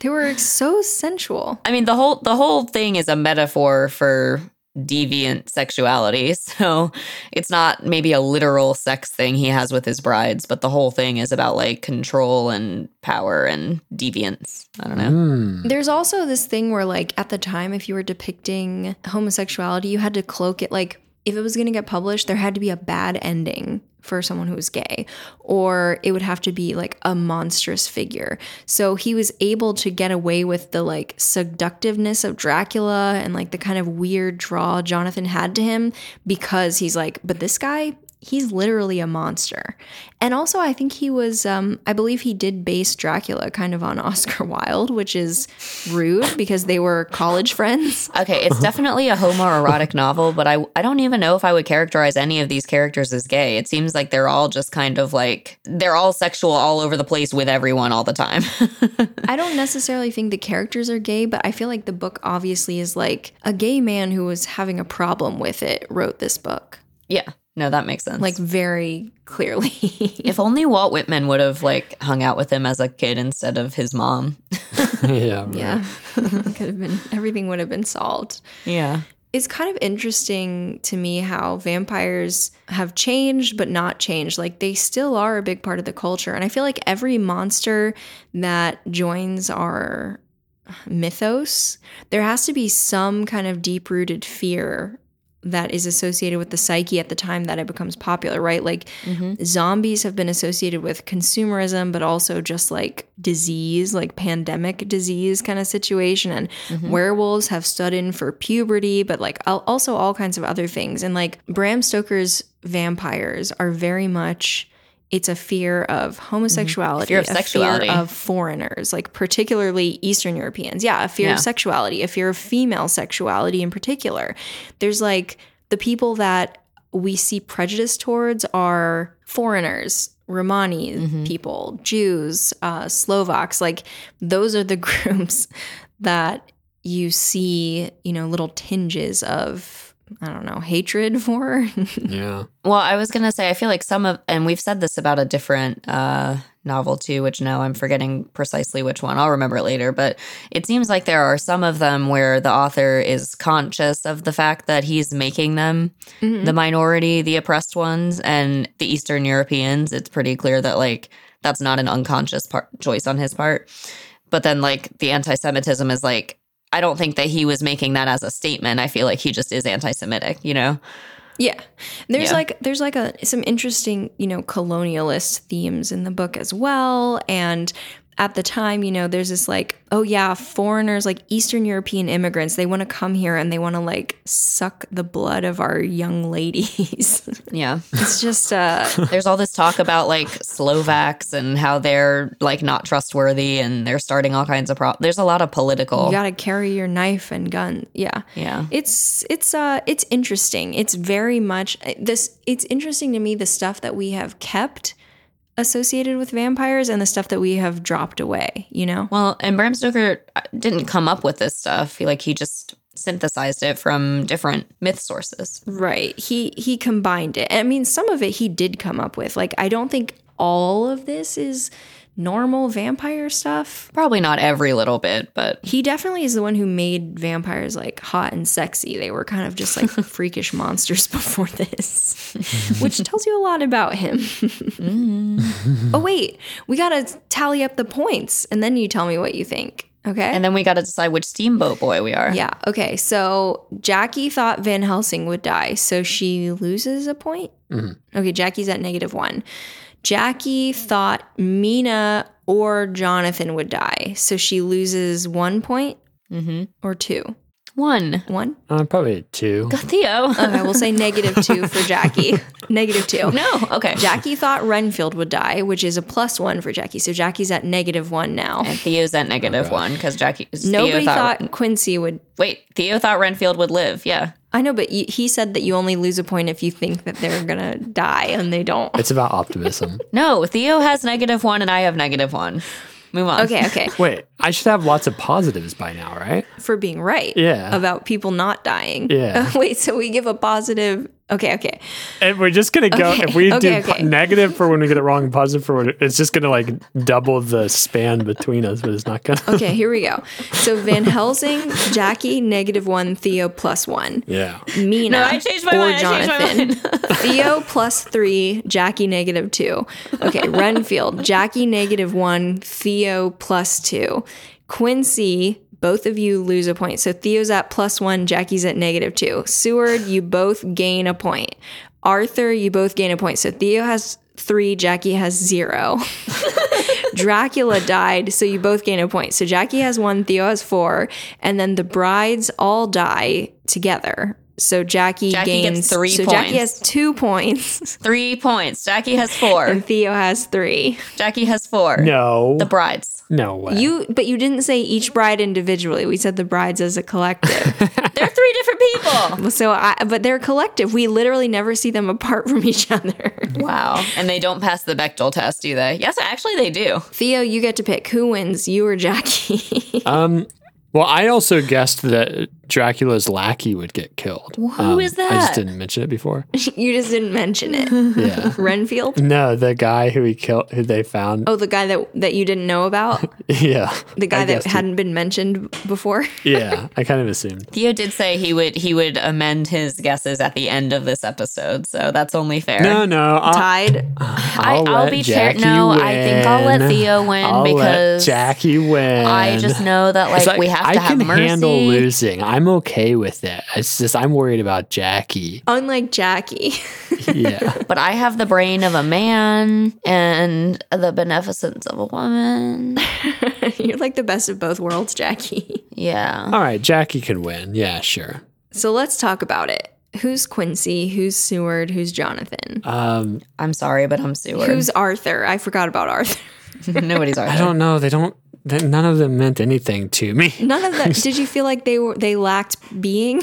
Speaker 2: They were so sensual.
Speaker 3: I mean, the whole the whole thing is a metaphor for deviant sexuality. *laughs* So it's not maybe a literal sex thing he has with his brides, but the whole thing is about like control and power and deviance. I don't know.
Speaker 1: Hmm.
Speaker 2: There's also this thing where, like, at the time, if you were depicting homosexuality, you had to cloak it. Like, if it was going to get published, there had to be a bad ending for someone who was gay, or it would have to be like a monstrous figure. So he was able to get away with the like seductiveness of Dracula and like the kind of weird draw Jonathan had to him because he's like, but this guy, he's literally a monster. And also, I think he was, um, I believe he did base Dracula kind of on *laughs* Oscar Wilde, which is rude because they were college *laughs* friends.
Speaker 3: Okay, it's definitely a homoerotic novel, but I I don't even know if I would characterize any of these characters as gay. It seems like they're all just kind of like they're all sexual all over the place with everyone all the time. *laughs*
Speaker 2: I don't necessarily think the characters are gay, but I feel like the book obviously is like a gay man who was having a problem with it wrote this book,
Speaker 3: yeah, no, that makes sense.
Speaker 2: like very clearly. *laughs*
Speaker 3: if only Walt Whitman would have like hung out with him as a kid instead of his mom.
Speaker 1: *laughs* yeah. right.
Speaker 2: yeah. Could have been, everything would have been solved.
Speaker 3: Yeah.
Speaker 2: It's kind of interesting to me how vampires have changed but not changed. Like they still are a big part of the culture. And I feel like every monster that joins our mythos, there has to be some kind of deep rooted fear that is associated with the psyche at the time that it becomes popular, right? Like
Speaker 3: Mhm.
Speaker 2: zombies have been associated with consumerism, but also just like disease, like pandemic disease kind of situation. And werewolves have stood in for puberty, but like al- also all kinds of other things. And like Bram Stoker's vampires are very much. It's Mm-hmm. a fear of homosexuality,
Speaker 3: Fear of
Speaker 2: a
Speaker 3: sexuality.
Speaker 2: fear of foreigners, like particularly Eastern Europeans. Yeah, a fear
Speaker 3: Yeah.
Speaker 2: of sexuality, a fear of female sexuality in particular. There's like the people that we see prejudice towards are foreigners, Romani people, Jews, uh, Slovaks. Like those are the *laughs* groups that you see, you know, little tinges of, I don't know, hatred for. *laughs*
Speaker 1: Yeah.
Speaker 3: Well, I was gonna say I feel like some of and we've said this about a different uh novel too, which now I'm forgetting precisely which one. I'll remember it later, but it seems like there are some of them where the author is conscious of the fact that he's making them
Speaker 2: Mm-hmm.
Speaker 3: the minority, the oppressed ones, and the Eastern Europeans. It's pretty clear that like that's not an unconscious part choice on his part. But then like the anti-Semitism is like I don't think that he was making that as a statement. I feel like he just is anti-Semitic, you know?
Speaker 2: Yeah. There's
Speaker 3: Yeah.
Speaker 2: like there's like a some interesting, you know, colonialist themes in the book as well and at the time, you know, there's this like, oh yeah, foreigners like Eastern European immigrants, they want to come here and they want to like suck the blood of our young ladies. *laughs*
Speaker 3: Yeah.
Speaker 2: it's just uh
Speaker 3: *laughs* There's all this talk about like Slovaks and how they're like not trustworthy and they're starting all kinds of problems. There's a lot of political.
Speaker 2: you got to carry your knife and gun. Yeah.
Speaker 3: yeah.
Speaker 2: It's it's uh it's interesting. It's very much uh, this it's interesting to me the stuff that we have kept associated with vampires and the stuff that we have dropped away, you know?
Speaker 3: Well, and Bram Stoker uh, didn't come up with this stuff. He like he just synthesized it from different myth sources.
Speaker 2: Right. He he combined it. I mean, some of it he did come up with. Like I don't think all of this is normal vampire stuff.
Speaker 3: Probably not every little bit, but
Speaker 2: He definitely is the one who made vampires like hot and sexy. They were kind of just like freakish monsters *laughs* before this, which tells you a lot about him. *laughs* oh wait, we got to tally up the points and then you tell me what you think. Okay?
Speaker 3: and then we got to decide which steamboat boy we are.
Speaker 2: yeah. Okay. So Jackie thought Van Helsing would die, so she loses a point. Okay, Jackie's at negative one. Jackie thought Mina or Jonathan would die, so she loses one point
Speaker 3: hmm
Speaker 2: or two.
Speaker 3: One.
Speaker 2: One.
Speaker 1: Uh, probably a two.
Speaker 3: God, Theo. *laughs*
Speaker 2: Okay, we'll say negative two for Jackie. negative two.
Speaker 3: no. Oh, Okay.
Speaker 2: Jackie thought Renfield would die, which is a plus one for Jackie. So Jackie's at negative one now.
Speaker 3: And Theo's at negative one because Jackie.
Speaker 2: Nobody
Speaker 3: Theo thought,
Speaker 2: thought, Quincy would.
Speaker 3: Wait, Theo thought Renfield would live. Yeah.
Speaker 2: I know, but y- he said that you only lose a point if you think that they're gonna die and they don't.
Speaker 1: It's about optimism.
Speaker 3: No, Theo has negative one and I have negative one. Move on.
Speaker 2: *laughs*
Speaker 1: *laughs*
Speaker 2: Okay, okay.
Speaker 1: Wait, I should have lots of positives by now, right?
Speaker 2: For being right
Speaker 1: Yeah.
Speaker 2: about people not dying. *laughs*
Speaker 1: Yeah.
Speaker 2: wait, so we give a positive. Okay, okay.
Speaker 1: And we're just gonna go
Speaker 2: Okay,
Speaker 1: if we
Speaker 2: okay,
Speaker 1: do po-
Speaker 2: okay.
Speaker 1: negative for when we get it wrong, positive for when it's just gonna like double the span between us, but it's not gonna.
Speaker 2: Okay, here we go. So Van Helsing, Jackie, negative one, Theo, plus one.
Speaker 1: *laughs* Yeah.
Speaker 2: Mina
Speaker 3: No, I changed my
Speaker 2: or
Speaker 3: mind.
Speaker 2: Jonathan.
Speaker 3: I changed my mind.
Speaker 2: *laughs* Theo plus three, Jackie negative two. Okay, Renfield, Jackie negative one, Theo plus two. Quincy, both of you lose a point. So Theo's at plus one, Jackie's at negative two. Seward, you both gain a point. Arthur, you both gain a point. So Theo has three, Jackie has zero. Dracula died, so you both gain a point. So Jackie has one, Theo has four, and then the brides all die together. So Jackie,
Speaker 3: Jackie
Speaker 2: gains
Speaker 3: gets three
Speaker 2: So Jackie
Speaker 3: points.
Speaker 2: has two points, *laughs*
Speaker 3: Three points. Jackie has four.
Speaker 2: and Theo has three.
Speaker 3: Jackie has four.
Speaker 1: No.
Speaker 3: The brides.
Speaker 1: no way.
Speaker 2: You, but you didn't say each bride individually. We said the brides as a
Speaker 3: *laughs*
Speaker 2: collective.
Speaker 3: They're three different
Speaker 1: *laughs*
Speaker 3: people.
Speaker 2: so, I, but they're collective. We literally never see them apart from each other. *laughs*
Speaker 3: Wow. And they don't pass the Bechtel test, do they? Yes, actually they do.
Speaker 2: Theo, you get to pick who wins, you or Jackie. *laughs*
Speaker 1: um. Well, I also guessed that Dracula's lackey would get killed. Who is
Speaker 3: who is
Speaker 1: I just
Speaker 3: that?
Speaker 1: didn't mention it before.
Speaker 2: you just didn't mention it.
Speaker 1: Yeah.
Speaker 2: Renfield.
Speaker 1: no, the guy who he killed, who they found.
Speaker 2: Oh, the guy that that you didn't know about.
Speaker 1: *laughs* Yeah.
Speaker 2: The guy
Speaker 1: I
Speaker 2: that
Speaker 1: guessed it.
Speaker 2: hadn't been mentioned before.
Speaker 1: Yeah, I kind of
Speaker 2: *laughs*
Speaker 1: assumed.
Speaker 3: Theo did say he would he would amend his guesses at the end of this episode, so that's only fair.
Speaker 1: No, no. I,
Speaker 2: Tied.
Speaker 1: I'll,
Speaker 3: I'll
Speaker 1: let
Speaker 3: be fair-
Speaker 1: Jackie
Speaker 3: no,
Speaker 1: win.
Speaker 3: I think I'll let Theo win
Speaker 1: I'll let
Speaker 3: because
Speaker 1: Jackie win.
Speaker 3: I just know that like,
Speaker 1: It's
Speaker 3: we have
Speaker 1: I
Speaker 3: to have
Speaker 1: can
Speaker 3: mercy.
Speaker 1: handle losing. I'm okay with it. It's just I'm worried about Jackie.
Speaker 2: Unlike Jackie. *laughs*
Speaker 1: Yeah.
Speaker 3: *laughs* But I have the brain of a man and the beneficence of a woman.
Speaker 2: You're like the best of both worlds, Jackie.
Speaker 3: Yeah.
Speaker 1: All right, Jackie can win. Yeah, sure.
Speaker 2: So let's talk about it. Who's Quincy? Who's Seward? Who's Jonathan?
Speaker 1: Um,
Speaker 3: I'm sorry, but I'm Seward.
Speaker 2: Who's Arthur? I forgot about Arthur. *laughs*
Speaker 3: *laughs* Nobody's
Speaker 1: *laughs* I
Speaker 3: Arthur.
Speaker 1: don't know. They don't. They, none of them meant anything to me. *laughs*
Speaker 2: None of that. Did you feel like they were they lacked being?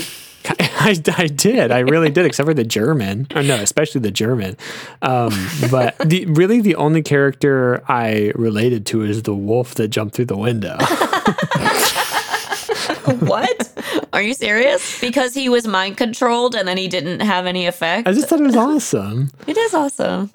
Speaker 1: I, I did. I really did, except for the German. Or no, especially the German. Um, but
Speaker 3: *laughs*
Speaker 1: the really the only character I related to is the wolf that jumped through the window.
Speaker 3: What? *laughs* Are you serious? Because he was mind controlled and then he didn't have any effect.
Speaker 1: I just thought it was awesome.
Speaker 3: It is *laughs* awesome.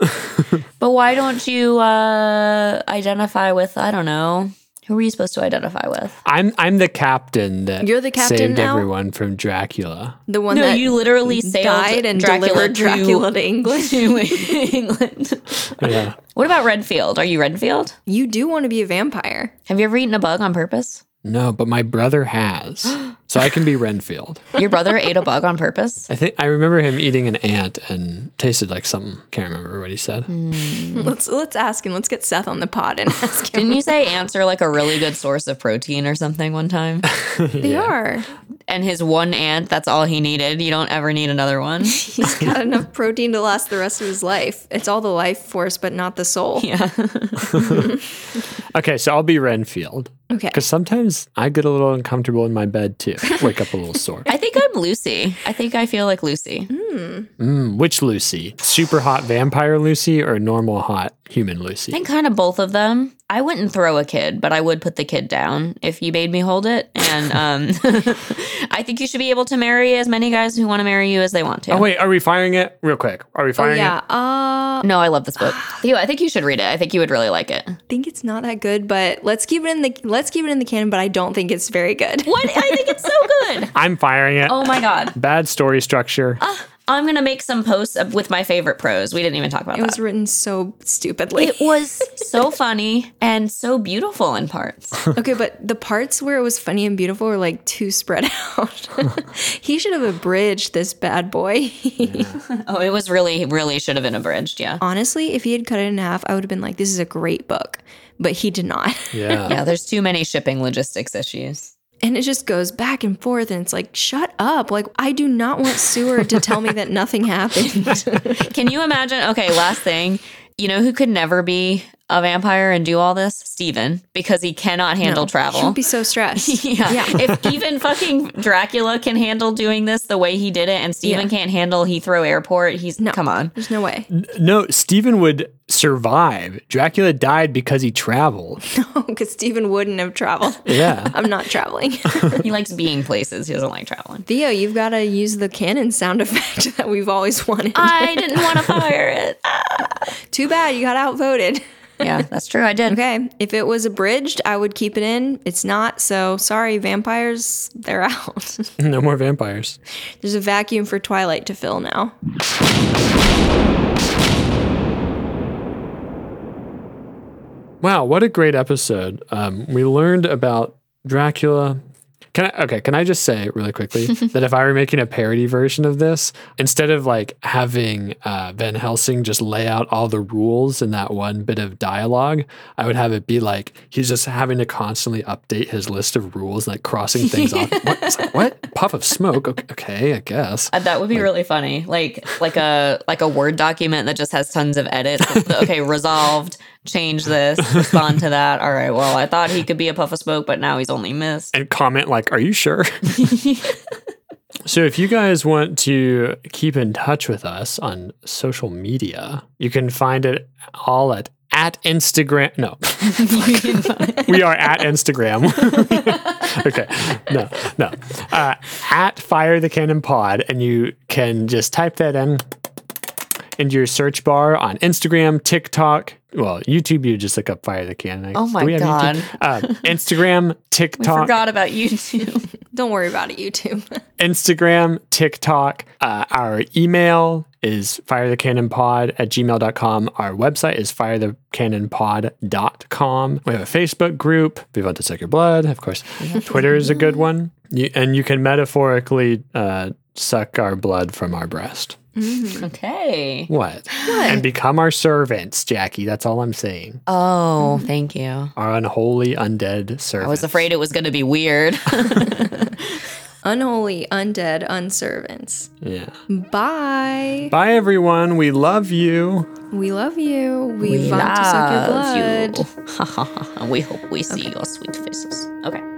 Speaker 3: but why don't you uh, identify with, I don't know, who are you supposed to identify with?
Speaker 1: I'm I'm the captain that
Speaker 2: You're the captain
Speaker 1: saved
Speaker 2: now?
Speaker 1: everyone from Dracula.
Speaker 2: The one
Speaker 3: no,
Speaker 2: that
Speaker 3: you literally sailed
Speaker 2: died and
Speaker 3: Dracula
Speaker 2: delivered
Speaker 3: to-
Speaker 2: Dracula to England.
Speaker 3: *laughs* to England. *laughs*
Speaker 1: Yeah.
Speaker 3: What about Renfield? Are you Renfield?
Speaker 2: You do want to be a vampire.
Speaker 3: Have you ever eaten a bug on purpose?
Speaker 1: No, but my brother
Speaker 2: *gasps*
Speaker 1: has. So I can be Renfield.
Speaker 3: Your brother ate a bug on purpose?
Speaker 1: I think I remember him eating an ant and tasted like something. Can't remember what he said.
Speaker 2: Mm.
Speaker 1: Hmm.
Speaker 2: Let's let's ask him. Let's get Seth on the
Speaker 1: *laughs*
Speaker 2: pod and ask him.
Speaker 3: Didn't you say ants are like a really good source of protein or something one *laughs* time?
Speaker 2: they are.
Speaker 3: And his one ant, that's all he needed. You don't ever need another one.
Speaker 2: He's
Speaker 1: *laughs*
Speaker 2: got enough protein to last the rest of his life. It's all the life force, but not the soul.
Speaker 3: Yeah.
Speaker 1: Okay, so I'll be Renfield.
Speaker 2: Okay.
Speaker 1: Because sometimes I get a little uncomfortable in my bed
Speaker 2: *laughs*
Speaker 1: too. Wake up a little sore.
Speaker 3: I think I'm Lucy. I think I feel like Lucy.
Speaker 1: Mm, which Lucy? Super hot vampire Lucy or normal hot human Lucy?
Speaker 3: I think kind of both of them. I wouldn't throw a kid, but I would put the kid down if you made me hold it. And um, *laughs* I think you should be able to marry as many guys who want to marry you as they want to.
Speaker 1: Oh wait, are we firing it real quick? Are we firing
Speaker 2: Oh, yeah.
Speaker 1: it?
Speaker 2: Uh,
Speaker 3: No, I love this *sighs* book. Theo, I think you should read it. I think you would really like it.
Speaker 2: I think it's not that good, but let's keep it in the let's keep it in the canon. But I don't think it's very good.
Speaker 3: What? I think it's so good.
Speaker 1: I'm firing it.
Speaker 3: *laughs* Oh my God.
Speaker 1: Bad story structure.
Speaker 2: Oh.
Speaker 3: I'm going to make some posts of- with my favorite prose. We didn't even talk about
Speaker 2: It
Speaker 3: that.
Speaker 2: was written so stupidly.
Speaker 3: it was so funny and so beautiful in *laughs*
Speaker 2: *laughs*
Speaker 3: parts.
Speaker 2: okay, but the parts where it was funny and beautiful were like too spread *laughs* out. he should have abridged this bad boy.
Speaker 3: Oh, it was really, really should have been abridged. Yeah.
Speaker 2: *laughs* Honestly, if he had cut it in half, I would have been like, "This is a great book," but he did not.
Speaker 1: yeah.
Speaker 3: Yeah, there's too many shipping logistics issues.
Speaker 2: *laughs* And it just goes back and forth, and it's like, shut up. Like, I do not want Seward to tell me that nothing happened. *laughs*
Speaker 3: Can you imagine? Okay, last thing. You know who could never be a vampire and do all this? Steven, because he cannot handle
Speaker 2: He
Speaker 3: travel.
Speaker 2: would be so stressed.
Speaker 3: *laughs* yeah. If even fucking Dracula can handle doing this the way he did it and Steven
Speaker 2: Yeah.
Speaker 3: can't handle Heathrow Airport, he's
Speaker 2: No.
Speaker 3: come *laughs* on.
Speaker 2: There's no way.
Speaker 1: No, Stephen would survive. Dracula died because he traveled.
Speaker 2: *laughs* Because Stephen wouldn't have *laughs* traveled.
Speaker 1: *laughs* Yeah.
Speaker 2: I'm not traveling.
Speaker 3: He likes being places. He doesn't like
Speaker 2: *laughs*
Speaker 3: traveling.
Speaker 2: Theo, you've got to use the cannon sound effect *laughs* that we've always wanted.
Speaker 3: I didn't want to fire it.
Speaker 2: Too bad you got *laughs* outvoted.
Speaker 3: *laughs* Yeah, that's true. I did.
Speaker 2: Okay, if it was abridged, I would keep it in. It's not, so sorry, vampires, they're *laughs* out.
Speaker 1: no more vampires.
Speaker 2: There's a vacuum for Twilight to fill now.
Speaker 1: Wow, what a great episode. Um, we learned about Dracula. Can I okay, can I just say really quickly that if I were making a parody version of this, instead of like having uh, Van Helsing just lay out all the rules in that one bit of dialogue, I would have it be like he's just having to constantly update his list of rules, like crossing things off. What? It's like, what? Puff of smoke. Okay, okay, I guess.
Speaker 3: Uh, That would be really funny. Like like a like a word document that just has tons of edits. *laughs* okay, resolved, change this, respond to that. All right, well, I thought he could be a puff of smoke, but now he's only missed.
Speaker 1: and comment like, "Are you sure?" *laughs* so if you guys want to keep in touch with us on social media, you can find it all at at Instagram. No, *laughs* we are at Instagram. *laughs* okay, no, no, uh, at Fire the Cannon Pod, and you can just type that in into your search bar on Instagram, TikTok. Well, YouTube, you just look up Fire the Cannon.
Speaker 3: Oh my
Speaker 1: Do we have YouTube? Uh,
Speaker 3: *laughs*
Speaker 1: Instagram, TikTok.
Speaker 3: Forgot about YouTube.
Speaker 2: Don't worry about it, YouTube. *laughs*
Speaker 1: Instagram, TikTok. Uh, our email is firethecannonpod at gmail.com. Our website is firethecannonpod.com. We have a Facebook group, Vivant to Suck Your Blood, of course. Twitter is a good one. You, and you can metaphorically uh, suck our blood from our breast.
Speaker 3: *laughs* okay.
Speaker 1: What? And become our servants, Jackie. That's all I'm saying.
Speaker 3: Oh, thank you.
Speaker 1: Our unholy undead servants.
Speaker 3: I was afraid it was going to be *laughs* weird.
Speaker 2: Unholy, undead, unservants.
Speaker 1: Yeah.
Speaker 2: Bye.
Speaker 1: Bye, everyone. We love you.
Speaker 2: We love you. We, want to suck your blood.
Speaker 3: *laughs* you. we hope we see your sweet faces. Okay.